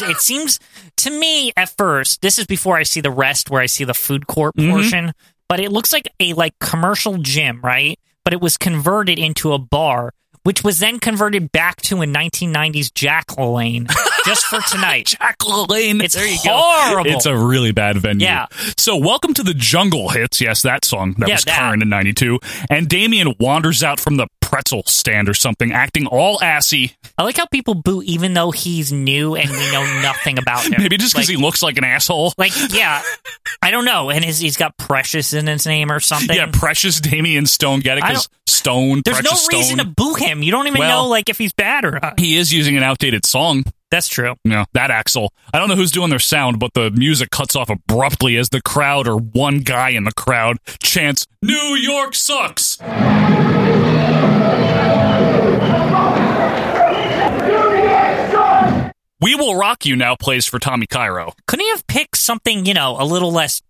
Speaker 2: [laughs]
Speaker 3: it seems to me at first, this is before I see the rest where I see the food court
Speaker 2: Mm-hmm.
Speaker 3: portion, but it looks like a like commercial gym, right? But it was converted into a bar, which was then converted back to a 1990s Jack Lane just for
Speaker 2: [laughs]
Speaker 3: tonight.
Speaker 2: Jackal Lane.
Speaker 3: It's
Speaker 2: there you
Speaker 3: horrible.
Speaker 2: go. It's a really bad venue.
Speaker 3: Yeah.
Speaker 2: So welcome to the jungle hits. Yes, that song that
Speaker 3: Yeah,
Speaker 2: was
Speaker 3: that.
Speaker 2: current in '92. And Damien wanders out from the pretzel stand or something, acting all assy.
Speaker 3: I like how people boo even though he's new and we know
Speaker 2: [laughs]
Speaker 3: nothing about him.
Speaker 2: Maybe just because he looks like an asshole.
Speaker 3: Like, yeah, I don't know. And his, he's got Precious in his name or something.
Speaker 2: Yeah, Precious Damian Stone. Get it?
Speaker 3: I
Speaker 2: Because
Speaker 3: don't-
Speaker 2: Stone.
Speaker 3: There's
Speaker 2: Precious
Speaker 3: no reason
Speaker 2: Stone.
Speaker 3: to boo him. You don't even
Speaker 2: Well-
Speaker 3: know like if he's bad or not.
Speaker 2: He is using an outdated song.
Speaker 3: That's true.
Speaker 2: No, that Axel. I don't know who's doing their sound, but the music cuts off abruptly as the crowd or one guy in the crowd chants, New York sucks! We Will Rock You now plays for Tommy Cairo. [laughs]
Speaker 3: Couldn't he have picked something you know a little less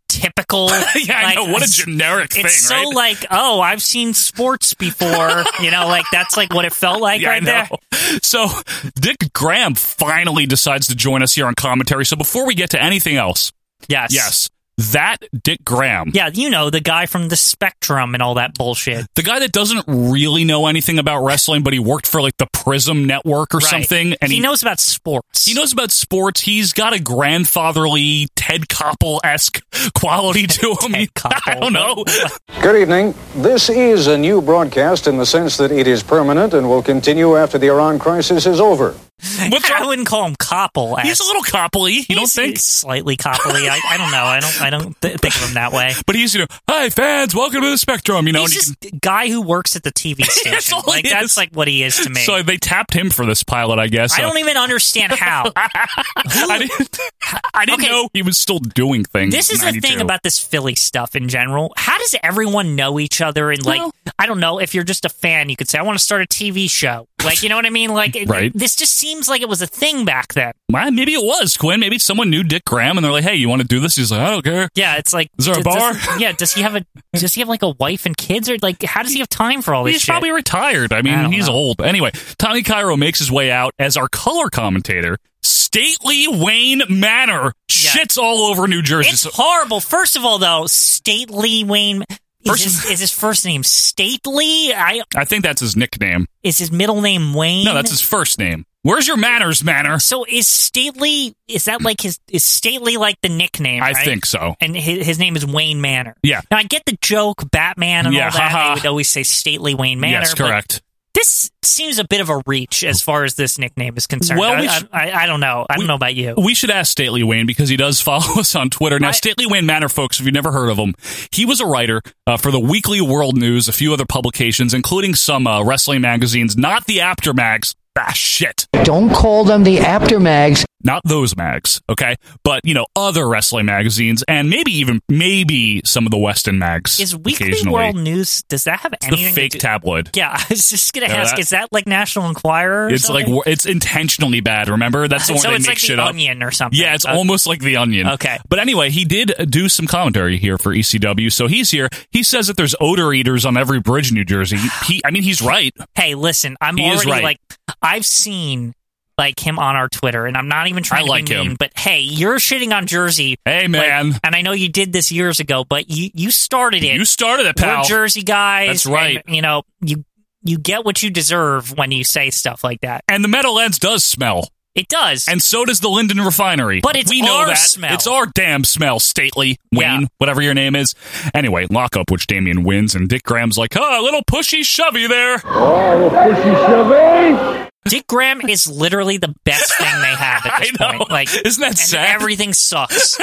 Speaker 2: [laughs]
Speaker 3: typical?
Speaker 2: Yeah, I
Speaker 3: Like,
Speaker 2: know. What a
Speaker 3: it's-
Speaker 2: generic
Speaker 3: It's
Speaker 2: thing,
Speaker 3: so
Speaker 2: right?
Speaker 3: like, oh, I've seen sports
Speaker 2: [laughs]
Speaker 3: before. you know, like that's like what it felt like
Speaker 2: Yeah, I
Speaker 3: right there.
Speaker 2: know. [laughs] So Dick Graham finally decides to join us here on commentary. So before we get to anything else,
Speaker 3: Yes.
Speaker 2: yes, that Dick Graham.
Speaker 3: Yeah, you know, the guy from the spectrum and all that bullshit.
Speaker 2: the guy that doesn't really know anything about wrestling, but he worked for like the Prism Network or
Speaker 3: Right.
Speaker 2: something, and
Speaker 3: he,
Speaker 2: he,
Speaker 3: knows about sports. [laughs]
Speaker 2: he knows about sports. He's got a grandfatherly Ted Koppel esque quality
Speaker 3: [laughs]
Speaker 2: to him. [laughs] I don't know.
Speaker 6: Good evening. This is a new broadcast in the sense that it is permanent and will continue after the Iran crisis is over.
Speaker 3: I wouldn't call him Koppel.
Speaker 2: He's a little coppely. You don't think?
Speaker 3: slightly Koppely. I, I don't know. I don't.
Speaker 2: [laughs]
Speaker 3: I don't th- think of him that way.
Speaker 2: But he's you know, hi fans, welcome to the Spectrum. You know,
Speaker 3: He's
Speaker 2: and he
Speaker 3: just a guy who works at
Speaker 2: [laughs]
Speaker 3: the TV station.
Speaker 2: That's all
Speaker 3: like
Speaker 2: he
Speaker 3: that's
Speaker 2: is.
Speaker 3: like what he is to me.
Speaker 2: can- so they tapped him for this pilot, I guess.
Speaker 3: I
Speaker 2: Uh,
Speaker 3: don't even understand how.
Speaker 2: [laughs] I didn't, I didn't know he was still doing things.
Speaker 3: This
Speaker 2: in
Speaker 3: is the
Speaker 2: 92.
Speaker 3: thing about this Philly stuff in general. How does everyone know each other? And like, I don't know. If you're just a fan, you could say, "I want to start a TV show." Like, you know what I mean? Like, it-
Speaker 2: Right.
Speaker 3: this just seems like it was a thing back then.
Speaker 2: Well, maybe it was Quinn. Maybe someone knew Dick Graham, and they're like, "Hey, you want to do this?" He's like, "I don't care."
Speaker 3: Yeah, it's like
Speaker 2: Is there a
Speaker 3: does-
Speaker 2: bar?
Speaker 3: does- yeah, does he have a does he have like a wife and kids or like how does he have time for all this
Speaker 2: he's
Speaker 3: shit?
Speaker 2: probably retired. I mean,
Speaker 3: I don't
Speaker 2: he's
Speaker 3: know.
Speaker 2: old. Anyway, Tommy Cairo makes his way out as our color commentator. Stately Wayne Manor shits all over New Jersey.
Speaker 3: it's
Speaker 2: So-
Speaker 3: horrible. First of all, though, Stately Wayne is
Speaker 2: First-
Speaker 3: his, is his first name Stately? I
Speaker 2: I think that's his nickname.
Speaker 3: is his middle name Wayne?
Speaker 2: No, that's his first name. Where's your manners, Manor?
Speaker 3: So is Stately? Is that like his? Is Stately like the nickname?
Speaker 2: I
Speaker 3: right?
Speaker 2: think so.
Speaker 3: And his, his name is Wayne Manor.
Speaker 2: Yeah.
Speaker 3: Now I get the joke, Batman and
Speaker 2: Yeah,
Speaker 3: all that.
Speaker 2: haha.
Speaker 3: They would always say Stately Wayne Manor.
Speaker 2: yes,
Speaker 3: but
Speaker 2: correct.
Speaker 3: This seems a bit of a reach as far as this nickname is concerned.
Speaker 2: Well,
Speaker 3: I,
Speaker 2: we sh-
Speaker 3: I, I, I don't know. I don't know
Speaker 2: [laughs]
Speaker 3: about you.
Speaker 2: We should ask Stately Wayne because he does [laughs] follow us on Twitter. Now, Stately Wayne Manor, folks, if you've never heard of him, he was a writer uh, for the Weekly World News, a few other publications, including some uh, wrestling magazines, not the After Mags. Ah, shit.
Speaker 13: Don't call them the aftermags.
Speaker 2: Not those mags, okay? But, you know, other wrestling magazines and maybe even, maybe some of the Weston mags.
Speaker 3: Is Weekly
Speaker 2: occasionally.
Speaker 3: World News? Does that have
Speaker 2: It's the
Speaker 3: anything? to
Speaker 2: fake
Speaker 3: do-
Speaker 2: tabloid.
Speaker 3: Yeah, [laughs] I was just gonna
Speaker 2: Yeah,
Speaker 3: ask.
Speaker 2: that-
Speaker 3: Is that like National Enquirer? Or
Speaker 2: It's
Speaker 3: something?
Speaker 2: like, wor- it's intentionally bad, remember?
Speaker 3: [laughs]
Speaker 2: That's the one
Speaker 3: so
Speaker 2: they
Speaker 3: it's
Speaker 2: make
Speaker 3: like
Speaker 2: shit
Speaker 3: the
Speaker 2: up.
Speaker 3: Onion or something.
Speaker 2: Yeah, it's
Speaker 3: Okay.
Speaker 2: almost like the onion.
Speaker 3: Okay.
Speaker 2: But anyway, he did do some commentary here for ECW. So he's here. He says that there's odor eaters on every bridge in New Jersey. [sighs] He I mean he's right.
Speaker 3: Hey, listen, I'm
Speaker 2: He is
Speaker 3: already
Speaker 2: right.
Speaker 3: like I've seen like him on our Twitter, and I'm not even trying
Speaker 2: I
Speaker 3: to
Speaker 2: like
Speaker 3: be
Speaker 2: him.
Speaker 3: mean, but hey, you're shitting on Jersey.
Speaker 2: Hey man.
Speaker 3: And I know you did this years ago, but you you started it.
Speaker 2: you started it, pal.
Speaker 3: We're Jersey guys.
Speaker 2: That's right.
Speaker 3: and, you know, you you get what you deserve when you say stuff like that.
Speaker 2: and the metal ends does smell.
Speaker 3: It does.
Speaker 2: And so does the Linden Refinery.
Speaker 3: But it's
Speaker 2: we know
Speaker 3: our
Speaker 2: that.
Speaker 3: smell.
Speaker 2: It's our damn smell, Stately Wayne,
Speaker 3: Yeah.
Speaker 2: whatever your name is. Anyway, lockup, which Damien wins, and Dick Graham's like, "Ah, a little pushy shovey there." [laughs]
Speaker 3: Dick Graham is literally the best thing they
Speaker 2: [laughs]
Speaker 3: have at this
Speaker 2: I know.
Speaker 3: point. Like,
Speaker 2: Isn't that
Speaker 3: and
Speaker 2: sad?
Speaker 3: Everything sucks.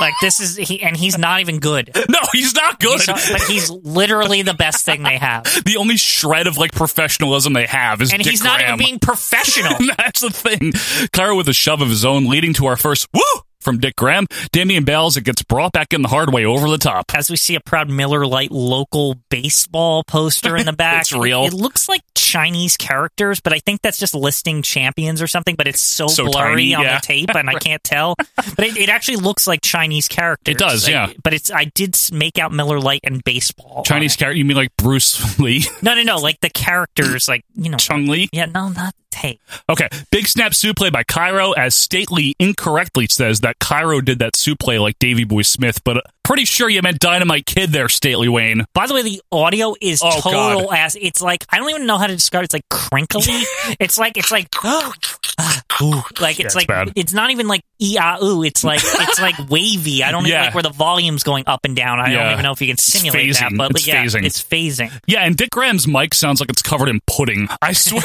Speaker 3: like this is he, and he's not even good.
Speaker 2: No, he's not good.
Speaker 3: He's not- but he's literally the best thing
Speaker 2: [laughs]
Speaker 3: they have.
Speaker 2: the only shred of like professionalism they have is
Speaker 3: and
Speaker 2: Dick
Speaker 3: he's not
Speaker 2: Graham.
Speaker 3: even being professional.
Speaker 2: [laughs] That's the thing. Cairo with a shove of his own, leading to our first woo from Dick Graham. Damian Bells, it gets brought back in the hard way over the top.
Speaker 3: As we see a proud Miller Lite local baseball
Speaker 2: [laughs]
Speaker 3: poster in the back,
Speaker 2: It's real.
Speaker 3: It, looks like Chinese characters, but I think that's just listing champions or something. But it's so,
Speaker 2: So
Speaker 3: blurry
Speaker 2: tiny,
Speaker 3: on
Speaker 2: yeah.
Speaker 3: the tape,
Speaker 2: [laughs]
Speaker 3: and I can't tell. But it, it actually looks like Chinese characters.
Speaker 2: It does,
Speaker 3: I-
Speaker 2: yeah.
Speaker 3: but it's I did s- make out Miller Lite and baseball. on
Speaker 2: Chinese
Speaker 3: it.
Speaker 2: character, you mean like Bruce [laughs] Lee,
Speaker 3: No, no, no. Like the characters, like you know.
Speaker 2: Chung Lee?
Speaker 3: yeah, no, not hey.
Speaker 2: Okay, big snap suplex by Cairo, as Stately incorrectly says that Cairo did that suplex like Davy Boy Smith, but uh, pretty sure you meant Dynamite Kid there, Stately Wayne.
Speaker 3: By the way, the audio is
Speaker 2: Oh,
Speaker 3: total
Speaker 2: God.
Speaker 3: ass. It's like I don't even know how to describe. it. It's like
Speaker 2: [laughs]
Speaker 3: crinkly. it's like it's like [gasps] like it's
Speaker 2: it's
Speaker 3: like
Speaker 2: bad.
Speaker 3: it's not even like ee ah ooh. It's like it's
Speaker 2: [laughs]
Speaker 3: like wavy. I don't even
Speaker 2: Yeah.
Speaker 3: like where the volume's going up and down. I
Speaker 2: Yeah.
Speaker 3: don't even know if you can
Speaker 2: It's
Speaker 3: simulate that,
Speaker 2: phasing.
Speaker 3: but
Speaker 2: It's
Speaker 3: yeah,
Speaker 2: phasing.
Speaker 3: it's phasing.
Speaker 2: Yeah, and Dick Graham's mic sounds like it's covered in pudding. I swear.
Speaker 3: [laughs]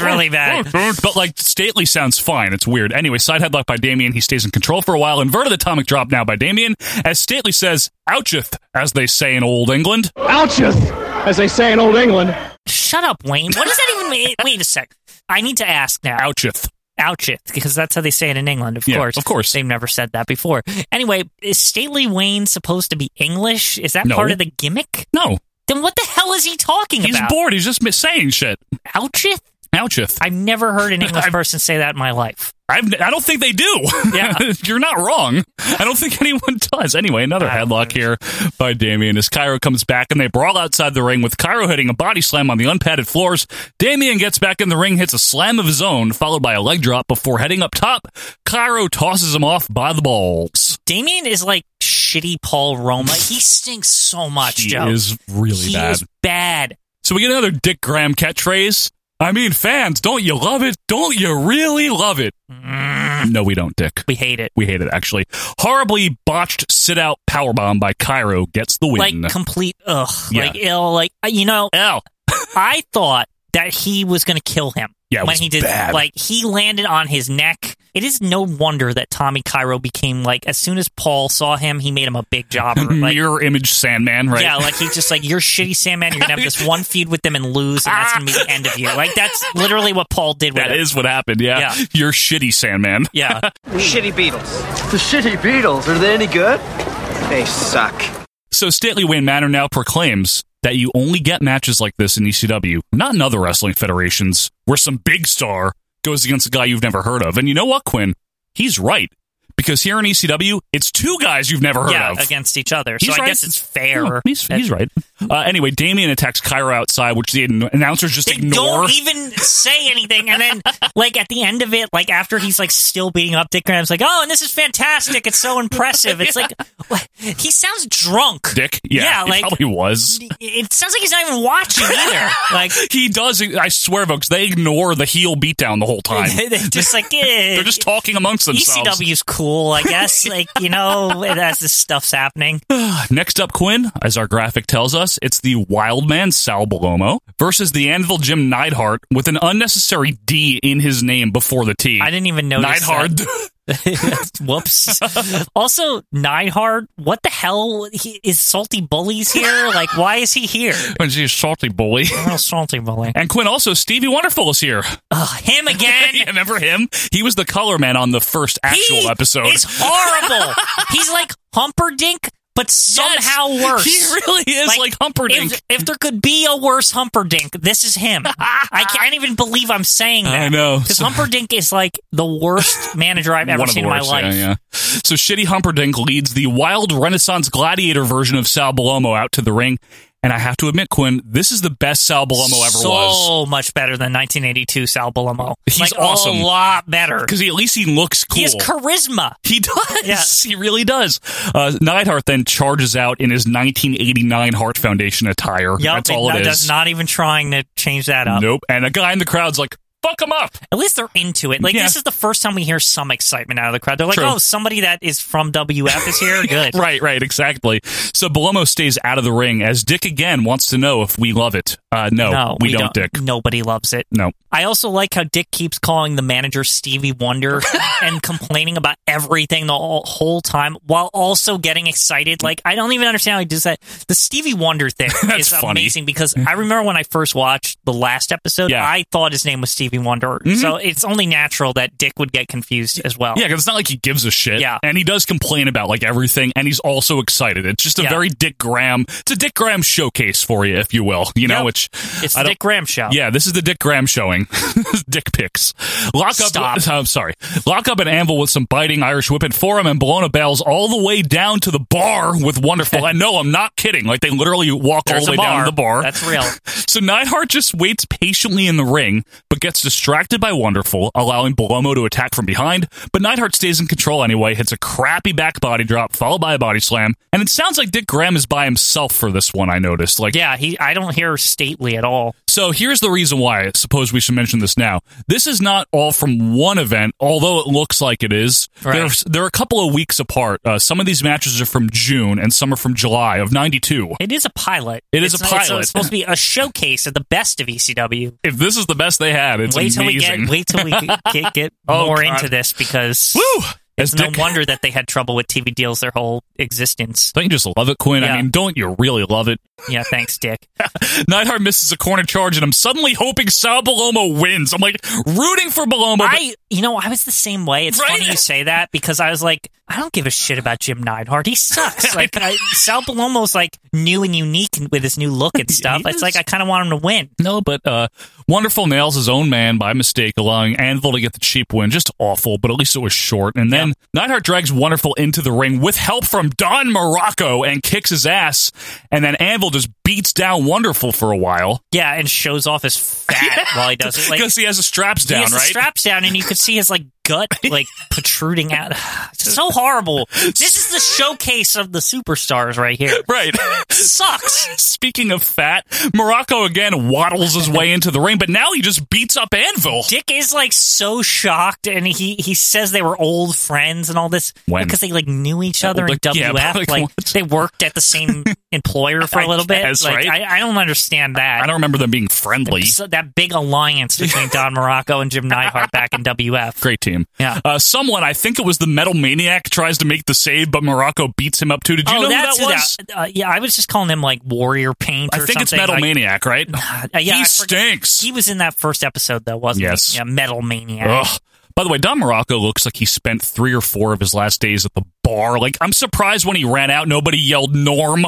Speaker 2: [laughs]
Speaker 3: really bad.
Speaker 2: But like Stately sounds fine. It's weird. Anyway, side headlock by Damien. He stays in control for a while. Inverted atomic drop now by Damien. As Stately says, oucheth, as they say in old England. Oucheth, as they say in old England.
Speaker 3: Shut up, Wayne. What does that
Speaker 2: [laughs]
Speaker 3: even mean? Wait a sec. I need to ask now.
Speaker 2: Oucheth.
Speaker 3: Oucheth, because that's how they say it in England, of
Speaker 2: Yeah,
Speaker 3: course.
Speaker 2: of course.
Speaker 3: They've never said that before. Anyway, is Stately Wayne supposed to be English? Is that
Speaker 2: No.
Speaker 3: part of the gimmick?
Speaker 2: No.
Speaker 3: Then what the hell is he talking
Speaker 2: He's
Speaker 3: about?
Speaker 2: bored. He's just mis- saying shit.
Speaker 3: Oucheth?
Speaker 2: Oucheth.
Speaker 3: I've never
Speaker 2: [laughs]
Speaker 3: heard an English person say that in my life.
Speaker 2: I've, I don't think they do.
Speaker 3: Yeah.
Speaker 2: [laughs] You're not wrong. I don't think anyone does. Anyway, another headlock here by Damien as Cairo comes back and they brawl outside the ring with Cairo hitting a body slam on the unpadded floors. Damien gets back in the ring, hits a slam of his own, followed by a leg drop before heading up top. Cairo tosses him off by the balls.
Speaker 3: Damien is like shitty Paul Roma. He stinks so much,
Speaker 2: He
Speaker 3: Joe.
Speaker 2: is really
Speaker 3: He
Speaker 2: bad.
Speaker 3: is bad.
Speaker 2: So we get another Dick Graham catchphrase. I mean, fans, don't you love it? Don't you really love it? No, we don't, Dick.
Speaker 3: We hate it.
Speaker 2: We hate it, actually. Horribly botched sit out powerbomb by Cairo gets the win.
Speaker 3: Like complete ugh.
Speaker 2: Yeah.
Speaker 3: Like ill. Like uh, you know.
Speaker 2: Ill.
Speaker 3: I thought that he was going to kill him.
Speaker 2: Yeah, it
Speaker 3: when
Speaker 2: was
Speaker 3: he did,
Speaker 2: bad.
Speaker 3: like he landed on his neck. It is no wonder that Tommy Cairo became like as soon as Paul saw him, he made him a
Speaker 2: [laughs]
Speaker 3: big jobber. Hmm, Like,
Speaker 2: Mirror image Sandman, right?
Speaker 3: Yeah, like he's just like you're shitty Sandman. You're gonna have this one feud with them and lose, and that's gonna be the end of you. Like that's literally what Paul did
Speaker 2: [laughs]
Speaker 3: with
Speaker 2: that
Speaker 3: him.
Speaker 2: is what happened. Yeah.
Speaker 3: Yeah.
Speaker 2: You're shitty Sandman.
Speaker 3: Yeah.
Speaker 8: Shitty Beatles. The shitty Beatles, are they any good? They suck.
Speaker 2: So Stately Wayne Manor now proclaims that you only get matches like this in ECW, not in other wrestling federations, where some big star goes against a guy you've never heard of. And you know what, Quinn? He's right. Because here in ECW, it's two guys you've never heard
Speaker 3: yeah,
Speaker 2: of.
Speaker 3: against each other.
Speaker 2: He's
Speaker 3: so I
Speaker 2: right.
Speaker 3: guess it's fair.
Speaker 2: No, he's, he's right. Uh, anyway, Damien attacks Kyra outside, which the an- announcers just
Speaker 3: They
Speaker 2: ignore.
Speaker 3: don't even say anything, and then like at the end of it, like after he's like still beating up Dick Graham's like, oh, and this is fantastic. It's so impressive.
Speaker 2: [laughs]
Speaker 3: It's like what? he sounds drunk.
Speaker 2: Dick, yeah,
Speaker 3: Yeah,
Speaker 2: he
Speaker 3: like-
Speaker 2: probably was.
Speaker 3: It sounds like he's not even watching either.
Speaker 2: [laughs]
Speaker 3: Like
Speaker 2: He does. I swear, folks, they ignore the heel beatdown the whole
Speaker 3: [laughs]
Speaker 2: time.
Speaker 3: they- they're just like eh,
Speaker 2: They're just talking amongst themselves.
Speaker 3: ECW's cool, I
Speaker 2: [laughs]
Speaker 3: guess. Like you know, as this stuff's happening.
Speaker 2: Next up, Quinn, as our graphic tells us, it's the Wild Man Sal Balomo versus the Anvil Jim Neidhart with an unnecessary D in his name before the T.
Speaker 3: I didn't even notice.
Speaker 2: Neidhart.
Speaker 3: that. [laughs] Whoops.
Speaker 2: [laughs]
Speaker 3: also, Neidhart, what the hell he, is Salty Bullies here? Like, why is he here?
Speaker 2: when [laughs] she's salty bully.
Speaker 3: Real
Speaker 2: [laughs]
Speaker 3: salty bully.
Speaker 2: And Quinn also, Stevie Wonderful is here.
Speaker 3: Ugh, him again.
Speaker 2: [laughs] Yeah, remember him? He was the color man on the first actual
Speaker 3: he
Speaker 2: episode.
Speaker 3: is
Speaker 2: [laughs]
Speaker 3: horrible. He's like Humperdink, but somehow
Speaker 2: [laughs]
Speaker 3: worse.
Speaker 2: He really is like Humperdinck.
Speaker 3: If, if there could be a worse Humperdink, this is him. I can't even believe I'm saying that.
Speaker 2: I know.
Speaker 3: Because Humperdink is like the
Speaker 2: [laughs]
Speaker 3: worst manager I've ever
Speaker 2: One of the
Speaker 3: seen in my
Speaker 2: worst,
Speaker 3: life.
Speaker 2: Yeah, yeah. So Shitty Humperdinck leads the wild Renaissance gladiator version of Sal Balomo out to the ring. And I have to admit, Quinn, this is the best Sal Balomo ever
Speaker 3: so
Speaker 2: was.
Speaker 3: much better than 1982 Sal Balomo.
Speaker 2: He's
Speaker 3: Like,
Speaker 2: awesome.
Speaker 3: A lot better.
Speaker 2: Because at least he looks cool.
Speaker 3: He has charisma.
Speaker 2: He does.
Speaker 3: Yeah.
Speaker 2: [laughs] He really does. Uh, Neidhart then charges out in his 1989 Hart Foundation attire.
Speaker 3: Yup,
Speaker 2: That's all
Speaker 3: it,
Speaker 2: it is.
Speaker 3: does not even trying to change that up.
Speaker 2: Nope. And a guy in the crowd's like, fuck him
Speaker 3: [laughs]
Speaker 2: up.
Speaker 3: At least they're into it. Like
Speaker 2: Yeah.
Speaker 3: this is the first time we hear some excitement out of the crowd. They're like,
Speaker 2: True.
Speaker 3: "Oh, somebody that is from WF
Speaker 2: [laughs]
Speaker 3: is here." Good.
Speaker 2: Right, right, exactly. So Balomo stays out of the ring as Dick again wants to know if we love it. Uh, no,
Speaker 3: No,
Speaker 2: we, don't, Dick.
Speaker 3: Nobody loves it.
Speaker 2: No.
Speaker 3: I also like how Dick keeps calling the manager Stevie Wonder
Speaker 2: [laughs]
Speaker 3: and complaining about everything the whole- whole time while also getting excited. Like, I don't even understand how he does that. The Stevie Wonder thing
Speaker 2: [laughs] That's
Speaker 3: is
Speaker 2: funny.
Speaker 3: amazing because I remember when I first watched the last episode,
Speaker 2: Yeah. Mm-hmm.
Speaker 3: I thought his name was Stevie Wonder. So it's only natural that Dick would get confused as well.
Speaker 2: Yeah, because it's not like he gives a shit.
Speaker 3: Oh. Yeah.
Speaker 2: And he does complain about like everything, and he's also excited. It's just a
Speaker 3: Yeah.
Speaker 2: very Dick Graham. It's a Dick Graham showcase for you, if you will. You know,
Speaker 3: Yep.
Speaker 2: which
Speaker 3: It's
Speaker 2: I
Speaker 3: the
Speaker 2: don't-
Speaker 3: Dick Graham show.
Speaker 2: Yeah, this is the Dick Graham showing. [laughs] Dick pics. Lock up. [laughs]
Speaker 3: Stop.
Speaker 2: I'm sorry. Lock up an anvil with some biting Irish whip and forearm and Bologna bells all the way down to the bar with
Speaker 3: [laughs]
Speaker 2: wonderful. I know I'm not kidding. Like they literally walk
Speaker 3: There's
Speaker 2: all the
Speaker 3: a
Speaker 2: way down [laughs]
Speaker 3: bar.
Speaker 2: to the bar.
Speaker 3: That's real.
Speaker 2: So Neidhart just waits patiently in the ring, but gets gets distracted by Wonderful, allowing Bolomo to attack from behind, but Neidhart stays in control anyway, hits a crappy back body drop, followed by a body slam, and it sounds like Dick Graham is by himself for this one, I noticed. Like,
Speaker 3: Yeah, he. I don't hear stately at all.
Speaker 2: so here's the reason why I suppose we should mention this now. This is not all from one event, although it looks like it is.
Speaker 3: Right.
Speaker 2: There's- They're, a couple of weeks apart. Uh, some of these matches are from June and some are from July of 92.
Speaker 3: It is a pilot.
Speaker 2: It is
Speaker 3: It's
Speaker 2: a
Speaker 3: not- it's-
Speaker 2: pilot.
Speaker 3: It's supposed to be a showcase of the best of E ECW.
Speaker 2: If this is the best they had, it's
Speaker 3: wait till
Speaker 2: amazing.
Speaker 3: we get
Speaker 2: [laughs]
Speaker 3: wait till we get, get
Speaker 2: Oh,
Speaker 3: more
Speaker 2: God.
Speaker 3: into this because
Speaker 2: Woo! As
Speaker 3: it's no
Speaker 2: Dick-
Speaker 3: wonder that they had trouble with TV deals their whole existence.
Speaker 2: Don't you just love it, Quinn? I
Speaker 3: Yeah.
Speaker 2: mean, don't you really love it? [laughs]
Speaker 3: Yeah, thanks, Dick.
Speaker 2: Neidhart misses a corner charge, and I'm suddenly hoping Sal Baloma wins. I'm like rooting for Baloma. but-
Speaker 3: I, you know, I was the same way. It's
Speaker 2: Right?
Speaker 3: funny you say that because I was like, I don't give a shit about Jim Neidhart. He
Speaker 2: [laughs]
Speaker 3: sucks. Like, I, Sal Palomo's like new and unique with his new
Speaker 2: [laughs]
Speaker 3: look and stuff. It's like I kind of want him to win.
Speaker 2: no, but uh, Wonderful nails his own man by mistake, allowing Anvil to get the cheap win. Just awful, but at least it was short. And then Neidhart drags Wonderful into the ring with help from Don Morocco and kicks his ass. And then Anvil just beats down Wonderful for a while
Speaker 3: Yeah, and shows off his
Speaker 2: [laughs]
Speaker 3: fat while he does it. Like,
Speaker 2: because he has the straps
Speaker 3: he
Speaker 2: down,
Speaker 3: has the
Speaker 2: right?
Speaker 3: straps down, and you could see his like gut like protruding out. It's so horrible. This is the showcase of the superstars right here.
Speaker 2: [laughs] [laughs] Right.
Speaker 3: [laughs] Sucks.
Speaker 2: Speaking of fat, Morocco again waddles his way into the ring, but now he just beats up Anvil.
Speaker 3: Dick is like so shocked, and he he says they were old friends and all this
Speaker 2: When? Oh,
Speaker 3: because they like knew each other
Speaker 2: Like,
Speaker 3: in
Speaker 2: yeah,
Speaker 3: WF.
Speaker 2: [laughs] like,
Speaker 3: like they worked at
Speaker 2: [laughs]
Speaker 3: the same employer for
Speaker 2: I
Speaker 3: a little
Speaker 2: guess,
Speaker 3: bit. Like
Speaker 2: right?
Speaker 3: I, I don't understand that.
Speaker 2: I don't remember them being friendly.
Speaker 3: So that big alliance between Don Morocco and Jim Neidhart back in
Speaker 2: [laughs]
Speaker 3: WF.
Speaker 2: Great team.
Speaker 3: Yeah.
Speaker 2: Uh, someone, I think it was the Metal Maniac, tries to make the save, but Morocco beats him up too. Did you know who that
Speaker 3: Oh, that's who
Speaker 2: was?
Speaker 3: uh, yeah, I was just calling him like Warrior Paint.
Speaker 2: I
Speaker 3: or
Speaker 2: think it's
Speaker 3: something,
Speaker 2: Metal
Speaker 3: like-
Speaker 2: Maniac, right?
Speaker 3: Uh, yeah,
Speaker 2: he
Speaker 3: I forget-
Speaker 2: stinks.
Speaker 3: He was in that first episode though, wasn't
Speaker 2: Yes.
Speaker 3: he? Yeah, Metal Maniac.
Speaker 2: Ugh. By the way, Don Morocco looks like he spent three or four of his last days at the bar. Like, I'm surprised when he ran out, nobody yelled
Speaker 3: [laughs]
Speaker 2: Norm.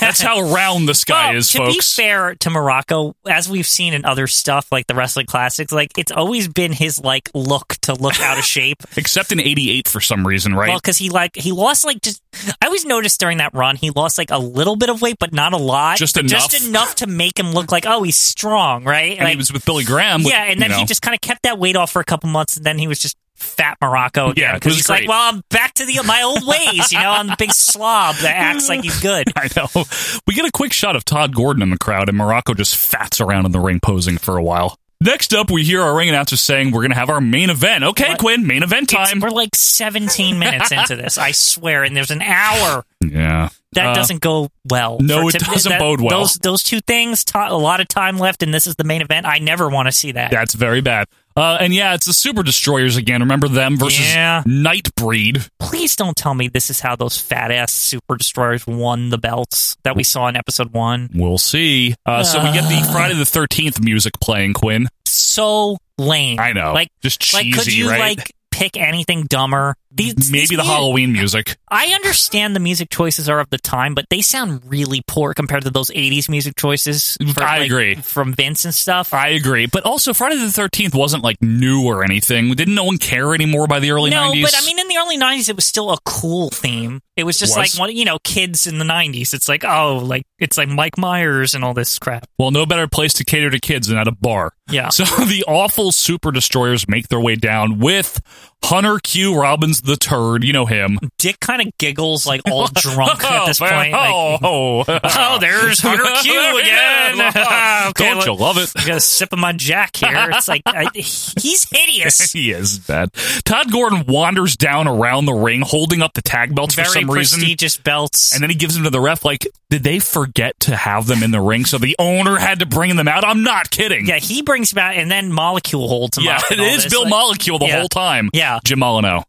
Speaker 2: That's how round this guy
Speaker 3: Well,
Speaker 2: is,
Speaker 3: to
Speaker 2: folks.
Speaker 3: be fair to Morocco, as we've seen in other stuff like the wrestling classics, like it's always been his like look to look
Speaker 2: [laughs]
Speaker 3: out of shape.
Speaker 2: Except in 88 for some reason, right?
Speaker 3: Well, because he like he lost like just I always noticed during that run he lost like a little bit of weight, but not a lot.
Speaker 2: Just
Speaker 3: But
Speaker 2: enough.
Speaker 3: just enough to make him look like oh he's strong, right?
Speaker 2: and he
Speaker 3: Like,
Speaker 2: was with Billy Graham. with-
Speaker 3: yeah, and then
Speaker 2: you know.
Speaker 3: he just kind of kept that weight off for a couple months, and then he was just fat Morocco
Speaker 2: Yeah,
Speaker 3: again
Speaker 2: it was
Speaker 3: he's
Speaker 2: great.
Speaker 3: like, well, I'm back to the my old ways, you know, I'm the big slob that acts like he's good.
Speaker 2: [laughs] I know. We get a quick shot of Todd Gordon in the crowd, and Morocco just fats around in the ring posing for a while. Next up, we hear our ring announcer saying we're going to have our main event. Okay,
Speaker 3: What?
Speaker 2: Quinn, main event [laughs]
Speaker 3: It's-
Speaker 2: time.
Speaker 3: we're like 17 minutes into this, I swear, and there's an hour.
Speaker 2: Yeah.
Speaker 3: That
Speaker 2: Uh,
Speaker 3: doesn't go well.
Speaker 2: no,
Speaker 3: For
Speaker 2: it doesn't
Speaker 3: that-
Speaker 2: bode well.
Speaker 3: Those those two things, ti- a lot of time left, and this is the main event. I never want to see that.
Speaker 2: That's very bad. Uh, and yeah, it's the Super Destroyers again. Remember them versus
Speaker 3: Yeah.
Speaker 2: Nightbreed.
Speaker 3: Please don't tell me this is how those fat ass super destroyers won the belts that we saw in episode one.
Speaker 2: We'll see. Uh, so we get the Friday the 13th music playing, Quinn.
Speaker 3: So lame.
Speaker 2: I know.
Speaker 3: Like
Speaker 2: Just
Speaker 3: like, could
Speaker 2: cheesy,
Speaker 3: you
Speaker 2: right?
Speaker 3: like pick anything dumber? These,
Speaker 2: Maybe
Speaker 3: these
Speaker 2: the
Speaker 3: mu-
Speaker 2: Halloween music.
Speaker 3: I understand the music choices are of the time, but they sound really poor compared to those '80s music choices. for,
Speaker 2: I
Speaker 3: like,
Speaker 2: agree.
Speaker 3: from Vince and stuff.
Speaker 2: I agree. But also, Friday the 13th wasn't like new or anything. Didn't no one care anymore by the early
Speaker 3: no,
Speaker 2: 90s?
Speaker 3: but I mean, in the early '90s, it was still a cool theme. It was just
Speaker 2: Was?
Speaker 3: like one, you know, kids in the '90s. It's like, oh, like it's like Mike Myers and all this crap.
Speaker 2: Well, no better place to cater to kids than at a bar.
Speaker 3: Yeah.
Speaker 2: So [laughs] the awful super destroyers make their way down with Hunter Q. Robbins the turd. You know him.
Speaker 3: Dick kind of giggles like
Speaker 2: [laughs]
Speaker 3: all drunk [laughs] at this
Speaker 2: Oh,
Speaker 3: point.
Speaker 2: oh,
Speaker 3: Like,
Speaker 2: oh,
Speaker 3: [laughs]
Speaker 2: [laughs]
Speaker 3: oh, there's Hunter Q again. [laughs] Okay,
Speaker 2: Don't
Speaker 3: look,
Speaker 2: you love it?
Speaker 3: I got a sip of my Jack
Speaker 2: [laughs]
Speaker 3: here. It's like I, he's hideous.
Speaker 2: he is bad. Todd Gordon wanders down around the ring, holding up the tag belts for
Speaker 3: Very
Speaker 2: some reason.
Speaker 3: prestigious belts.
Speaker 2: And then he gives them to the ref. Like, did they forget to have them in the ring? So the owner had to bring them out. I'm not kidding.
Speaker 3: yeah, he brings about and then Molecule holds him
Speaker 2: Yeah,
Speaker 3: up.
Speaker 2: it
Speaker 3: and all
Speaker 2: is
Speaker 3: this,
Speaker 2: Bill
Speaker 3: like-
Speaker 2: Molecule the
Speaker 3: Yeah.
Speaker 2: whole time.
Speaker 3: Yeah.
Speaker 2: Jim
Speaker 3: [laughs]
Speaker 2: Molyneux.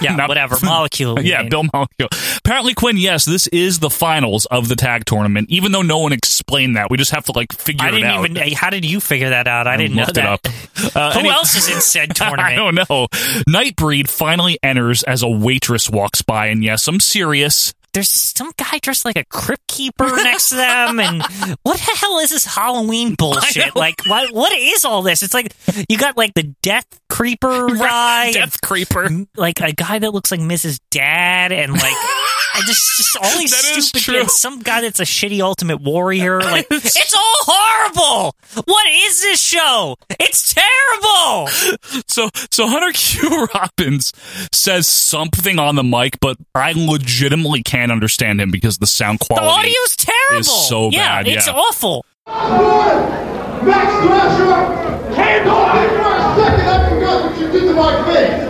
Speaker 3: Yeah,
Speaker 2: Not- [laughs]
Speaker 3: whatever. Molecule. we
Speaker 2: yeah,
Speaker 3: mean.
Speaker 2: Bill Molecule. Apparently, Quinn, yes, this is the finals of the tag tournament, even though no one explained that. We just have to, like, figure
Speaker 3: I
Speaker 2: it out.
Speaker 3: didn't even. How did you figure that out? I didn't know
Speaker 2: looked
Speaker 3: that.
Speaker 2: it up. Uh,
Speaker 3: Who
Speaker 2: any- [laughs]
Speaker 3: else is in said
Speaker 2: I
Speaker 3: tournament?
Speaker 2: don't know. Nightbreed finally enters as a waitress walks by, and yes, I'm serious.
Speaker 3: there's some guy dressed like a crypt keeper next to
Speaker 2: [laughs]
Speaker 3: them, and what the hell is this Halloween bullshit? Like, what what is all this? It's like you got like the death
Speaker 2: [laughs]
Speaker 3: creeper guy,
Speaker 2: Death Creeper.
Speaker 3: and, like a guy that looks like Mrs. Dad, and like.
Speaker 2: [laughs]
Speaker 3: I just, just all these
Speaker 2: That is
Speaker 3: stupid
Speaker 2: true.
Speaker 3: kids. Some guy that's a shitty Ultimate Warrior.
Speaker 2: [laughs]
Speaker 3: Like it's all horrible. What is this show?
Speaker 2: [gasps]
Speaker 3: It's terrible.
Speaker 2: So so Hunter [laughs] Q Robbins says something on the mic, but I legitimately can't understand him because the sound
Speaker 3: The
Speaker 2: quality
Speaker 3: audio's terrible.
Speaker 2: is so
Speaker 3: yeah,
Speaker 2: bad.
Speaker 3: it's
Speaker 2: yeah.
Speaker 3: awful.
Speaker 11: Max Thrasher, handle it! For a second, I forgot what you did to my face.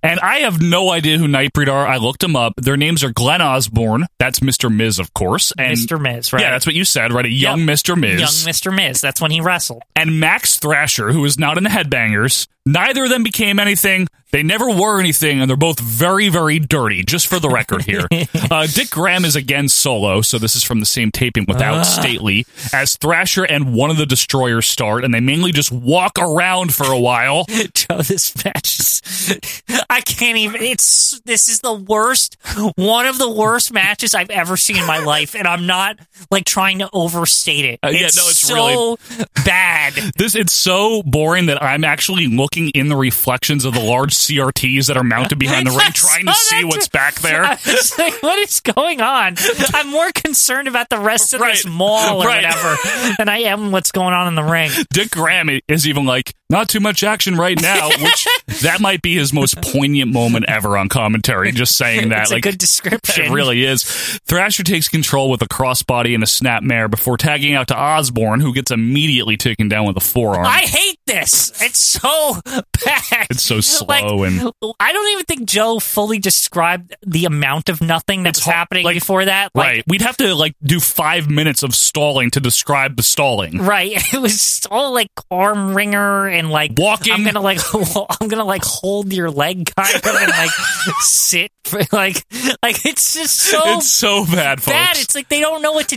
Speaker 2: And I have no idea who Nightbreed are. I looked them up. Their names are Glenn Osborne. That's Mr. Miz, of course. And
Speaker 3: Mr. Miz, right?
Speaker 2: Yeah, that's what you said, right? A young Mr. Miz.
Speaker 3: Young Mr. Miz. That's when he wrestled. [laughs]
Speaker 2: and Max Thrasher, who is not in the Headbangers. Neither of them became anything. They never were anything, and they're both very, very dirty, just for the record here.
Speaker 3: [laughs]
Speaker 2: uh, Dick Graham is again solo, so this is from the same taping without
Speaker 3: Ah.
Speaker 2: Stately, as Thrasher and one of the Destroyers start, and they mainly just walk around for a while.
Speaker 3: Joe, this match is. [laughs] I can't even. It's. This is the worst. One of the worst matches I've ever seen in my life, and I'm not, like, trying to overstate it.
Speaker 2: Uh, yeah,
Speaker 3: it's
Speaker 2: no, it's
Speaker 3: so
Speaker 2: [laughs]
Speaker 3: bad.
Speaker 2: This it's so boring that I'm actually looking in the reflections of the large CRTs that are mounted behind
Speaker 3: [laughs]
Speaker 2: the ring, trying
Speaker 3: Oh,
Speaker 2: to see what's back there.
Speaker 3: I was like, what is going on? I'm more concerned about the rest of this
Speaker 2: Right.
Speaker 3: mall or
Speaker 2: Right.
Speaker 3: whatever than I am what's going on in the ring.
Speaker 2: Dick Graham is even like, not too much action right
Speaker 3: [laughs]
Speaker 2: now, which that might be his most poignant moment ever on commentary. Just saying that,
Speaker 3: [laughs] It's
Speaker 2: like,
Speaker 3: a good description.
Speaker 2: it really is. Thrasher takes control with a crossbody and a snapmare before tagging out to Osborne, who gets immediately taken down with a forearm.
Speaker 3: I hate this. It's so [laughs] bad.
Speaker 2: It's so slow
Speaker 3: [laughs] Like,
Speaker 2: and-
Speaker 3: I don't even think Joe fully described the amount of nothing that was happening before that. Like,
Speaker 2: right, we'd have to like do five minutes of stalling to describe the stalling.
Speaker 3: Right, [laughs] it was all like arm wringer and like
Speaker 2: Walking.
Speaker 3: I'm gonna like [laughs] I'm gonna like hold your leg kind of
Speaker 2: [laughs]
Speaker 3: and like sit for like like it's just so
Speaker 2: it's so bad, folks.
Speaker 3: bad. It's like they don't know what to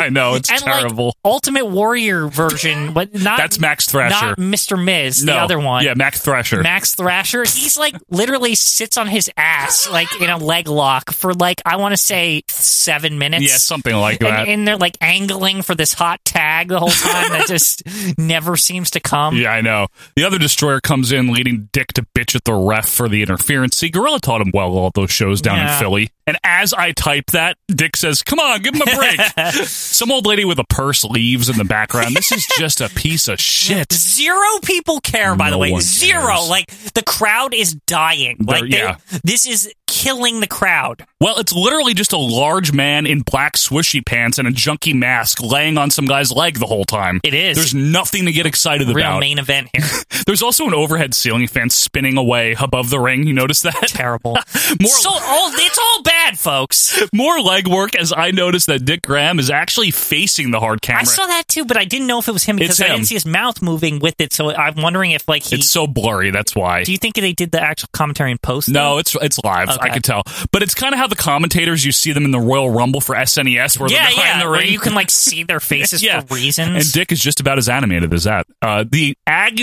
Speaker 2: [laughs] I know, it's
Speaker 3: And, like,
Speaker 2: terrible.
Speaker 3: Ultimate Warrior version, but not
Speaker 2: That's Max Thrasher.
Speaker 3: not Mr. Miz,
Speaker 2: no,
Speaker 3: the other one.
Speaker 2: yeah, Max Thrasher.
Speaker 3: Max Thrasher. He's like literally sits on his ass like in a leg lock for like I want to say seven minutes.
Speaker 2: yeah, something like
Speaker 3: and,
Speaker 2: that.
Speaker 3: and they're like angling for this hot tag the whole time that just [laughs] never seems to come.
Speaker 2: Yeah, I know. The other destroyer comes in, leading Dick to bitch at the ref for the interference. See, Gorilla taught him well all those shows down
Speaker 3: Yeah.
Speaker 2: in Philly. And as I type that, Dick says, "Come on, give him a
Speaker 3: [laughs]
Speaker 2: break." Some old lady with a purse leaves in the background. This is just a piece of shit.
Speaker 3: Zero people care, by
Speaker 2: No
Speaker 3: the way.
Speaker 2: one
Speaker 3: Zero.
Speaker 2: cares.
Speaker 3: Like the crowd is dying.
Speaker 2: They're-
Speaker 3: Like they,
Speaker 2: yeah.
Speaker 3: this is killing the crowd.
Speaker 2: Well, it's literally just a large man in black swishy pants and a junky mask laying on some guy's leg the whole time.
Speaker 3: It is.
Speaker 2: There's nothing to get excited
Speaker 3: Real
Speaker 2: about.
Speaker 3: main event
Speaker 2: [laughs]
Speaker 3: here.
Speaker 2: There's also an overhead ceiling fan spinning away above the ring. You notice that?
Speaker 3: Terrible.
Speaker 2: More
Speaker 3: so all it's all bad, folks.
Speaker 2: [laughs] more legwork as I noticed that Dick Graham is actually facing the hard camera.
Speaker 3: I saw that too, but I didn't know if it was him
Speaker 2: It's
Speaker 3: because I
Speaker 2: him.
Speaker 3: didn't see his mouth moving with it. So I'm wondering if like he.
Speaker 2: it's so blurry. That's why.
Speaker 3: do you think they did the actual commentary in post?
Speaker 2: no,
Speaker 3: though?
Speaker 2: it's it's live. I
Speaker 3: Okay.
Speaker 2: could tell, but it's kind of how the commentators you see them in the Royal Rumble for SNES, where
Speaker 3: yeah,
Speaker 2: they're behind
Speaker 3: yeah.
Speaker 2: the
Speaker 3: where
Speaker 2: ring.
Speaker 3: you can like
Speaker 2: [laughs]
Speaker 3: see their faces
Speaker 2: Yeah.
Speaker 3: for reasons.
Speaker 2: and Dick is just about as animated as that. Uh, the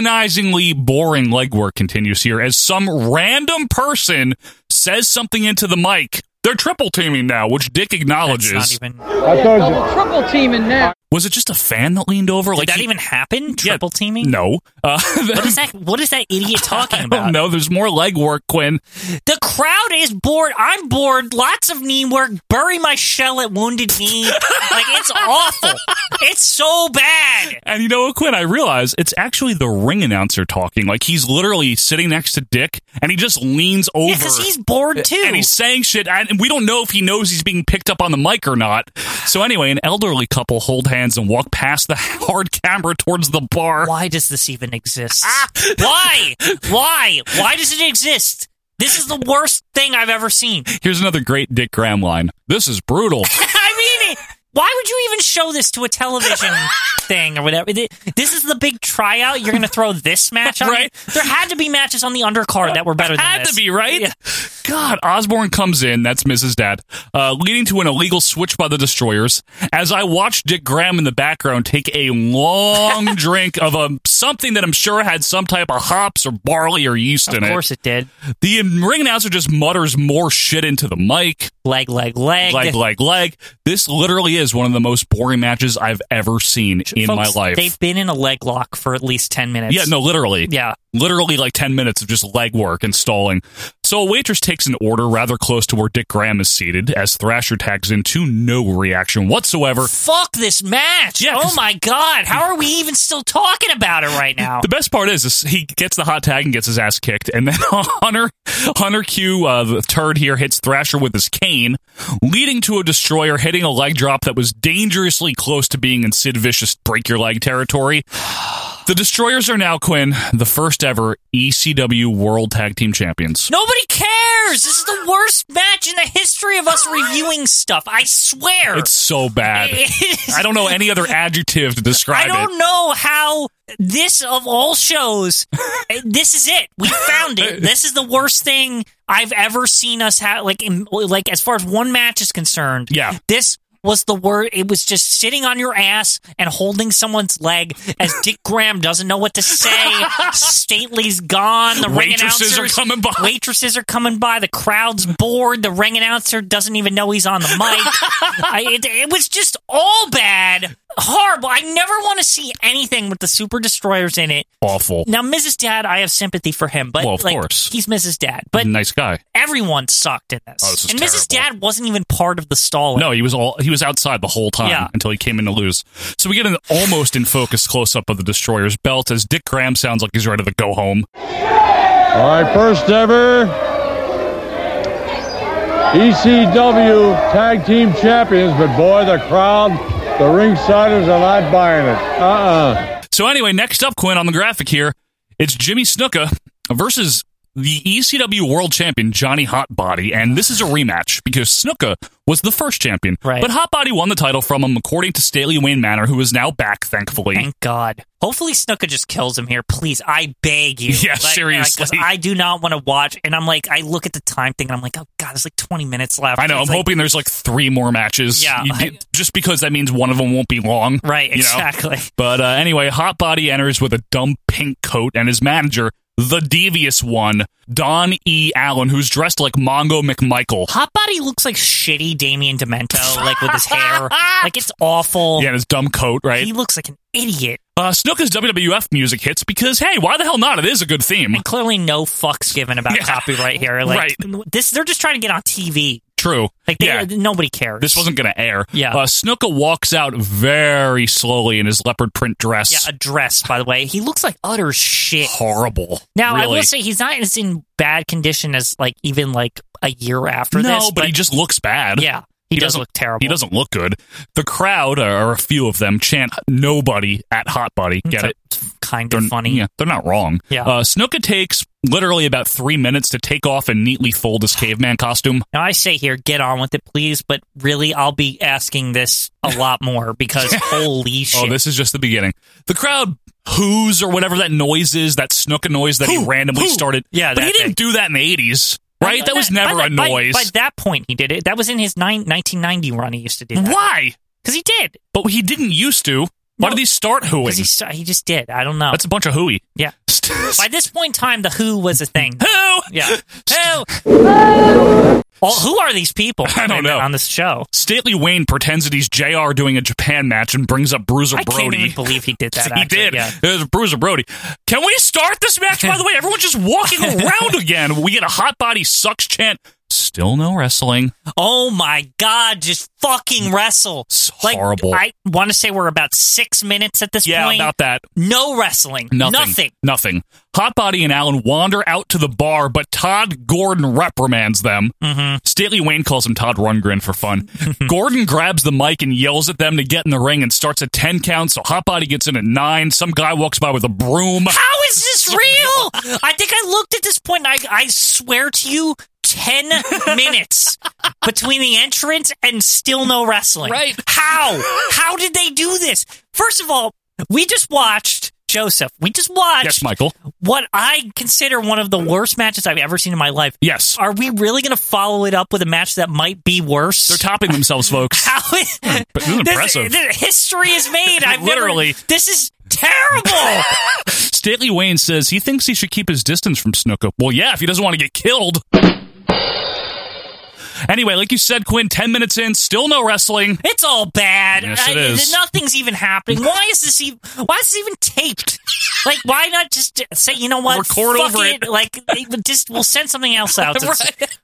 Speaker 2: agonizingly boring legwork continues here as some random person says something into the mic. They're triple teaming now, which Dick
Speaker 3: That's
Speaker 2: acknowledges.
Speaker 3: not even.
Speaker 4: I told you. Triple teaming now.
Speaker 2: Was it just a fan that leaned over?
Speaker 3: Did
Speaker 2: like
Speaker 3: that
Speaker 2: he-
Speaker 3: even happen? Triple teaming?
Speaker 2: No. Uh, [laughs]
Speaker 3: What is that? What is that idiot talking
Speaker 2: I
Speaker 3: about?
Speaker 2: don't know. There's more legwork, Quinn.
Speaker 3: The crowd is bored. I'm bored. Lots of knee work. Bury my shell at wounded knee. like it's awful.
Speaker 2: [laughs]
Speaker 3: It's so bad.
Speaker 2: And you know what, Quinn? I realize it's actually the ring announcer talking. Like he's literally sitting next to Dick, and he just leans over.
Speaker 3: Yeah, because he's bored too.
Speaker 2: and he's saying shit, and we don't know if he knows he's being picked up on the mic or not. So anyway, an elderly couple hold hands and walk past the [laughs] hard camera towards the bar.
Speaker 3: Why does this even exist? Why? Why? Why does it exist? This is the worst thing I've ever seen. [laughs]
Speaker 2: Here's another great Dick Graham line. This is brutal.
Speaker 3: I mean, Why would you even show this to a [laughs] television thing or whatever? Th- This is the big tryout. You're going to throw this match on?
Speaker 2: Right.
Speaker 3: There had to be matches on the undercard that were better than
Speaker 2: Had
Speaker 3: this.
Speaker 2: to be right. God, Osborne comes in. That's Mrs. Dad, uh, leading to an illegal switch by the destroyers. As I watch Dick Graham in the background take a long
Speaker 3: [laughs]
Speaker 2: drink of a something that I'm sure had some type of hops or barley or yeast in it.
Speaker 3: Of course it did.
Speaker 2: The ring announcer just mutters more shit into the mic.
Speaker 3: Leg, leg, leg.
Speaker 2: Leg, leg, leg. This literally is one of the most boring matches I've ever seen in
Speaker 3: Folks,
Speaker 2: my life.
Speaker 3: They've been in a leg lock for at least 10 minutes.
Speaker 2: Yeah, no, literally.
Speaker 3: Yeah.
Speaker 2: Literally like 10 minutes of just leg work and stalling. So a waitress takes an order rather close to where Dick Graham is seated as Thrasher tags in to no reaction whatsoever.
Speaker 3: Fuck this match.
Speaker 2: Yeah,
Speaker 3: oh
Speaker 2: 'cause-
Speaker 3: my God. How are we even still talking about it right now?
Speaker 2: The best part is, is he gets the hot tag and gets his ass kicked, and then [laughs] Hunter Hunter Q, uh, the turd here, hits Thrasher with his cane, leading to a destroyer hitting a leg drop that was dangerously close to being in Sid Vicious break your leg territory. [sighs] The destroyers are now Quinn, the first ever ECW World Tag Team Champions.
Speaker 3: Nobody cares. This is the worst match in the history of us reviewing stuff. I swear.
Speaker 2: It's so
Speaker 3: [laughs]
Speaker 2: bad.
Speaker 3: It is-
Speaker 2: I don't know any
Speaker 3: [laughs]
Speaker 2: other adjective to describe
Speaker 3: I don't
Speaker 2: it.
Speaker 3: know how this of all shows. [laughs] this is it. We found it. This is the worst thing I've ever seen us have. Like, in, like as far as one match is concerned,
Speaker 2: Yeah.
Speaker 3: This was the word. It was just sitting on your ass and holding someone's leg as Dick Graham doesn't know what to say.
Speaker 2: [laughs]
Speaker 3: Stately's gone. The ring
Speaker 2: Waitresses are
Speaker 3: announcers-
Speaker 2: coming by.
Speaker 3: Waitresses are coming by. The crowd's bored. The ring announcer doesn't even know he's on the mic.
Speaker 2: [laughs]
Speaker 3: I, it, it was just all bad, horrible. I never want to see anything with the Super Destroyers in it.
Speaker 2: Awful.
Speaker 3: Now, Mrs. Dad, I have sympathy for him, but
Speaker 2: Well, of
Speaker 3: like,
Speaker 2: course.
Speaker 3: he's Mrs. Dad. But
Speaker 2: nice guy.
Speaker 3: everyone sucked in this,
Speaker 2: Oh, this is
Speaker 3: and Mrs.
Speaker 2: terrible.
Speaker 3: Dad wasn't even part of the stalling.
Speaker 2: No, he was all he was outside the whole time
Speaker 3: Yeah.
Speaker 2: until he came in to lose. So we get an almost in focus close up of the destroyer's belt as Dick Graham sounds like he's ready to go home.
Speaker 10: Our first ever ECW Tag Team Champions, but boy, the crowd, the ringsiders are not buying it. Uh-uh.
Speaker 2: So anyway, next up, Quinn on the graphic here, it's Jimmy Snuka versus the ECW World Champion Johnny Hotbody, and this is a rematch because Snuka was the first champion,
Speaker 3: Right.
Speaker 2: but Hotbody won the title from him according to Staley Wayne Manor, who is now back, thankfully.
Speaker 3: Thank God. Hopefully, Snooka just kills him here. Please, I beg you.
Speaker 2: Yeah,
Speaker 3: Like-
Speaker 2: seriously.
Speaker 3: like, 'cause I do not want to watch. And I'm like, I look at the time thing, and I'm like, oh God, there's like 20 minutes left.
Speaker 2: I know. I'm
Speaker 3: It's like-
Speaker 2: hoping there's like three more matches.
Speaker 3: Yeah.
Speaker 2: You did- just because that means one of them won't be long.
Speaker 3: Right,
Speaker 2: you know?
Speaker 3: exactly.
Speaker 2: But uh, anyway, Hot Body enters with a dumb pink coat and his manager, the devious one, Don E. Allen, who's dressed like Mongo McMichael.
Speaker 3: Hot Body looks like shitty Damien Demento, like with his
Speaker 2: [laughs]
Speaker 3: hair. Like it's awful.
Speaker 2: Yeah, and his dumb coat, right?
Speaker 3: He looks like an idiot.
Speaker 2: Uh, Snooker's WWF music hits because, hey, why the hell not? It is a good theme.
Speaker 3: And clearly no fucks given about
Speaker 2: Yeah.
Speaker 3: copyright
Speaker 2: [laughs]
Speaker 3: here. Like
Speaker 2: Right.
Speaker 3: this they're just trying to get on TV.
Speaker 2: True.
Speaker 3: Like they,
Speaker 2: yeah.
Speaker 3: nobody cares.
Speaker 2: This wasn't going to air.
Speaker 3: Yeah.
Speaker 2: Uh, Snooka walks out very slowly in his leopard print dress.
Speaker 3: yeah, a dress, by the way. He looks like utter shit.
Speaker 2: Oh, Horrible.
Speaker 3: Now I
Speaker 2: Really.
Speaker 3: will say he's not as in bad condition as like even like a year after
Speaker 2: no,
Speaker 3: this.
Speaker 2: but, he just looks bad.
Speaker 3: Yeah. He, does look terrible.
Speaker 2: He doesn't look good. The crowd, or or a few of them, chant "Nobody at Hot Body." Get it?
Speaker 3: kind
Speaker 2: They're
Speaker 3: of funny.
Speaker 2: Yeah, they're not wrong.
Speaker 3: Yeah.
Speaker 2: Uh, Snuka takes literally about three minutes to take off and neatly fold his caveman costume.
Speaker 3: Now I say here, get on with it, please. But really, I'll be asking this a lot more
Speaker 2: [laughs]
Speaker 3: because holy shit!
Speaker 2: Oh, this is just the beginning. The crowd whoos or whatever that noise is, that Snuka noise that he
Speaker 3: Who?
Speaker 2: randomly
Speaker 3: Who?
Speaker 2: started.
Speaker 3: Yeah,
Speaker 2: but
Speaker 3: that
Speaker 2: he didn't do that in the eighties, right? That was
Speaker 3: By
Speaker 2: never
Speaker 3: the-
Speaker 2: a
Speaker 3: by-
Speaker 2: noise.
Speaker 3: By, that point, he did it. That was in his nine, 1990 run. He used to do that.
Speaker 2: Why?
Speaker 3: Because he did.
Speaker 2: But he didn't used to. Why
Speaker 3: No.
Speaker 2: did he start hooing?
Speaker 3: Because he st- he just did. I don't know.
Speaker 2: That's a bunch of hooey. [laughs]
Speaker 3: yeah. by this point in time, the Who was a thing.
Speaker 2: Who?
Speaker 3: Yeah. Who? All, who are these people?
Speaker 2: I don't
Speaker 3: on-
Speaker 2: know.
Speaker 3: On this show,
Speaker 2: Stately Wayne pretends that he's JR doing a Japan match and brings up Bruiser
Speaker 3: I can't
Speaker 2: Brody.
Speaker 3: even believe he
Speaker 2: [laughs]
Speaker 3: did that.
Speaker 2: he
Speaker 3: actually,
Speaker 2: did.
Speaker 3: Yeah.
Speaker 2: It was Bruiser Brody. Can we start this match, by the way? Everyone's just
Speaker 3: [laughs]
Speaker 2: walking around again. We get a hot body sucks chant. Still no wrestling.
Speaker 3: Oh my god! Just fucking wrestle. Like,
Speaker 2: horrible.
Speaker 3: I want to say we're about six minutes at this
Speaker 2: Yeah,
Speaker 3: point.
Speaker 2: about that.
Speaker 3: no wrestling.
Speaker 2: Nothing.
Speaker 3: Nothing.
Speaker 2: Nothing. Hotbody and Allen wander out to the bar, but Todd Gordon reprimands them. Mm-hmm. Stately Wayne calls him Todd Rundgren for
Speaker 3: [laughs]
Speaker 2: fun. Gordon grabs the mic and yells at them to get in the ring and starts a 10 count, so Hotbody gets in at 9. Some guy walks by with a
Speaker 3: [laughs]
Speaker 2: broom. [laughs]
Speaker 3: How is this real? I think I looked at this point and I, I swear to you,
Speaker 2: [laughs]
Speaker 3: 10 minutes between the entrance and still no wrestling. Right.
Speaker 2: [laughs]
Speaker 3: How? How did they do this? First of all, we just watched Joseph. We just watched
Speaker 2: Yes, Michael.
Speaker 3: what I consider one of the worst matches I've ever seen in my life.
Speaker 2: Yes.
Speaker 3: Are we really going to follow it up with a match that might be worse? [laughs]
Speaker 2: They're topping themselves, folks.
Speaker 3: How [laughs] is,
Speaker 2: But this is impressive.
Speaker 3: this- history
Speaker 2: [laughs]
Speaker 3: is made. I've never-
Speaker 2: Literally.
Speaker 3: this is
Speaker 2: [laughs]
Speaker 3: terrible.
Speaker 2: Stanley Wayne says he thinks he should keep his distance from Snuka. Well, yeah, if he doesn't want to get killed. Anyway, like you said, Quinn, 10 minutes in, still no wrestling.
Speaker 3: It's all bad.
Speaker 2: Yes, it
Speaker 3: I-
Speaker 2: is.
Speaker 3: Nothing's
Speaker 2: [laughs]
Speaker 3: even happening. Why is this even? Why is this even taped? Like, why not just say, you know what?
Speaker 2: Record
Speaker 3: Fuck
Speaker 2: over it.
Speaker 3: [laughs] Like, they would just we'll send something
Speaker 2: [laughs]
Speaker 3: else out.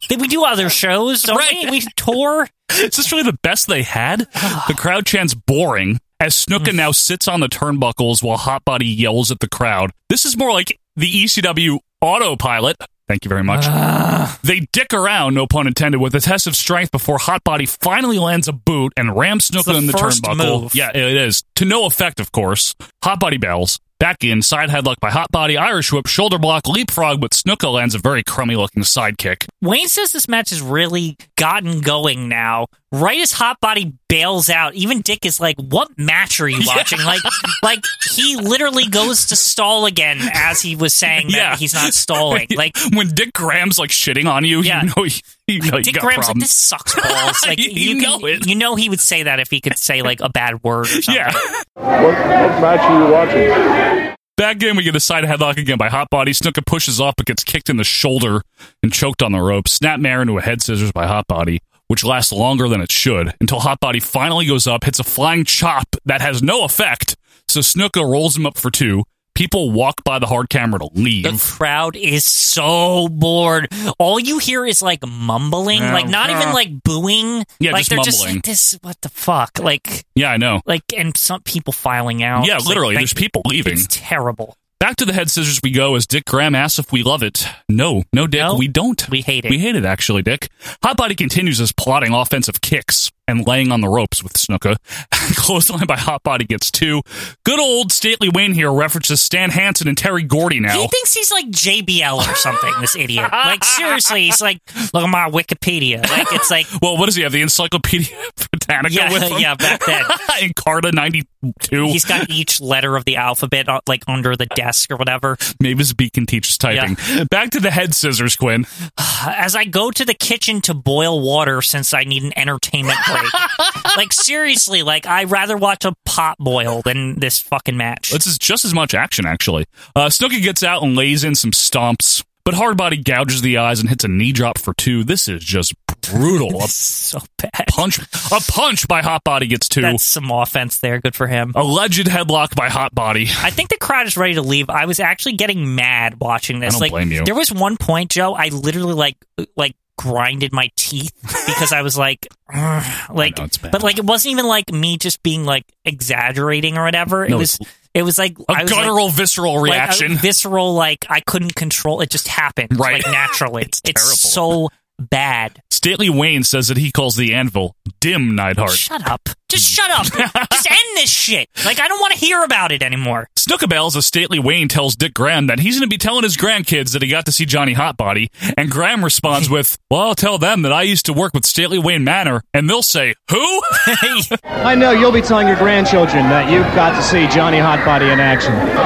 Speaker 3: Did we do other shows? Don't we? We tour.
Speaker 2: Is this really the best they had? The crowd chants boring as Snuka now sits on the turnbuckles while Hotbody yells at the crowd. This is more like the ECW autopilot. Thank you very much.
Speaker 3: Ah.
Speaker 2: They dick around, no pun intended, with a test of strength before Hotbody finally lands a boot and rams Snuka
Speaker 3: the
Speaker 2: in the
Speaker 3: first
Speaker 2: turnbuckle.
Speaker 3: move.
Speaker 2: Yeah, it is. To no effect, of course. Hotbody bells. Back in, side headlock by Hotbody, Irish whip, shoulder block, leapfrog, but Snuka lands a very crummy looking sidekick.
Speaker 3: Wayne says this match has really gotten going now. Right as Hot Body bails out, even Dick is like, "What
Speaker 2: [laughs]
Speaker 3: match are you watching?" Like, like he literally goes to stall again as he was saying
Speaker 2: [laughs]
Speaker 3: that
Speaker 2: Yeah.
Speaker 3: he's not stalling. Like,
Speaker 2: When Dick Graham's like shitting on you,
Speaker 3: Yeah.
Speaker 2: you know, you, you know you
Speaker 3: Dick
Speaker 2: got
Speaker 3: Graham's like,
Speaker 2: problems.
Speaker 3: this
Speaker 2: [laughs]
Speaker 3: sucks balls. Like
Speaker 2: You-
Speaker 3: you,
Speaker 2: you
Speaker 3: can-
Speaker 2: know it.
Speaker 3: You know he would say that if he could say like a bad word. Or something.
Speaker 2: Yeah. [laughs]
Speaker 9: What, what match are you watching?
Speaker 2: Back in, we get a side headlock again by Hot Body. Snuka pushes off but gets kicked in the shoulder and choked on the rope. Snap Mare into a head scissors by Hot Body, which lasts longer than it should until Hot Body finally goes up, hits a flying chop that has no effect. So Snuka rolls him up for two. People walk by the hard camera to leave.
Speaker 3: The crowd is so bored. All you hear is like mumbling,
Speaker 2: Yeah.
Speaker 3: like not even
Speaker 2: Yeah.
Speaker 3: like booing.
Speaker 2: uh, Yeah,
Speaker 3: like
Speaker 2: just
Speaker 3: they're just
Speaker 2: mumbling.
Speaker 3: like this. What the fuck? Like,
Speaker 2: yeah, I know.
Speaker 3: like, and some people filing out.
Speaker 2: Yeah,
Speaker 3: It's like,
Speaker 2: literally.
Speaker 3: thank-
Speaker 2: There's people leaving.
Speaker 3: It's terrible.
Speaker 2: Back to the head scissors we go as Dick Graham asks if we love it. No, no, Dick, we don't.
Speaker 3: We hate it.
Speaker 2: We hate it, actually, Dick. Hotbody continues his plotting offensive kicks and laying on the ropes with Snuka. [laughs] Clothesline by Hotbody gets two. Good old Stately Wayne here references Stan Hansen and Terry Gordy now.
Speaker 3: He thinks he's like JBL or something. this idiot. Like seriously, he's like, look at my Wikipedia. Like it's like.
Speaker 2: well, what does he have? The Encyclopedia [laughs] Britannica
Speaker 3: Yeah,
Speaker 2: with him?
Speaker 3: yeah, back
Speaker 2: [laughs]
Speaker 3: then.
Speaker 2: Encarta 92.
Speaker 3: He's got each letter of the alphabet uh, like under the desk or whatever.
Speaker 2: Mavis Beacon teaches typing. Back to the head scissors, Quinn.
Speaker 3: Uh, as I go to the kitchen to boil water since I need an entertainment break. like seriously, like I'd rather watch a pot boil than this fucking match.
Speaker 2: This is just as much action, actually. Uh, Snooki gets out and lays in some stomps, but Hardbody gouges the eyes and hits a knee drop for two. This is just brutal.
Speaker 3: [laughs]
Speaker 2: a
Speaker 3: so bad.
Speaker 2: punch, a punch by Hotbody gets two.
Speaker 3: That's some offense there. Good for him.
Speaker 2: Alleged headlock by Hotbody.
Speaker 3: I think the crowd is ready to leave. I was actually getting mad watching this.
Speaker 2: I don't
Speaker 3: like,
Speaker 2: blame you.
Speaker 3: There was one point, Joe. I literally like like grinded my teeth because I was like,
Speaker 2: [laughs]
Speaker 3: "Ugh," like,
Speaker 2: know, it's bad.
Speaker 3: but like it wasn't even like me just being like exaggerating or whatever.
Speaker 2: No,
Speaker 3: it was.
Speaker 2: it's-
Speaker 3: It was like
Speaker 2: A
Speaker 3: I was, like-
Speaker 2: guttural, visceral
Speaker 3: like, a
Speaker 2: reaction.
Speaker 3: [laughs] visceral, like I couldn't control it. Just happened,
Speaker 2: Right. [laughs]
Speaker 3: Like naturally, it's,
Speaker 2: terrible.
Speaker 3: so bad.
Speaker 2: Stately Wayne says that he calls the anvil dim Neidhart.
Speaker 3: Shut up!
Speaker 2: [laughs]
Speaker 3: Just shut up! just end this shit. Like I don't want to hear about it anymore.
Speaker 2: Snookabells, as Stately Wayne tells Dick Graham that he's going to be telling his grandkids that he got to see Johnny Hotbody, and Graham
Speaker 3: [laughs]
Speaker 2: responds with, "Well, I'll tell them that I used to work with Stately Wayne Manor," and they'll say, "Who?"
Speaker 3: [laughs]
Speaker 2: [laughs]
Speaker 22: I know you'll be telling your grandchildren that you've got to see Johnny Hotbody in action.
Speaker 21: And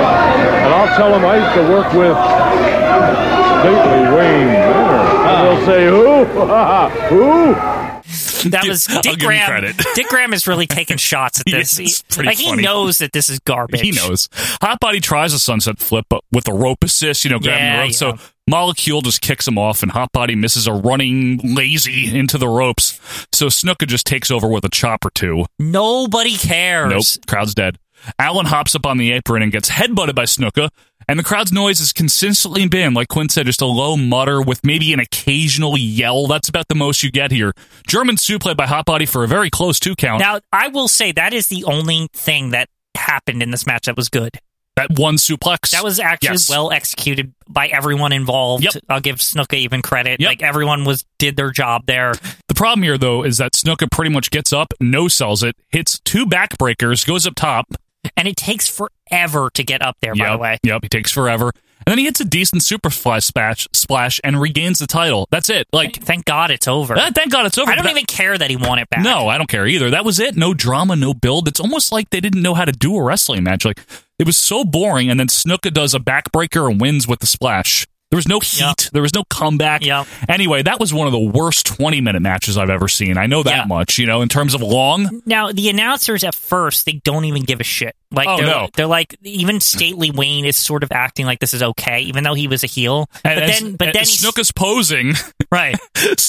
Speaker 21: I'll tell them I used to work with Stately Wayne Manor. And they'll say, who? who?
Speaker 2: [laughs]
Speaker 3: That was
Speaker 2: I'll
Speaker 3: Dick
Speaker 2: give you
Speaker 3: Graham.
Speaker 2: credit.
Speaker 3: [laughs] Dick Graham is really
Speaker 2: [laughs]
Speaker 3: taking shots at this.
Speaker 2: Yeah, it's
Speaker 3: He-
Speaker 2: pretty
Speaker 3: like
Speaker 2: funny.
Speaker 3: he knows that this is garbage.
Speaker 2: He knows. Hotbody tries a sunset flip, but with a rope assist, you know, grabbing
Speaker 3: Yeah,
Speaker 2: the rope. So
Speaker 3: yeah.
Speaker 2: Molecule just kicks him off, and Hotbody misses a running lazy into the ropes. So Snooka just takes over with a chop or two.
Speaker 3: Nobody
Speaker 2: Nope,
Speaker 3: cares.
Speaker 2: crowd's dead. Allen hops up on the apron and gets headbutted by Snooka, and the crowd's noise has consistently been, like Quinn said, just a low mutter with maybe an occasional yell. That's about the most you get here. German suplex by Hotbody for a very close two count.
Speaker 3: Now I will say that is the only thing that happened in this match that was good.
Speaker 2: that one suplex.
Speaker 3: That was actually
Speaker 2: Yes.
Speaker 3: well executed by everyone involved.
Speaker 2: Yep.
Speaker 3: I'll give Snuka even credit.
Speaker 2: Yep.
Speaker 3: Like everyone was did their job there.
Speaker 2: The problem here, though, is that Snuka pretty much gets up, no sells it, hits two backbreakers, goes up top.
Speaker 3: And it takes forever to get up there, Oh, by
Speaker 2: yep,
Speaker 3: the way.
Speaker 2: Yep, he takes forever. And then he hits a decent superfly splash, splash and regains the title. That's it. Like,
Speaker 3: thank God it's over.
Speaker 2: Ah, thank God it's over.
Speaker 3: I don't
Speaker 2: but
Speaker 3: even care that he won it back.
Speaker 2: No, I don't care either. That was it. No drama, no build. It's almost like they didn't know how to do a wrestling match. Like it was so boring. And then Snuka does a backbreaker and wins with the splash. There was no heat. There was no comeback.
Speaker 3: Yep.
Speaker 2: Anyway, that was one of the worst twenty minute matches I've ever seen. I know that
Speaker 3: Yeah.
Speaker 2: much. You know, in terms of long.
Speaker 3: Now the announcers at first they don't even give a shit. Like
Speaker 2: Oh,
Speaker 3: they're,
Speaker 2: no.
Speaker 3: they're like even Stately Wayne is sort of acting like this is okay, even though he was a heel.
Speaker 2: And
Speaker 3: but
Speaker 2: as-
Speaker 3: then, but
Speaker 2: as
Speaker 3: then he's
Speaker 2: Snuka's posing. [laughs]
Speaker 3: right.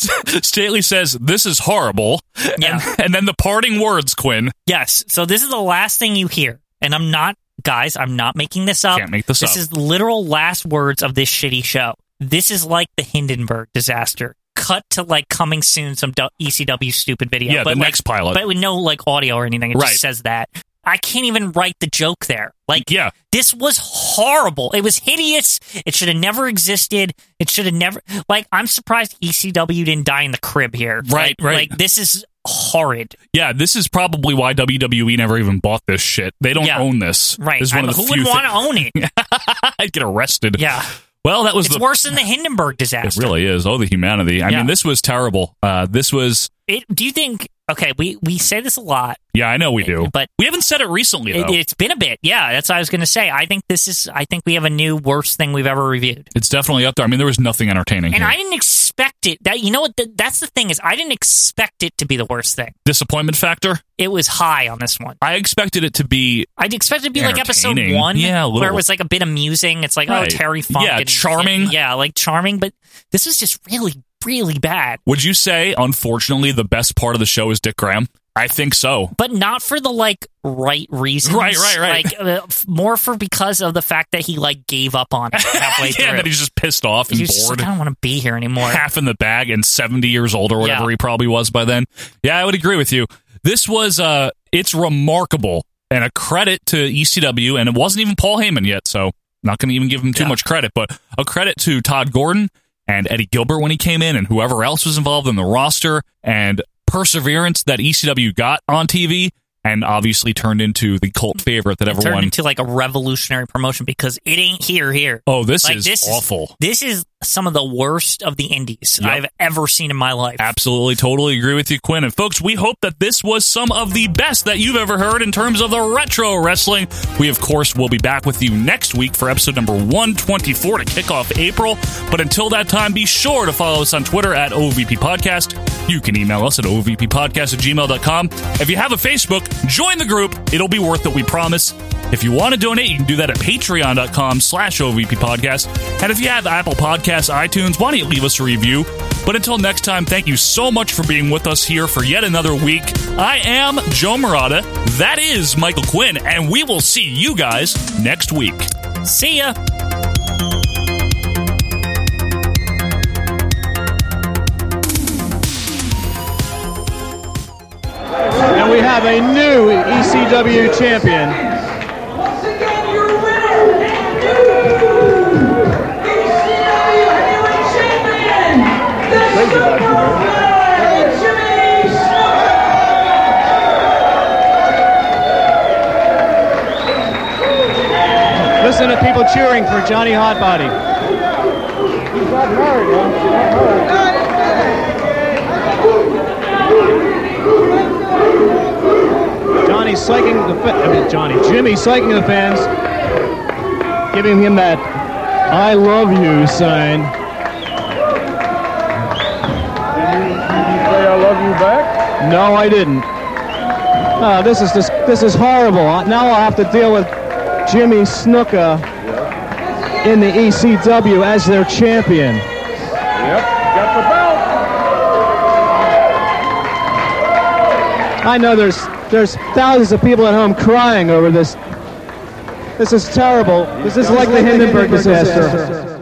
Speaker 2: Stately says, "This is horrible."
Speaker 3: Yeah.
Speaker 2: And, and then the parting words, Quinn.
Speaker 3: Yes. So this is the last thing you hear, and I'm not, guys. I'm not making this up.
Speaker 2: Can't make this up.
Speaker 3: This is literal last words of this shitty show. This is like the Hindenburg disaster. Cut to like coming soon, some du- ECW stupid video.
Speaker 2: Yeah, the
Speaker 3: like,
Speaker 2: next pilot.
Speaker 3: but with no like audio or anything. It
Speaker 2: Right.
Speaker 3: just says that. I can't even write the joke there. Like,
Speaker 2: Yeah.
Speaker 3: this was horrible. It was hideous. It should have never existed. It should have never. Like, I'm surprised ECW didn't die in the crib here.
Speaker 2: Right,
Speaker 3: Like-
Speaker 2: right.
Speaker 3: Like, this is horrid.
Speaker 2: Yeah, this is probably why WWE never even bought this shit. They don't
Speaker 3: Yeah.
Speaker 2: own this.
Speaker 3: Right.
Speaker 2: This is one
Speaker 3: I-
Speaker 2: of the
Speaker 3: who would want to own it?
Speaker 2: to? [laughs] I'd get arrested.
Speaker 3: Yeah.
Speaker 2: Well, that was
Speaker 3: It's
Speaker 2: the.
Speaker 3: worse than the Hindenburg
Speaker 2: It
Speaker 3: disaster.
Speaker 2: really is. Oh, the humanity. I
Speaker 3: Yeah.
Speaker 2: mean, this was terrible. Uh, this was.
Speaker 3: It, do you think? Okay, we we say this a lot,
Speaker 2: Yeah, I know we do,
Speaker 3: but
Speaker 2: we haven't said it recently
Speaker 3: it,
Speaker 2: though.
Speaker 3: it's been a bit. Yeah, that's what I was going to say. I think this is. I think we have a new worst thing we've ever reviewed.
Speaker 2: it's definitely up there. I mean, there was nothing entertaining.
Speaker 3: And
Speaker 2: here.
Speaker 3: I didn't expect it. That you know what? Th- that's the thing is, I didn't expect it to be the worst thing.
Speaker 2: disappointment factor.
Speaker 3: It was high on this one.
Speaker 2: I expected it to be
Speaker 3: I would expect it to be like episode
Speaker 2: Entertaining.
Speaker 3: one,
Speaker 2: Yeah, a little.
Speaker 3: where it was like a bit amusing. It's like oh,
Speaker 2: Right.
Speaker 3: Terry Funk,
Speaker 2: Yeah,
Speaker 3: and-
Speaker 2: charming.
Speaker 3: yeah, like charming. But this was just really, really bad.
Speaker 2: Would you say, unfortunately, the best part of the show is Dick Graham? I think so.
Speaker 3: but not for the like right reasons.
Speaker 2: Right, right, right.
Speaker 3: Like uh, f- more for because of the fact that he like gave up on it
Speaker 2: [laughs]
Speaker 3: halfway
Speaker 2: yeah,
Speaker 3: through.
Speaker 2: that he's just pissed off and
Speaker 3: He was just
Speaker 2: bored.
Speaker 3: like, I don't want to be here anymore.
Speaker 2: half in the bag and 70 years old or whatever
Speaker 3: Yeah.
Speaker 2: he probably was by then. Yeah, I would agree with you. This was uh it's remarkable and a credit to ECW and it wasn't even Paul Heyman yet, so not going to even give him too much credit, but a credit to Todd Gordon and Eddie Gilbert when he came in and whoever else was involved in the roster and perseverance that ECW got on TV and obviously turned into the cult favorite that
Speaker 3: It turned
Speaker 2: everyone
Speaker 3: into like a revolutionary promotion because it ain't here here.
Speaker 2: Oh, this
Speaker 3: Like,
Speaker 2: is
Speaker 3: this is-
Speaker 2: awful.
Speaker 3: This is some of the worst of the indies
Speaker 2: Yep.
Speaker 3: I've ever seen in my life.
Speaker 2: Absolutely, totally agree with you, Quinn. And folks, we hope that this was some of the best that you've ever heard in terms of the retro wrestling. We, of course, will be back with you next week for episode number 124 to kick off April. But until that time, be sure to follow us on Twitter at OVP Podcast. You can email us at OVPpodcast at gmail.com. If you have a Facebook, join the group. It'll be worth it, we promise. If you want to donate, you can do that at patreon.com slash OVP Podcast. And if you have Apple Podcasts, iTunes, why don't you leave us a review? But until next time, thank you so much for being with us here for yet another week. I am Joe Murata. That is Michael Quinn, and we will see you guys next week.
Speaker 3: See ya.
Speaker 22: And we have a new ECW champion.
Speaker 9: Thank you, Dr. Murray.
Speaker 22: Listen to people cheering for Johnny Hotbody. Johnny psyching the fa- I mean, Johnny Jimmy psyching the fans, giving him that "I love you" sign.
Speaker 9: Say I love you back.
Speaker 22: No, I didn't. Ah, this is dis- this is horrible. I- Now I'll have to deal with Jimmy Snuka in the ECW as their champion.
Speaker 9: Yep, got the belt.
Speaker 22: I know there's there's thousands of people at home crying over this. This is terrible. This is like the Hindenburg disaster.